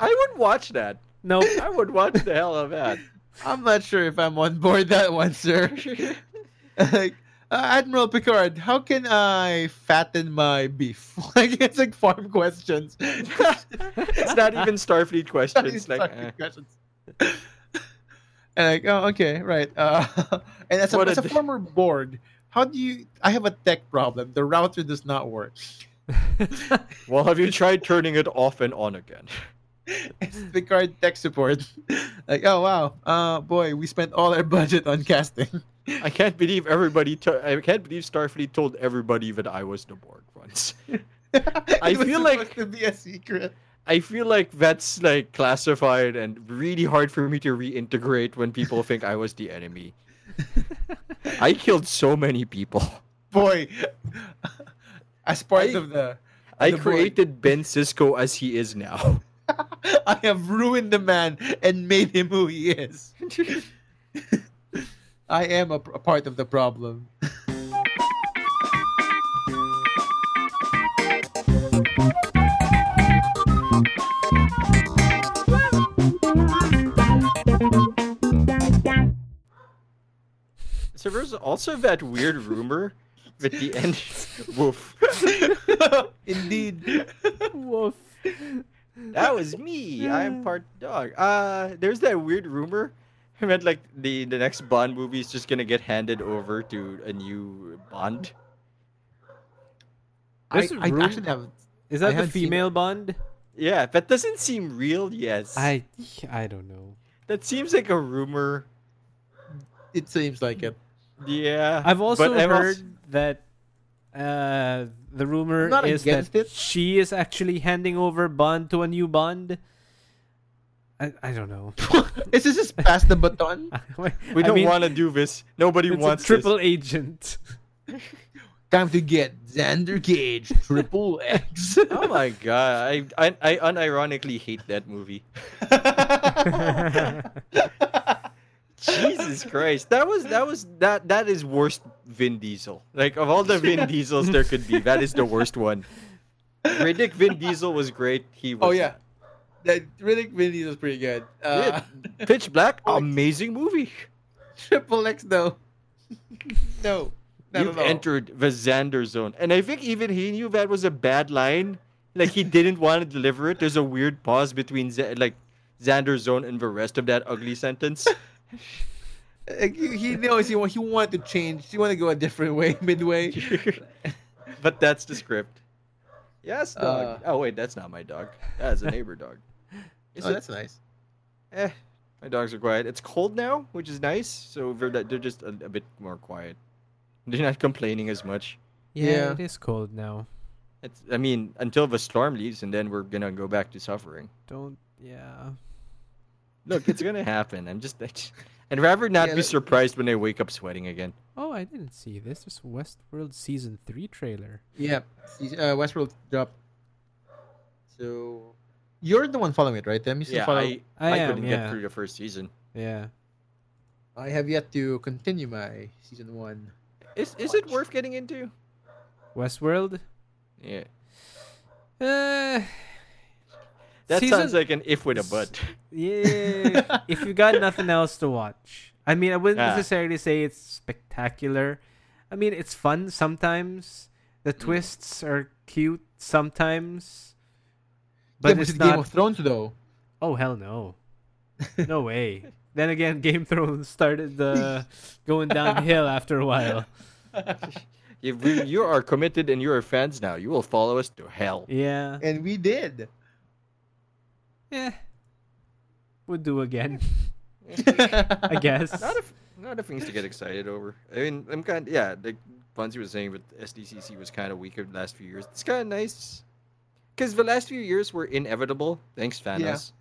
Speaker 1: I would watch that.
Speaker 3: nope.
Speaker 1: I would watch the hell of that.
Speaker 2: I'm not sure if I'm on board that one, sir. like, uh, Admiral Picard, how can I fatten my beef? like it's like farm questions.
Speaker 1: It's not even Starfleet questions.
Speaker 2: These
Speaker 1: like,
Speaker 2: fucking
Speaker 1: eh.
Speaker 2: questions. and like, oh, okay, right. Uh, and as a,
Speaker 1: What a
Speaker 2: as a
Speaker 1: d-
Speaker 2: former board, how do you? I have a tech problem. The router does not work.
Speaker 1: well, have you tried turning it off and on again?
Speaker 2: It's the card tech support. like, oh wow, uh, boy, we spent all our budget on casting.
Speaker 1: I can't believe everybody. To- I can't believe Starfleet told everybody that I was the Borg once. I
Speaker 2: It was
Speaker 1: feel like-
Speaker 2: supposed to be a secret.
Speaker 1: I feel like that's like classified and really hard for me to reintegrate when people think I was the enemy. I killed so many people.
Speaker 2: Boy, as part
Speaker 1: I-
Speaker 2: of the,
Speaker 1: I
Speaker 2: The Borg.
Speaker 1: created Ben Cisco as he is now.
Speaker 2: I have ruined the man and made him who he is. I am a, a part of the problem.
Speaker 1: So there's also that weird rumor that the end. Woof.
Speaker 2: Indeed.
Speaker 3: Woof.
Speaker 1: That was me. I'm part dog. Uh, there's that weird rumor that like the the next Bond movie is just gonna get handed over to a new Bond.
Speaker 2: I,
Speaker 3: There's a
Speaker 2: I
Speaker 3: room-
Speaker 2: actually have.
Speaker 3: Is
Speaker 2: I
Speaker 3: that the
Speaker 2: haven't seen it.
Speaker 3: female Bond?
Speaker 1: Yeah, that doesn't seem real. Yes,
Speaker 3: I I don't know.
Speaker 1: that seems like a rumor.
Speaker 2: It seems like it.
Speaker 1: Yeah,
Speaker 3: I've also
Speaker 1: but I've
Speaker 3: heard
Speaker 1: also-
Speaker 3: that uh, the rumor
Speaker 2: I'm not
Speaker 3: is
Speaker 2: against
Speaker 3: that
Speaker 2: it.
Speaker 3: she is actually handing over Bond to a new Bond. I, I don't know.
Speaker 2: Is this just pass the baton?
Speaker 1: we
Speaker 3: I
Speaker 1: don't
Speaker 3: mean,
Speaker 1: want to do this. Nobody
Speaker 3: it's
Speaker 1: wants
Speaker 3: a triple agent.
Speaker 2: Time to get Xander Cage Triple X.
Speaker 1: This. Oh my god! I, I I unironically hate that movie. Jesus Christ, that was that was that that is worst Vin Diesel. Like of all the Vin Diesels there could be, that is the worst one. Riddick Vin Diesel was great. He was
Speaker 2: Oh yeah, that Riddick Vinny was pretty good. Uh,
Speaker 1: not. Pitch Black,
Speaker 2: Oh,
Speaker 1: amazing movie.
Speaker 2: Triple X though. no, not
Speaker 1: You've
Speaker 2: at all.
Speaker 1: entered the Xander zone, and I think even he knew that was a bad line. Like he didn't want to deliver it. There's a weird pause between Z- like Xander zone and the rest of that ugly sentence.
Speaker 2: Like, Uh, he, he knows he wa- he wanted to change. He wanted to go a different way midway.
Speaker 1: but that's the script. Yes, dog.
Speaker 2: Uh,
Speaker 1: oh wait, that's not my dog. That's a neighbor dog. Is
Speaker 2: oh,
Speaker 1: it?
Speaker 2: that's nice.
Speaker 1: Eh, my dogs are quiet. It's cold now, which is nice. So they're they're just a, a bit more quiet. They're not complaining as much.
Speaker 3: Yeah,
Speaker 2: Yeah.
Speaker 3: it is cold now.
Speaker 1: It's, I mean, until the storm leaves, and then we're gonna go back to suffering.
Speaker 3: Don't. Yeah.
Speaker 1: Look, it's gonna happen. I'm just, I just- I'd rather not
Speaker 2: Yeah,
Speaker 1: be
Speaker 2: that-
Speaker 1: surprised when I wake up sweating again.
Speaker 3: Oh, I didn't see this. This Westworld season three trailer.
Speaker 2: Yeah, he's- uh, Westworld dropped. So you're the one following it, right? Them you still
Speaker 1: Yeah,
Speaker 2: follow?
Speaker 1: I, I,
Speaker 3: I am,
Speaker 1: couldn't get
Speaker 3: yeah.
Speaker 1: through the first season.
Speaker 3: Yeah.
Speaker 2: I have yet to continue my season one.
Speaker 1: Is is it worth getting into?
Speaker 3: Westworld.
Speaker 1: Yeah,
Speaker 3: Uh,
Speaker 1: that
Speaker 3: season-
Speaker 1: sounds like an if with a but.
Speaker 3: Yeah. if you got nothing else to watch. I mean, I wouldn't
Speaker 1: Yeah.
Speaker 3: necessarily say it's spectacular. I mean, it's fun sometimes. The
Speaker 1: Mm.
Speaker 3: twists are cute sometimes,
Speaker 2: But
Speaker 3: but
Speaker 2: yeah, it's
Speaker 3: it's
Speaker 2: Game
Speaker 3: not.
Speaker 2: of Thrones though.
Speaker 3: oh hell no, no way. Then again, Game of Thrones started uh, going downhill after a while.
Speaker 1: If we, you are committed and you are fans now, you will follow us to hell.
Speaker 3: Yeah,
Speaker 2: And we did.
Speaker 3: yeah, would do again, I
Speaker 2: I
Speaker 3: guess.
Speaker 1: Not of not of things to get excited over. I mean, I'm kind yeah, like Bunzi was saying, but SDCC was kind of weaker the last few years. It's kind of nice because the last few years were inevitable. Thanks, Thanos.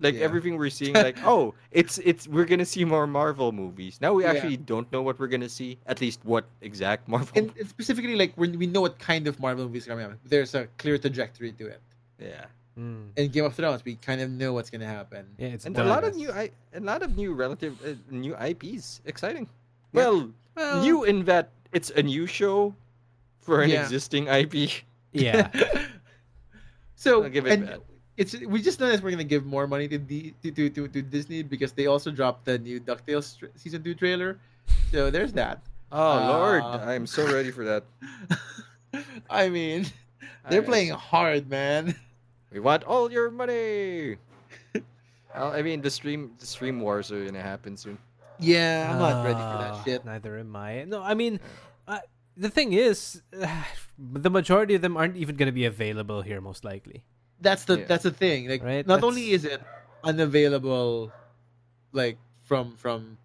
Speaker 1: Like
Speaker 2: Yeah.
Speaker 1: everything we're seeing, like oh, it's it's we're gonna see more Marvel movies. Now we
Speaker 2: Yeah.
Speaker 1: actually don't know what we're gonna see. At least what exact Marvel?
Speaker 2: And and specifically, like when we know what kind of Marvel movies are coming out, there's a clear trajectory to it.
Speaker 1: yeah,
Speaker 3: Mm.
Speaker 2: In Game of Thrones, we kind of know what's gonna happen.
Speaker 3: Yeah, it's
Speaker 1: and a lot of new
Speaker 3: done.
Speaker 1: I a lot of new relative uh, new IPs. Exciting.
Speaker 2: Yeah.
Speaker 1: Well,
Speaker 3: Well,
Speaker 1: new in that it's a new show for an
Speaker 2: Oh. Yeah.
Speaker 1: existing IP.
Speaker 3: Yeah,
Speaker 2: so
Speaker 1: I'll give it
Speaker 2: and
Speaker 1: that.
Speaker 2: it's we just noticed we're gonna give more money to D, to, to, to to Disney because they also dropped the new Ducktales tr- season two trailer. So there's that.
Speaker 1: Oh Lord,
Speaker 2: Uh,
Speaker 1: I am so ready for that.
Speaker 2: I mean,
Speaker 1: I
Speaker 2: they're
Speaker 1: am-
Speaker 2: playing hard, man.
Speaker 1: We want all your money. well, I mean, the stream, the stream wars are gonna happen soon.
Speaker 2: Yeah, I'm not ready for
Speaker 3: Ah,
Speaker 2: that shit.
Speaker 3: Neither am I. No, I mean, uh, the thing is, the majority of them aren't even going to be available here, most likely.
Speaker 2: That's
Speaker 1: Yeah.
Speaker 2: the that's the thing. Like,
Speaker 3: Right,
Speaker 2: not
Speaker 3: that's-
Speaker 2: only is it unavailable, like from from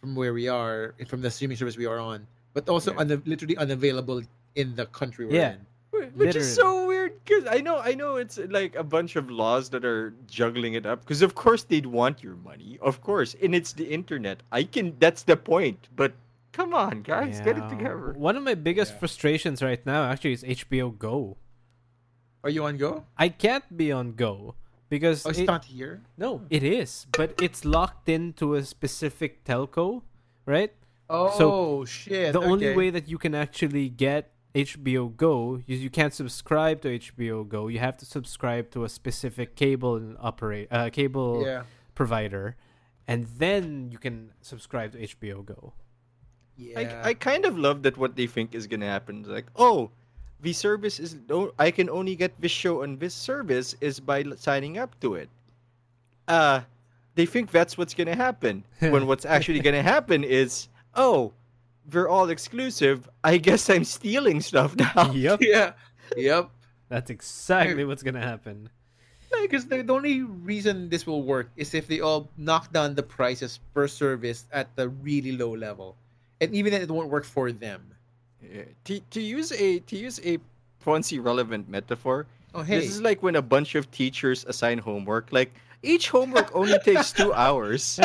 Speaker 2: from where we are from the streaming service we are on, but also
Speaker 1: Yeah.
Speaker 2: una- literally unavailable in the country we're
Speaker 3: Yeah.
Speaker 2: in.
Speaker 1: Wh- Which is so weird because I know, I know, it's like a bunch of laws that are juggling it up. Because of course they'd want your money, of course, and it's the internet. I can. That's the point. But come on, guys, get it
Speaker 3: Yeah.
Speaker 1: together.
Speaker 3: One of my biggest
Speaker 2: Yeah.
Speaker 3: frustrations right now, actually, is HBO Go.
Speaker 2: Are you on Go?
Speaker 3: I can't be on Go because
Speaker 2: Oh, it's
Speaker 3: it-
Speaker 2: not here.
Speaker 3: no, it is, but it's locked into a specific telco, right?
Speaker 2: Oh
Speaker 3: So,
Speaker 2: shit!
Speaker 3: the only
Speaker 2: okay.
Speaker 3: way that you can actually get HBO Go is you can't subscribe to HBO Go. You have to subscribe to a specific cable and operate uh, cable
Speaker 2: Yeah.
Speaker 3: provider, and then you can subscribe to HBO Go.
Speaker 2: Yeah.
Speaker 1: I, I kind of love that what they think is gonna happen. Like, oh, the service is no, I can only get this show on this service is by l- signing up to it. Uh, they think that's what's gonna happen. when what's actually gonna happen is, oh, they're all exclusive. I guess I'm stealing stuff now.
Speaker 3: yep,
Speaker 2: yeah. Yep.
Speaker 3: that's exactly what's gonna happen.
Speaker 2: Because the, the only reason this will work is if they all knock down the prices per service at the really low level, and even then, it won't work for them.
Speaker 1: Yeah. To, to use a to use a Ponzi relevant metaphor,
Speaker 2: Oh hey,
Speaker 1: This is like when a bunch of teachers assign homework. Like each homework only takes two hours.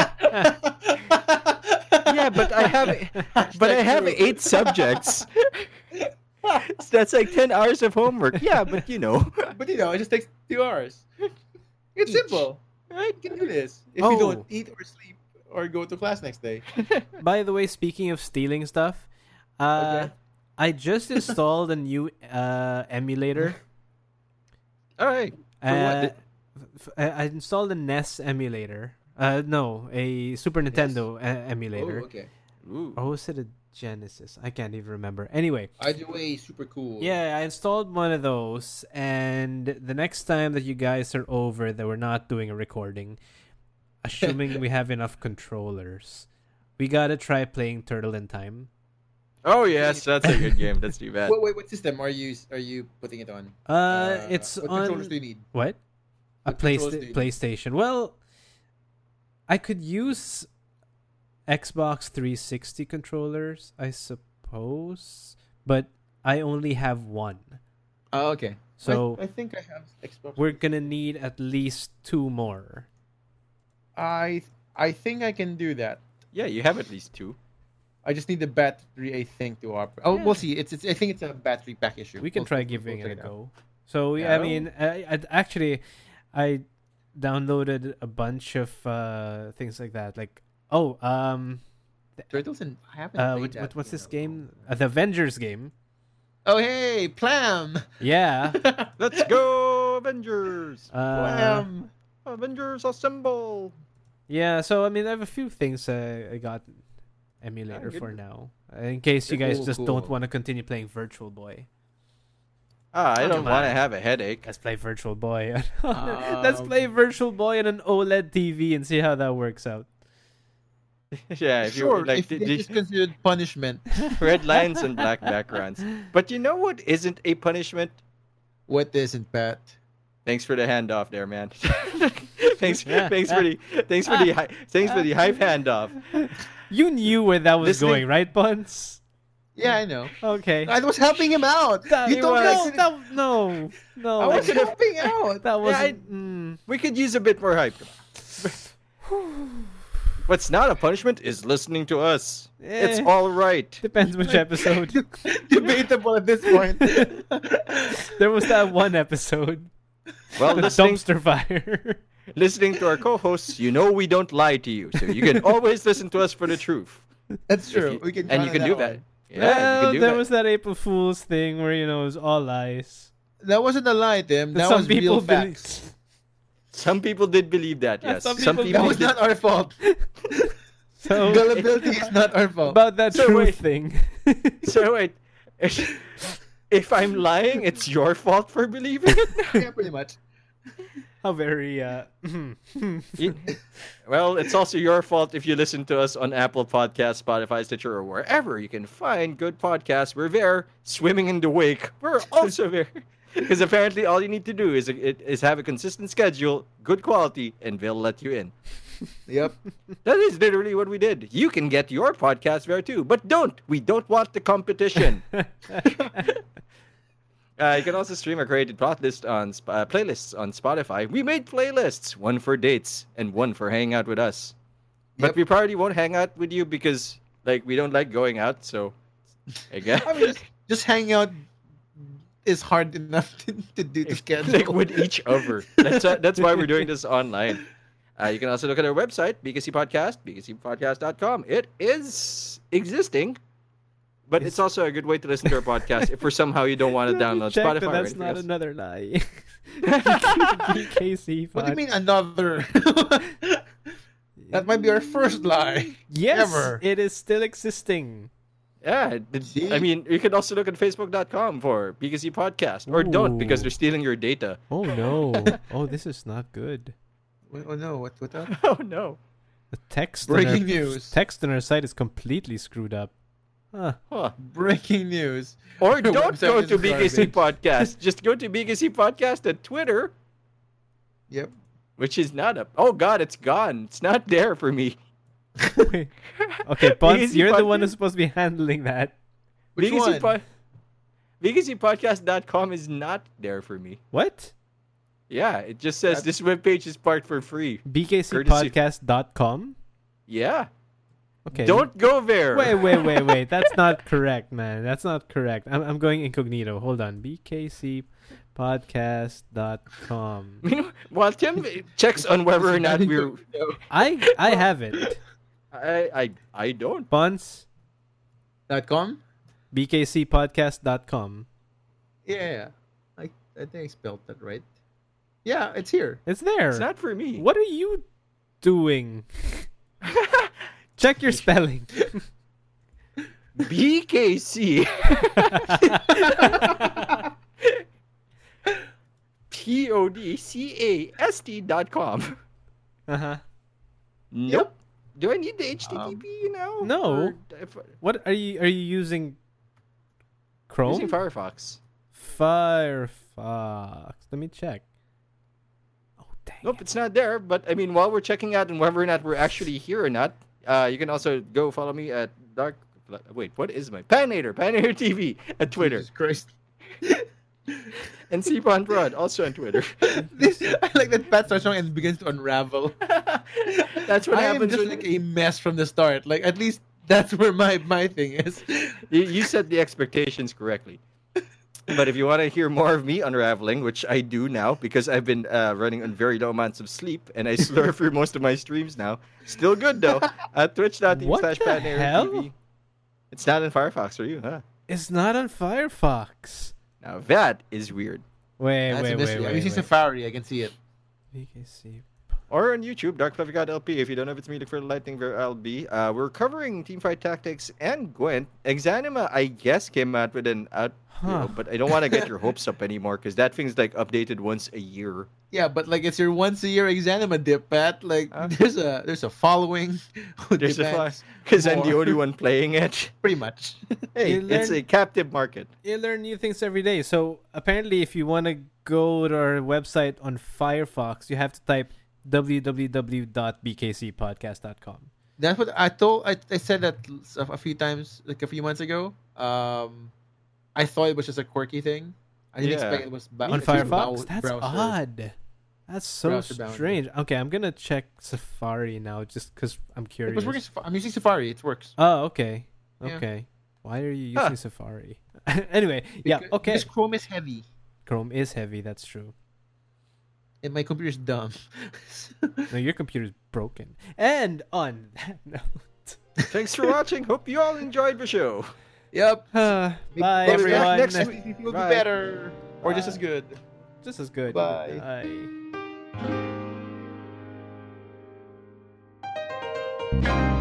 Speaker 1: yeah, but I have, but I have
Speaker 2: true.
Speaker 1: eight subjects. So that's like ten hours of homework. Yeah, but you know,
Speaker 2: but you know, it just takes two hours. It's
Speaker 1: Each.
Speaker 2: simple. Right? You can do this if you
Speaker 3: Oh.
Speaker 2: don't eat or sleep or go to class next day.
Speaker 3: By the way, speaking of stealing stuff, uh,
Speaker 2: Okay.
Speaker 3: I just installed a new uh, emulator.
Speaker 1: all right. For what?
Speaker 3: Uh, f- I I installed a NES emulator. Uh, no, a Super Nintendo e- emulator.
Speaker 2: Oh, okay.
Speaker 1: Ooh.
Speaker 3: Or was it a Genesis? I can't even remember. Anyway,
Speaker 2: Either way, super cool.
Speaker 3: Yeah, I installed one of those, and the next time that you guys are over, that we're not doing a recording, assuming we have enough controllers, we gotta try playing Turtle in Time.
Speaker 1: Oh yes, that's a good game. Let's do that.
Speaker 2: Wait, wait, what system are you are you putting it on?
Speaker 3: Uh, it's
Speaker 2: what
Speaker 3: on
Speaker 2: controllers do you need?
Speaker 3: what? A
Speaker 2: What controllers
Speaker 3: Playsta-
Speaker 2: do you-
Speaker 3: PlayStation. Well, I could use Xbox 360 controllers, I suppose, but I only have one,
Speaker 2: Oh, okay.
Speaker 3: so
Speaker 2: I, I think I have Xbox.
Speaker 3: we're gonna need at least two more.
Speaker 2: I I think I can do that.
Speaker 1: Yeah, you have at least two.
Speaker 2: I just need the battery, I think, to operate. Oh,
Speaker 3: Yeah.
Speaker 2: we'll see. It's, it's I think it's a battery pack issue.
Speaker 3: we can
Speaker 2: We'll-
Speaker 3: try
Speaker 2: we'll-
Speaker 3: giving
Speaker 2: we'll
Speaker 3: it a
Speaker 2: check out.
Speaker 3: go. So yeah, I
Speaker 2: Yeah.
Speaker 3: mean, I, I actually I downloaded a bunch of uh, things like that. Like oh, um,
Speaker 2: Turtles and I haven't.
Speaker 3: uh,
Speaker 2: played
Speaker 3: what,
Speaker 2: that
Speaker 3: what, what's
Speaker 2: in a
Speaker 3: this game?
Speaker 2: long
Speaker 3: Uh,
Speaker 2: time.
Speaker 3: the Avengers game.
Speaker 2: Oh hey, Plam.
Speaker 3: Yeah.
Speaker 1: Let's go, Avengers!
Speaker 3: Uh,
Speaker 2: Plam.
Speaker 1: Avengers assemble!
Speaker 3: yeah. So I mean, I have a few things uh, I got emulator
Speaker 1: good.
Speaker 3: for now. In case you guys
Speaker 2: Cool,
Speaker 3: just don't
Speaker 2: cool.
Speaker 3: want to continue playing Virtual Boy.
Speaker 1: Ah, I
Speaker 3: Oh,
Speaker 1: don't
Speaker 3: come
Speaker 1: want to
Speaker 3: on.
Speaker 1: have a headache.
Speaker 3: Let's play Virtual Boy. Let's
Speaker 2: Um,
Speaker 3: play Virtual Boy on an OLED TV and see how that works out.
Speaker 1: yeah, if
Speaker 2: sure,
Speaker 1: you like
Speaker 2: if
Speaker 1: the,
Speaker 2: it is considered punishment
Speaker 1: red lines and black backgrounds. But you know what isn't a punishment?
Speaker 2: what isn't Pat?
Speaker 1: Thanks for the handoff there, man. thanks,
Speaker 3: Yeah.
Speaker 1: thanks for the, thanks for the, hy- thanks for the hype handoff.
Speaker 3: You knew where that was
Speaker 1: This thing-
Speaker 3: going, right, Buns?
Speaker 2: Yeah, I know.
Speaker 3: Okay.
Speaker 2: I was helping him out.
Speaker 3: That-
Speaker 2: you don't
Speaker 3: no,
Speaker 2: like-
Speaker 3: that, no, no.
Speaker 2: I was
Speaker 1: wasn't-
Speaker 2: helping out.
Speaker 3: that was.
Speaker 1: I-
Speaker 3: mm,
Speaker 1: We could use a bit more hype. What's not a punishment is listening to us. It's
Speaker 3: Eh.
Speaker 1: all right.
Speaker 3: depends which episode.
Speaker 2: Debatable at this point.
Speaker 3: there was that one episode,
Speaker 1: Well,
Speaker 3: the
Speaker 1: listening,
Speaker 3: dumpster fire.
Speaker 1: listening to our co-hosts, you know we don't lie to you, so you can always listen to us for the truth.
Speaker 2: That's
Speaker 1: If
Speaker 2: true.
Speaker 1: you-
Speaker 2: we can
Speaker 1: and
Speaker 2: count
Speaker 1: you
Speaker 2: on
Speaker 1: can do
Speaker 2: one.
Speaker 1: that. Yeah, you
Speaker 3: Well,
Speaker 1: can do
Speaker 3: there
Speaker 1: that.
Speaker 3: was that April Fool's thing where you know it was all lies.
Speaker 2: That wasn't a lie, Tim.
Speaker 3: And
Speaker 2: That
Speaker 3: some
Speaker 2: was
Speaker 3: people
Speaker 2: real
Speaker 3: believe-
Speaker 2: facts.
Speaker 1: Some people did believe that.
Speaker 3: Yeah,
Speaker 1: Yes,
Speaker 3: some
Speaker 1: some,
Speaker 3: people
Speaker 1: people.
Speaker 2: That was
Speaker 3: did.
Speaker 1: did.
Speaker 2: not our fault.
Speaker 3: So
Speaker 2: Gullibility is not our fault.
Speaker 3: about that
Speaker 1: So
Speaker 3: truth
Speaker 1: wait.
Speaker 3: thing.
Speaker 1: So wait, if I'm lying, it's your fault for believing it.
Speaker 2: yeah, pretty much.
Speaker 3: How very uh,
Speaker 1: You- well, it's also your fault if you listen to us on Apple Podcasts, Spotify, Stitcher, or wherever you can find good podcasts. We're there, swimming in the wake. We're also there. Because apparently, all you need to do is is have a consistent schedule, good quality, and they'll let you in.
Speaker 2: Yep.
Speaker 1: That is literally what we did. You can get your podcast there too, but don't. We don't want the competition. Uh, you can also stream our created plot list on Sp- uh, playlists on Spotify. We made playlists, one for dates and one for hanging out with us. But
Speaker 2: Yep.
Speaker 1: we probably won't hang out with you because like we don't like going out. So I guess
Speaker 2: I mean, just, just hanging out is hard enough to, to do the schedule.
Speaker 1: like with each other. That's uh, that's why we're doing this online. Uh, you can also look at our website, BKC Podcast, bkcpodcast.com. It is existing, but it's also a good way to listen to our podcast if for somehow you don't want to
Speaker 3: Let me
Speaker 1: download
Speaker 3: check
Speaker 1: Spotify.
Speaker 3: that
Speaker 1: or
Speaker 3: that's
Speaker 1: anything
Speaker 3: not
Speaker 1: else.
Speaker 3: another lie. BKC
Speaker 2: What do you
Speaker 3: pod-
Speaker 2: mean another? that might be our first lie.
Speaker 3: Yes,
Speaker 2: Ever.
Speaker 3: it is still existing.
Speaker 1: Yeah, did-
Speaker 2: See?
Speaker 1: I mean, you can also look at facebook.com for BKC Podcast, or don't because
Speaker 3: Ooh.
Speaker 1: they're stealing your data.
Speaker 3: Oh no! oh, this is not good.
Speaker 2: Wait, Oh no! What? What? the-
Speaker 1: Oh no!
Speaker 3: The text on
Speaker 2: Breaking
Speaker 3: our,
Speaker 2: news.
Speaker 3: Text on our site is completely screwed up. Huh.
Speaker 1: Huh.
Speaker 2: Breaking news.
Speaker 1: Or
Speaker 2: Your
Speaker 1: don't
Speaker 2: website
Speaker 1: go
Speaker 2: is
Speaker 1: to BKC Podcast. Just go to BKC Podcast at Twitter,
Speaker 2: Yep.
Speaker 1: which is not up. Oh God, it's gone. It's not there for me.
Speaker 3: Wait. okay, Pons,
Speaker 1: Easy
Speaker 3: you're the
Speaker 1: button.
Speaker 3: one who's supposed to be handling that.
Speaker 2: Which one?
Speaker 1: Po- E BKCpodcast.com is not there for me.
Speaker 3: What?
Speaker 1: Yeah, it just says
Speaker 2: That's-
Speaker 1: this webpage is part for free.
Speaker 3: BKCpodcast.com?
Speaker 1: Yeah,
Speaker 3: Okay.
Speaker 1: don't go there.
Speaker 3: Wait, wait, wait, wait. That's not correct, man. That's not correct. I'm, I'm going incognito. Hold on. BKCpodcast.com.
Speaker 1: While Tim checks on whether or not we're,
Speaker 3: I I have it.
Speaker 1: I, I, I don't.
Speaker 3: Pons,
Speaker 2: Dot com.
Speaker 3: BKCpodcast.com.
Speaker 2: Yeah. I I think I spelled that right. Yeah, it's here.
Speaker 3: It's there.
Speaker 1: It's not for me.
Speaker 3: What are you doing? Check your spelling.
Speaker 1: BKC.
Speaker 3: Uh-huh.
Speaker 1: P O D C A S T dot com.
Speaker 3: Uh-huh.
Speaker 1: Nope. Do I need the HTTP now?
Speaker 3: Um, No.
Speaker 1: Or if-
Speaker 3: What are you are you using Chrome?
Speaker 1: Using Firefox.
Speaker 3: Firefox. Let me check. Oh dang.
Speaker 1: Nope,
Speaker 3: it.
Speaker 1: it's not there. But I mean, while we're checking out and whether or not we're actually here or not, uh, you can also go follow me at Dark. Wait, what is my Panator? Panator TV at Twitter
Speaker 2: Jesus Christ.
Speaker 1: and Cbon Broad also on Twitter.
Speaker 2: This, I like that Pat starts wrong and begins to unravel.
Speaker 1: That's what
Speaker 2: I am
Speaker 1: happens
Speaker 2: just
Speaker 1: when
Speaker 2: like a mess from the start. Like at least that's where my my thing is.
Speaker 1: you, you set the expectations correctly. But if you want to hear more of me unraveling, which I do now because I've been uh, running on very low amounts of sleep and I slur through most of my streams now. Still good though. At twitch.tv
Speaker 3: What
Speaker 1: slash
Speaker 3: the hell?
Speaker 1: patnairtv. It's not in Firefox for you, huh?
Speaker 3: It's not on Firefox.
Speaker 1: Now that is weird.
Speaker 3: Wait,
Speaker 2: That's a
Speaker 3: wait, wait,
Speaker 2: mystery.
Speaker 3: wait.
Speaker 2: I mean, see
Speaker 3: wait.
Speaker 2: Safari. I can see it.
Speaker 3: VKC
Speaker 1: Or on YouTube, Dark Fluffy Cat LP. If you don't know if it's me, look for Lightning Ver LB. Uh, we're covering Teamfight Tactics and Gwent. Exanima, I guess, came out with an out, you know,
Speaker 3: Huh.
Speaker 1: but I don't want to get your hopes up anymore because that thing's like updated once a year.
Speaker 2: Yeah, but like it's your once a year exanima dip, Pat. Like
Speaker 1: Huh?
Speaker 2: there's a there's a following. who
Speaker 1: There's
Speaker 2: demands
Speaker 1: because I'm the
Speaker 2: more.
Speaker 1: only one playing it.
Speaker 2: pretty much.
Speaker 1: Hey,
Speaker 3: You
Speaker 1: it's
Speaker 3: learn-
Speaker 1: a captive market.
Speaker 3: You learn new things every day. So apparently, if you want to go to our website on Firefox, you have to type www.bkcpodcast.com.
Speaker 2: That's what I told. I, I said that s- a few times, like a few months ago. Um, I thought it was just a quirky thing. I
Speaker 1: Yeah.
Speaker 2: didn't expect it was ba-
Speaker 3: on
Speaker 2: it was
Speaker 3: Firefox?
Speaker 2: brow-
Speaker 3: That's
Speaker 2: browser.
Speaker 3: odd. That's so
Speaker 2: browser bound.
Speaker 3: strange. Okay, I'm gonna check Safari now just because I'm
Speaker 2: It
Speaker 3: curious.
Speaker 2: was working. Saf- I'm using Safari. It works.
Speaker 3: Oh, okay.
Speaker 2: Yeah.
Speaker 3: Okay. Why are you
Speaker 1: Huh.
Speaker 3: using Safari? anyway, yeah,
Speaker 2: Because-
Speaker 3: okay.
Speaker 2: Because Chrome is heavy,
Speaker 3: Chrome is heavy, that's true.
Speaker 2: and my computer is dumb.
Speaker 3: No, your computer's broken. And on that note.
Speaker 1: Thanks for watching. Hope you all enjoyed the show.
Speaker 2: yep.
Speaker 3: Uh, bye
Speaker 2: Next-
Speaker 3: everyone.
Speaker 1: next
Speaker 2: Next week will be
Speaker 1: Bye.
Speaker 2: better, or just
Speaker 3: Bye.
Speaker 2: as good.
Speaker 3: This is good.
Speaker 2: Bye.
Speaker 3: Bye.